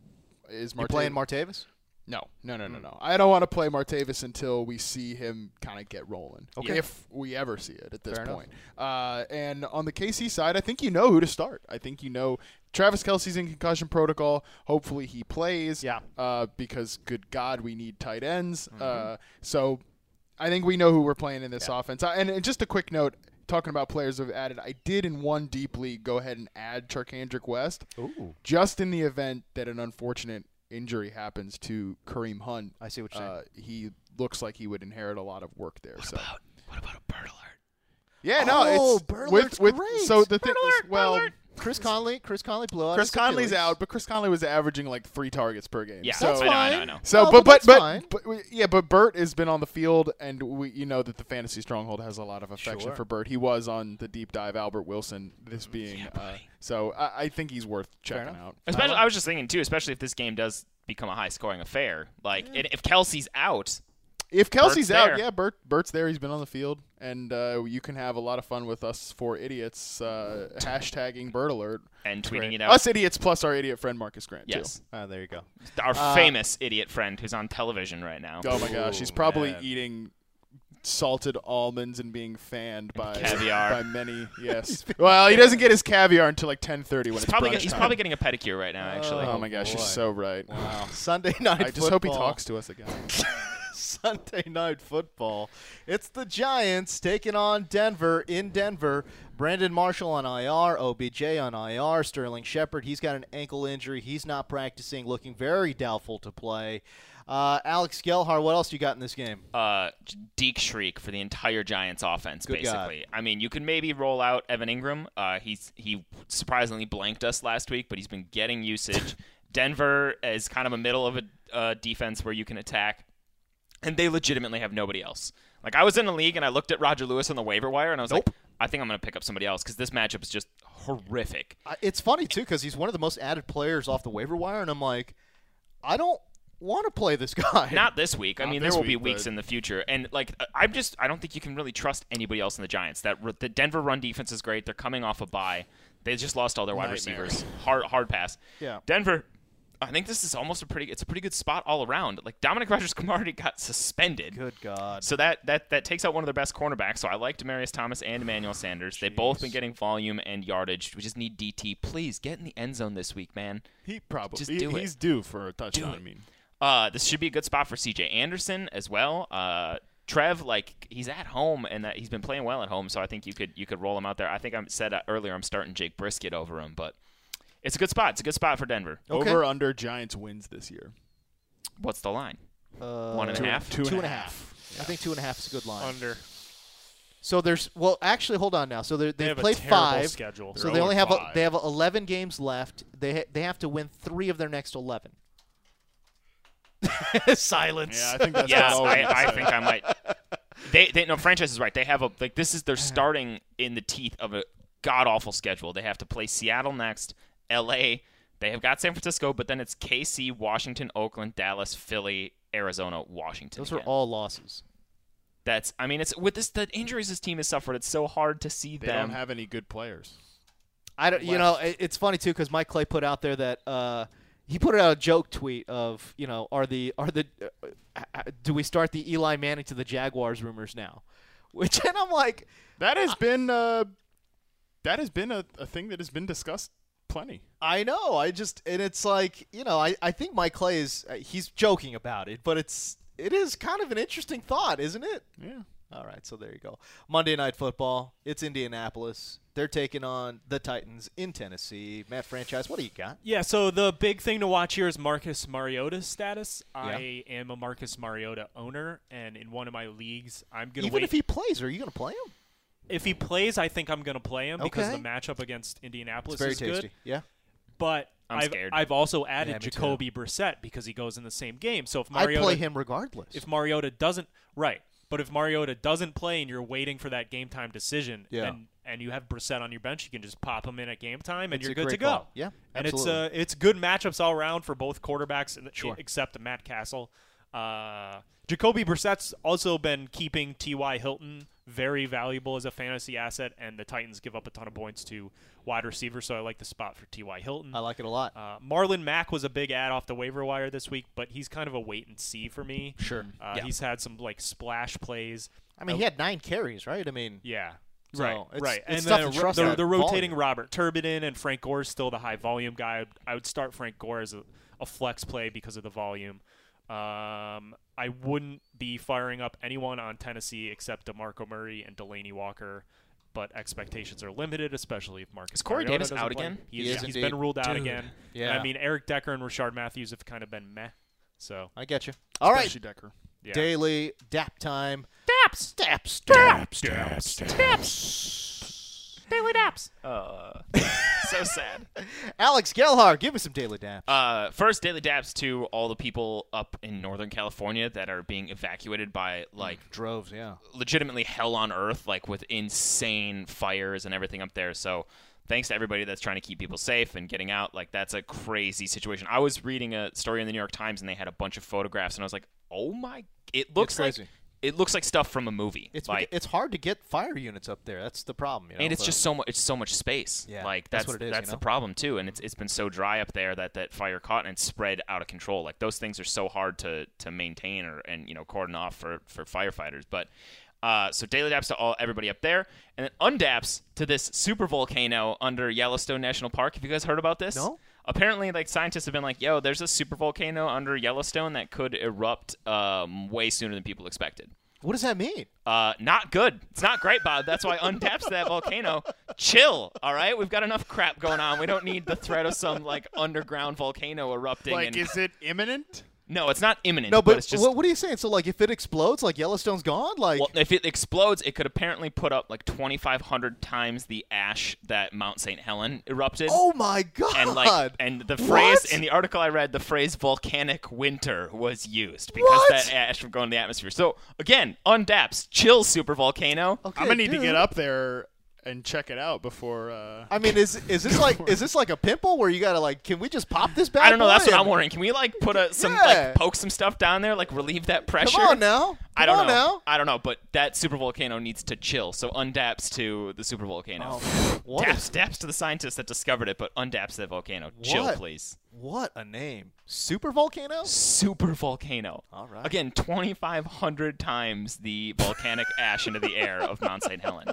Speaker 2: is
Speaker 1: You
Speaker 2: Martavis
Speaker 1: playing Martavis?
Speaker 2: no, no, no,
Speaker 1: Hmm.
Speaker 2: no, no. I don't want to play Martavis until we see him kind of get rolling.
Speaker 1: Okay.
Speaker 2: If we ever see it at this
Speaker 1: Fair enough.
Speaker 2: point. Uh, and on the KC side, I think you know who to start. I think you know Travis Kelsey's in concussion protocol. Hopefully he plays.
Speaker 1: Yeah. Mm-hmm.
Speaker 2: Uh, because, good God, we need tight ends. Uh, so I think we know who we're playing in this offense. I, and, and just a quick note. Talking about players who have added, I did in one deep league go ahead and add Charkandrick West
Speaker 1: Ooh.
Speaker 2: just in the event that an unfortunate injury happens to Kareem Hunt.
Speaker 1: I see what you're saying.
Speaker 2: Uh, he looks like he would inherit a lot of work there. so
Speaker 6: What about a bird alert?
Speaker 2: yeah, no,
Speaker 1: Oh,
Speaker 2: it's
Speaker 1: Burler's
Speaker 2: with with
Speaker 1: great.
Speaker 2: so the thing is well.
Speaker 1: Chris Conley. Chris Conley blew out.
Speaker 2: Chris
Speaker 1: his
Speaker 2: Conley's
Speaker 1: Achilles.
Speaker 2: out, but Chris Conley was averaging like three targets per game.
Speaker 6: Yeah,
Speaker 2: so,
Speaker 6: I know, I know, I
Speaker 1: fine.
Speaker 6: know.
Speaker 2: So,
Speaker 1: No, but
Speaker 2: but but
Speaker 1: Oh, that's
Speaker 2: but,
Speaker 1: fine.
Speaker 2: but we- yeah, but Bert has been on the field, and we you know that the fantasy stronghold has a lot of affection
Speaker 1: Sure.
Speaker 2: for Bert. He was on the deep dive Albert Wilson. This being uh, so, I, I think he's worth checking
Speaker 1: enough.
Speaker 2: out. Uh,
Speaker 6: Especially, I was just thinking too, especially if this game does become a high scoring affair. Like, and if Kelsey's out,
Speaker 2: If Kelsey's
Speaker 6: Bert's
Speaker 2: out,
Speaker 6: there.
Speaker 2: yeah, Bert Bert's there. He's been on the field, and uh, you can have a lot of fun with us four idiots uh, hashtagging Bert alert.
Speaker 6: and tweeting it out,
Speaker 2: Us idiots plus our idiot friend Marcus Grant.
Speaker 6: yes,
Speaker 1: Ah, there you go.
Speaker 6: our
Speaker 2: Uh,
Speaker 6: famous idiot friend who's on television right now.
Speaker 2: Too. Oh my gosh, he's probably eating salted almonds and being fanned by
Speaker 6: caviar.
Speaker 2: by many. Yes. well, he doesn't get his caviar until like ten thirty when
Speaker 6: He's
Speaker 2: it's
Speaker 6: probably
Speaker 2: brunch
Speaker 6: get- he's
Speaker 2: time.
Speaker 6: probably getting a pedicure right now. Actually,
Speaker 2: Oh my gosh,
Speaker 1: boy.
Speaker 2: you're so right.
Speaker 1: Wow. Sunday night.
Speaker 2: I just hope he talks to us again.
Speaker 1: Sunday night football. It's the Giants taking on Denver in Denver. Brandon Marshall on IR, OBJ on IR, Sterling Shepard. He's got an ankle injury. He's not practicing, looking very doubtful to play. Uh, Alex Gelhar, what else you got in this game?
Speaker 6: uh, Deke Shriek for the entire Giants offense,
Speaker 1: Good God.
Speaker 6: basically. I mean, you can maybe roll out Evan Ingram. Uh, he's he surprisingly blanked us last week, but he's been getting usage. Denver is kind of a middle of a uh, defense where you can attack, and they legitimately have nobody else. Like I was in a league and I looked at Roger Lewis on the waiver wire, and I was like, I think I'm going to pick up somebody else because this matchup is just horrific.
Speaker 1: I- It's funny too because he's one of the most added players off the waiver wire, and I'm like, I don't want to play this guy.
Speaker 6: Not this week. I
Speaker 2: Not
Speaker 6: mean,
Speaker 2: this
Speaker 6: there will be
Speaker 2: week,
Speaker 6: weeks
Speaker 2: but-
Speaker 6: in the future, and like I- I'm just, I don't think you can really trust anybody else in the Giants. That r- the Denver run defense is great. They're coming off a bye. They just lost all their wide
Speaker 2: Nightmare.
Speaker 6: receivers. Hard, hard pass.
Speaker 1: Yeah.
Speaker 6: Denver. I think this is almost a pretty. It's a pretty good spot all around. Like Dominic Rogers already got suspended.
Speaker 1: Good God.
Speaker 6: So that that that takes out one of their best cornerbacks. So I like Demarius Thomas and Emmanuel Sanders. They've both been getting volume and yardage. We just need DT. Please get in the end zone this week, man.
Speaker 2: He probably
Speaker 6: Just do it.
Speaker 2: he's due for a touchdown. I mean,
Speaker 6: Uh, this should be a good spot for CJ Anderson as well. Uh, Trev, like he's at home and that he's been playing well at home, so I think you could you could roll him out there. I think I said uh, earlier I'm starting Jake Brisket over him, but it's a good spot. It's a good spot for Denver.
Speaker 1: Okay.
Speaker 2: over under Giants wins this year.
Speaker 6: What's the line? One and a half.
Speaker 2: Uh, Two
Speaker 1: two
Speaker 2: and a half.
Speaker 1: and a half. I think two and a half is a good line.
Speaker 4: Under.
Speaker 1: So there's well, actually, hold on now. So they
Speaker 4: have a
Speaker 1: played
Speaker 4: terrible
Speaker 1: five.
Speaker 4: schedule.
Speaker 1: So
Speaker 4: They're oh
Speaker 1: they only have a,
Speaker 2: 0-5.
Speaker 1: they have 11 games left. They ha- they have to win three of their next 11. Silence.
Speaker 2: Yeah, I think that's
Speaker 6: yeah,
Speaker 2: about all we
Speaker 6: I, I think I might. They, they no franchise is right. They have a like this is they're starting in the teeth of a god awful schedule. They have to play Seattle next, L.A. They have got San Francisco, but then it's KC, Washington, Oakland, Dallas, Philly, Arizona, Washington.
Speaker 1: Those are
Speaker 6: again.
Speaker 1: all losses.
Speaker 6: That's I mean it's with this the injuries this team has suffered. It's so hard to see
Speaker 2: They
Speaker 6: them.
Speaker 2: don't have any good players.
Speaker 1: I don't. You know, it, it's funny too because Mike Clay put out there that uh, he put out a joke tweet of you know are the are the uh, uh, do we start the Eli Manning to the Jaguars rumors now? Which and I'm like,
Speaker 2: That has been uh, that has been a, a thing that has been discussed plenty.
Speaker 1: I know. I just and it's like you know I I think Mike Clay is uh, he's joking about it, but it's it is kind of an interesting thought, isn't it?
Speaker 2: Yeah.
Speaker 1: All right, so there you go. Monday Night Football. It's Indianapolis. They're taking on the Titans in Tennessee. Matt Franchise, what do you got?
Speaker 4: Yeah, so the big thing to watch here is Marcus Mariota's status. I am a Marcus Mariota owner, and in one of my leagues, I'm going to
Speaker 1: Even
Speaker 4: wait.
Speaker 1: if he plays, are you going to play him?
Speaker 4: if he plays, I think I'm going to play him because the
Speaker 1: Okay.
Speaker 4: matchup against Indianapolis
Speaker 1: very
Speaker 4: is
Speaker 1: tasty.
Speaker 4: good.
Speaker 1: Yeah.
Speaker 4: But
Speaker 6: I'm
Speaker 4: have
Speaker 6: scared.
Speaker 4: I've also added
Speaker 1: Yeah, me too.
Speaker 4: Jacoby Brissett because he goes in the same game. So if
Speaker 1: I'd
Speaker 4: Mariota
Speaker 1: play him regardless.
Speaker 4: if Mariota doesn't right, but if Mariota doesn't play and you're waiting for that game time decision,
Speaker 1: Yeah.
Speaker 4: and and you have Brissett on your bench, you can just pop him in at game time and
Speaker 1: It's
Speaker 4: you're
Speaker 1: a
Speaker 4: good to
Speaker 1: great
Speaker 4: go.
Speaker 1: call. Yeah,
Speaker 4: and it's
Speaker 1: absolutely.
Speaker 4: uh, it's good matchups all around for both quarterbacks, and- except Matt Castle. Uh, Jacoby Brissett's also been keeping T.Y. Hilton very valuable as a fantasy asset, and the Titans give up a ton of points to wide receivers, so I like the spot for T.Y. Hilton.
Speaker 1: I like it a lot.
Speaker 4: Uh, Marlon Mack was a big ad off the waiver wire this week, but he's kind of a wait and see for me. Sure. Uh, He's had some like splash plays.
Speaker 1: I mean, he had nine carries, right? I mean,
Speaker 4: Yeah.
Speaker 1: So,
Speaker 4: right.
Speaker 1: it's-
Speaker 4: right.
Speaker 1: it's
Speaker 4: and
Speaker 1: tough
Speaker 4: then
Speaker 1: to trust
Speaker 4: the,
Speaker 1: that
Speaker 4: the rotating
Speaker 1: volume.
Speaker 4: Robert Turbidin and Frank Gore is still the high volume guy. I would, I would start Frank Gore as a, a flex play because of the volume. Um, I wouldn't be firing up anyone on Tennessee except DeMarco Murray and Delaney Walker, but expectations are limited, especially if Marcus
Speaker 6: Is Corey
Speaker 4: Mariota
Speaker 6: Davis
Speaker 4: doesn't
Speaker 6: out
Speaker 4: play.
Speaker 6: again?
Speaker 4: He
Speaker 1: He
Speaker 4: is,
Speaker 1: is
Speaker 4: he's
Speaker 1: indeed.
Speaker 4: been ruled out again.
Speaker 1: Yeah.
Speaker 4: And I mean, Eric Decker and Rashard Matthews have kind of been meh. So,
Speaker 1: I get you. All right.
Speaker 2: Especially Decker.
Speaker 4: yeah.
Speaker 1: Daily dap time.
Speaker 4: Daps!
Speaker 1: Daps.
Speaker 4: Daps! Daps! Daps! Daily Daps!
Speaker 2: Uh.
Speaker 6: so sad.
Speaker 1: Alex Gelhar, give me some daily daps.
Speaker 6: Uh, first, daily dabs to all the people up in Northern California that are being evacuated by like
Speaker 1: Droves, yeah.
Speaker 6: legitimately hell on earth, like with insane fires and everything up there. So thanks to everybody that's trying to keep people safe and getting out. Like that's a crazy situation. I was reading a story in the New York Times and they had a bunch of photographs and I was like, oh my, it looks
Speaker 1: It's
Speaker 6: like
Speaker 1: crazy.
Speaker 6: it looks like stuff from a movie.
Speaker 1: It's
Speaker 6: like
Speaker 1: beca- it's hard to get fire units up there. That's the problem. You know,
Speaker 6: and it's
Speaker 1: so-
Speaker 6: just so much it's so much space
Speaker 1: Yeah,
Speaker 6: like
Speaker 1: that's
Speaker 6: that's
Speaker 1: what it is, you
Speaker 6: that's
Speaker 1: know?
Speaker 6: the problem too and it's it's been so dry up there that that fire caught and it spread out of control like those things are so hard to to maintain or and you know cordon off for for firefighters but uh, so daily daps to all everybody up there, and then undaps to this super volcano under Yellowstone National Park. Have you guys heard about this?
Speaker 1: No.
Speaker 6: apparently like scientists have been like, yo, there's a supervolcano under Yellowstone that could erupt um, way sooner than people expected.
Speaker 1: What does that mean?
Speaker 6: Uh, not good. It's not great, Bob. That's why untaps that volcano. Chill. All right, we've got enough crap going on. We don't need the threat of some like underground volcano erupting.
Speaker 2: Like,
Speaker 6: and-
Speaker 2: is it imminent?
Speaker 6: no, it's not imminent.
Speaker 1: No, but,
Speaker 6: it's just
Speaker 1: what, what are you saying? So, like, if it explodes, like Yellowstone's gone, like
Speaker 6: well, if it explodes, it could apparently put up like 2,500 times the ash that Mount St. Helen erupted.
Speaker 1: oh my god!
Speaker 6: and like and the phrase
Speaker 1: What?
Speaker 6: in the article I read, the phrase volcanic winter was used because
Speaker 1: What?
Speaker 6: that ash would go in the atmosphere. So again, undaps, chill super volcano.
Speaker 1: okay,
Speaker 2: I'm gonna need to
Speaker 1: dude.
Speaker 2: get up there and check it out before. Uh,
Speaker 1: I mean, is is this like is this like a pimple where you gotta like? Can we just pop this back?
Speaker 6: I don't know. That's what I'm wondering. Can we like put a, some
Speaker 1: Oh, Yeah.
Speaker 6: like poke some stuff down there, like relieve that pressure?
Speaker 1: Come on now.
Speaker 6: I don't
Speaker 1: Come on
Speaker 6: know.
Speaker 1: now.
Speaker 6: I don't know. But that super volcano needs to chill. So undaps to the super volcano.
Speaker 1: Oh, What?
Speaker 6: daps, daps to the scientists that discovered it, but undaps to that volcano. Chill,
Speaker 1: What?
Speaker 6: please.
Speaker 1: What a name! Super volcano.
Speaker 6: super volcano.
Speaker 1: All right.
Speaker 6: Again, 2,500 times the volcanic ash into the air of Mount St. Helen.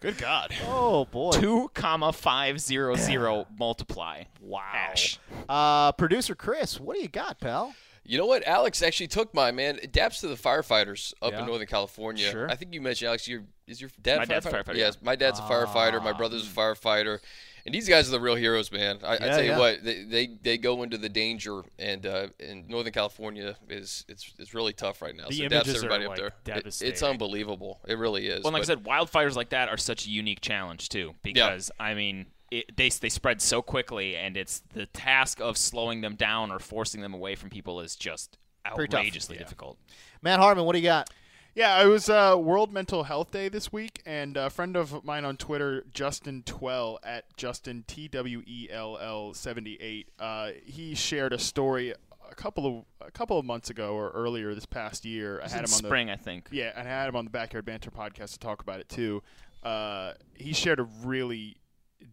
Speaker 2: good God!
Speaker 1: Oh boy.
Speaker 6: Two comma five zero zero multiply. Wow. Ash.
Speaker 1: Uh, producer Chris, what do you got, pal?
Speaker 5: You know what? Alex actually took mine, man. Daps to the firefighters up
Speaker 1: Yeah.
Speaker 5: in Northern California.
Speaker 1: Sure.
Speaker 5: I think you mentioned Alex. Your is your dad?
Speaker 6: My
Speaker 5: a
Speaker 6: dad's a
Speaker 5: firefighter?
Speaker 6: firefighter,
Speaker 5: Yes, my dad's
Speaker 4: Ah.
Speaker 5: a firefighter. My brother's a firefighter, and these guys are the real heroes, man. I, I tell you
Speaker 1: yeah.
Speaker 5: what, they, they they go into the danger, and uh, in Northern California is it's it's really tough right now.
Speaker 4: The
Speaker 5: so daps
Speaker 4: images are,
Speaker 5: everybody
Speaker 4: like,
Speaker 5: up there. It- it's
Speaker 4: devastating.
Speaker 5: unbelievable. It really is.
Speaker 6: Well, like
Speaker 5: But-
Speaker 6: I said, wildfires like that are such a unique challenge, too, because, I mean, it, they, they spread so quickly, and it's the task of slowing them down or forcing them away from people is just
Speaker 1: tough.
Speaker 6: outrageously difficult.
Speaker 1: Matt Harmon, what do you got?
Speaker 2: Yeah, it was uh, World Mental Health Day this week, and a friend of mine on Twitter, Justin Twell at Justin T W E L L seventy eight, uh, he shared a story a couple of a couple of months ago or earlier this past year. I
Speaker 6: It's
Speaker 2: had
Speaker 6: in
Speaker 2: him on the
Speaker 6: spring, I think.
Speaker 2: yeah, and I had him on the Backyard Banter podcast to talk about it too. Uh, he shared a really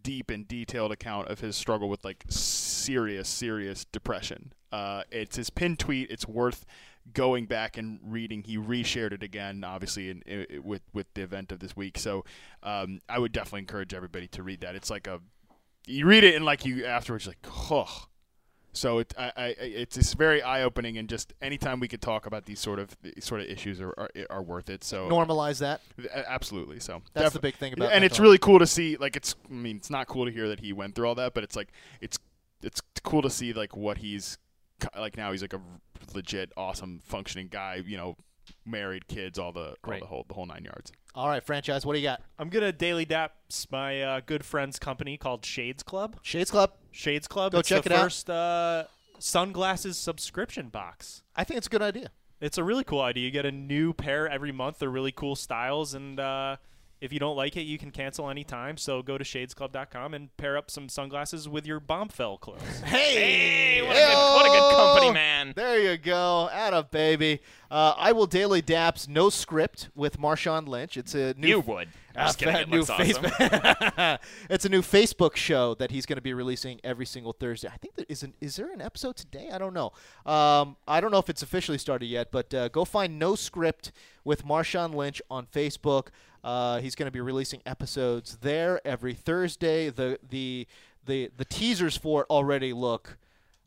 Speaker 2: deep and detailed account of his struggle with like serious, serious depression. Uh, it's his pinned tweet. It's worth going back and reading. He reshared it again, obviously, in, i with with the event of this week. So um, I would definitely encourage everybody to read that. It's like a you read it and like you afterwards like, oh, so it, I, I, it's, it's very eye opening, and just anytime we could talk about these sort of these sort of issues are, are, are worth it. So
Speaker 6: Oh.
Speaker 1: Normalize that.
Speaker 2: a- absolutely. So
Speaker 1: That's the big thing about
Speaker 2: and it's
Speaker 1: mental
Speaker 2: really cool to see. Like it's, I mean, it's not cool to hear that he went through all that, but it's like it's it's cool to see like what he's co- like now. He's like a legit, awesome, functioning guy. You know, married, kids, all the all
Speaker 4: Right.
Speaker 2: the whole the whole nine yards.
Speaker 1: All right, franchise, what do you got?
Speaker 4: I'm gonna daily daps my uh, good friend's company called Shades Club.
Speaker 1: Shades Club.
Speaker 4: Shades Club.
Speaker 1: Go
Speaker 4: it's
Speaker 1: check
Speaker 4: the
Speaker 1: it out.
Speaker 4: first, out. uh sunglasses subscription box.
Speaker 1: I think it's a good idea.
Speaker 4: It's a really cool idea. You get a new pair every month. They're really cool styles, and uh, if you don't like it, you can cancel anytime. So go to shadesclub.com and pair up some sunglasses with your Bombfell clothes.
Speaker 1: Hey,
Speaker 6: what a good- what a good company,
Speaker 1: Heyo!
Speaker 6: man.
Speaker 1: There you go, out of baby. Uh, I will daily daps no script with Marshawn Lynch. It's a new
Speaker 6: You would.
Speaker 1: Ah,
Speaker 6: I'm just kidding.
Speaker 1: fat
Speaker 6: It
Speaker 1: new
Speaker 6: looks awesome.
Speaker 1: Facebook. it's a new Facebook show that he's going to be releasing every single Thursday. I think there is an is there an episode today? I don't know. Um, I don't know if it's officially started yet, but uh, go find No Script with Marshawn Lynch on Facebook. Uh, he's going to be releasing episodes there every Thursday. The the the the teasers for it already look.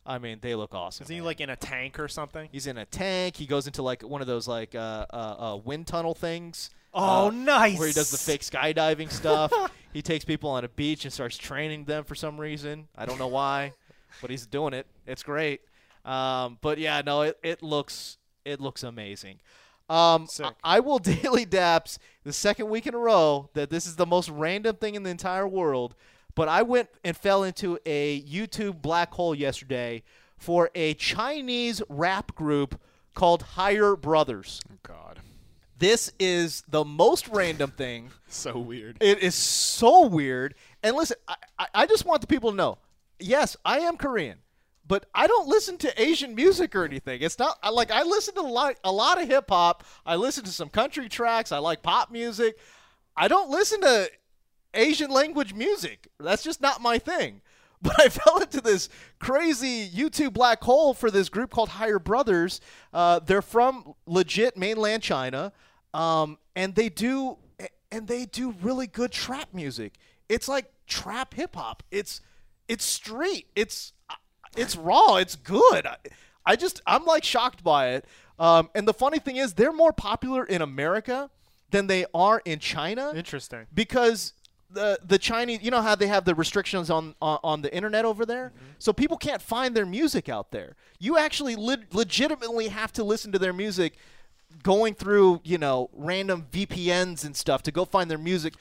Speaker 1: I mean, they look awesome.
Speaker 4: Isn't he
Speaker 1: man.
Speaker 4: like in a tank or something?
Speaker 1: He's in a tank. He goes into like one of those like uh, uh, uh, wind tunnel things.
Speaker 4: Oh,
Speaker 1: uh,
Speaker 4: nice.
Speaker 1: Where he does the fake skydiving stuff. he takes people on a beach and starts training them for some reason. I don't know why, but he's doing it. It's great. Um, but yeah, no, it, it looks it looks amazing. Um,
Speaker 4: Sick.
Speaker 1: I, I will daily daps the second week in a row that this is the most random thing in the entire world. But I went and fell into a YouTube black hole yesterday for a Chinese rap group called Higher Brothers.
Speaker 2: Oh, God,
Speaker 1: This is the most random thing.
Speaker 2: so weird.
Speaker 1: It is so weird. And listen, I, I, I just want the people to know. Yes, I am Korean, but I don't listen to Asian music or anything. It's not I, like I listen to a lot, a lot of hip hop. I listen to some country tracks. I like pop music. I don't listen to Asian language music. That's just not my thing. But I fell into this crazy YouTube black hole for this group called Higher Brothers. Uh, they're from legit mainland China, um, and they do and they do really good trap music. It's like trap hip hop. It's it's street. It's it's raw. It's good. I, I just I'm like shocked by it. Um, and the funny thing is, they're more popular in America than they are in China.
Speaker 4: Interesting.
Speaker 1: Because the the Chinese, you know how they have the restrictions on on, on the internet over there, so people can't find their music out there. You actually le- legitimately have to listen to their music going through you know random VPNs and stuff to go find their music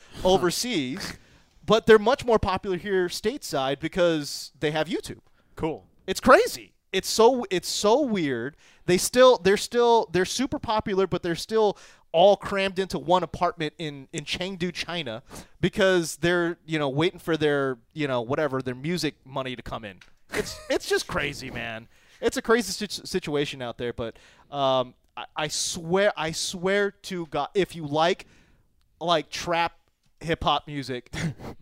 Speaker 1: overseas. But they're much more popular here stateside because they have YouTube.
Speaker 4: Cool.
Speaker 1: It's crazy. It's so it's so weird. They still they're still they're super popular, but they're still all crammed into one apartment in in Chengdu, China, because they're you know waiting for their you know whatever their music money to come in. It's it's just crazy, man. It's a crazy situ- situation out there, but um, I, I swear I swear to God, if you like like trap hip hop music,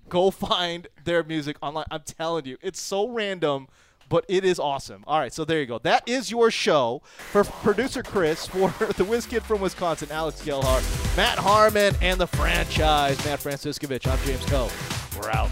Speaker 1: go find their music online. I'm telling you, it's so random, but it is awesome. All right, so there you go. That is your show for producer Chris, for the whiz kid from Wisconsin, Alex Gelhart, Matt Harmon, and the franchise, Matt Franciscovich. I'm James Coe. We're out.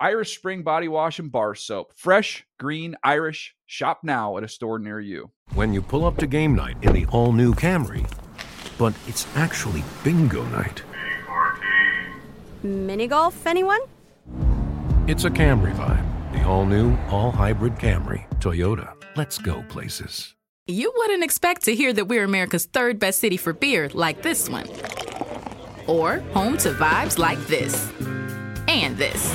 Speaker 7: Irish Spring Body Wash and Bar Soap. Fresh, green, Irish. Shop now at a store near you.
Speaker 8: When you pull up to game night in the all new Camry, but it's actually bingo night.
Speaker 9: Mini golf, anyone?
Speaker 8: It's a Camry vibe. The all new, all hybrid Camry. Toyota. Let's go places.
Speaker 10: You wouldn't expect to hear that we're America's third best city for beer like this one, or home to vibes like this and this.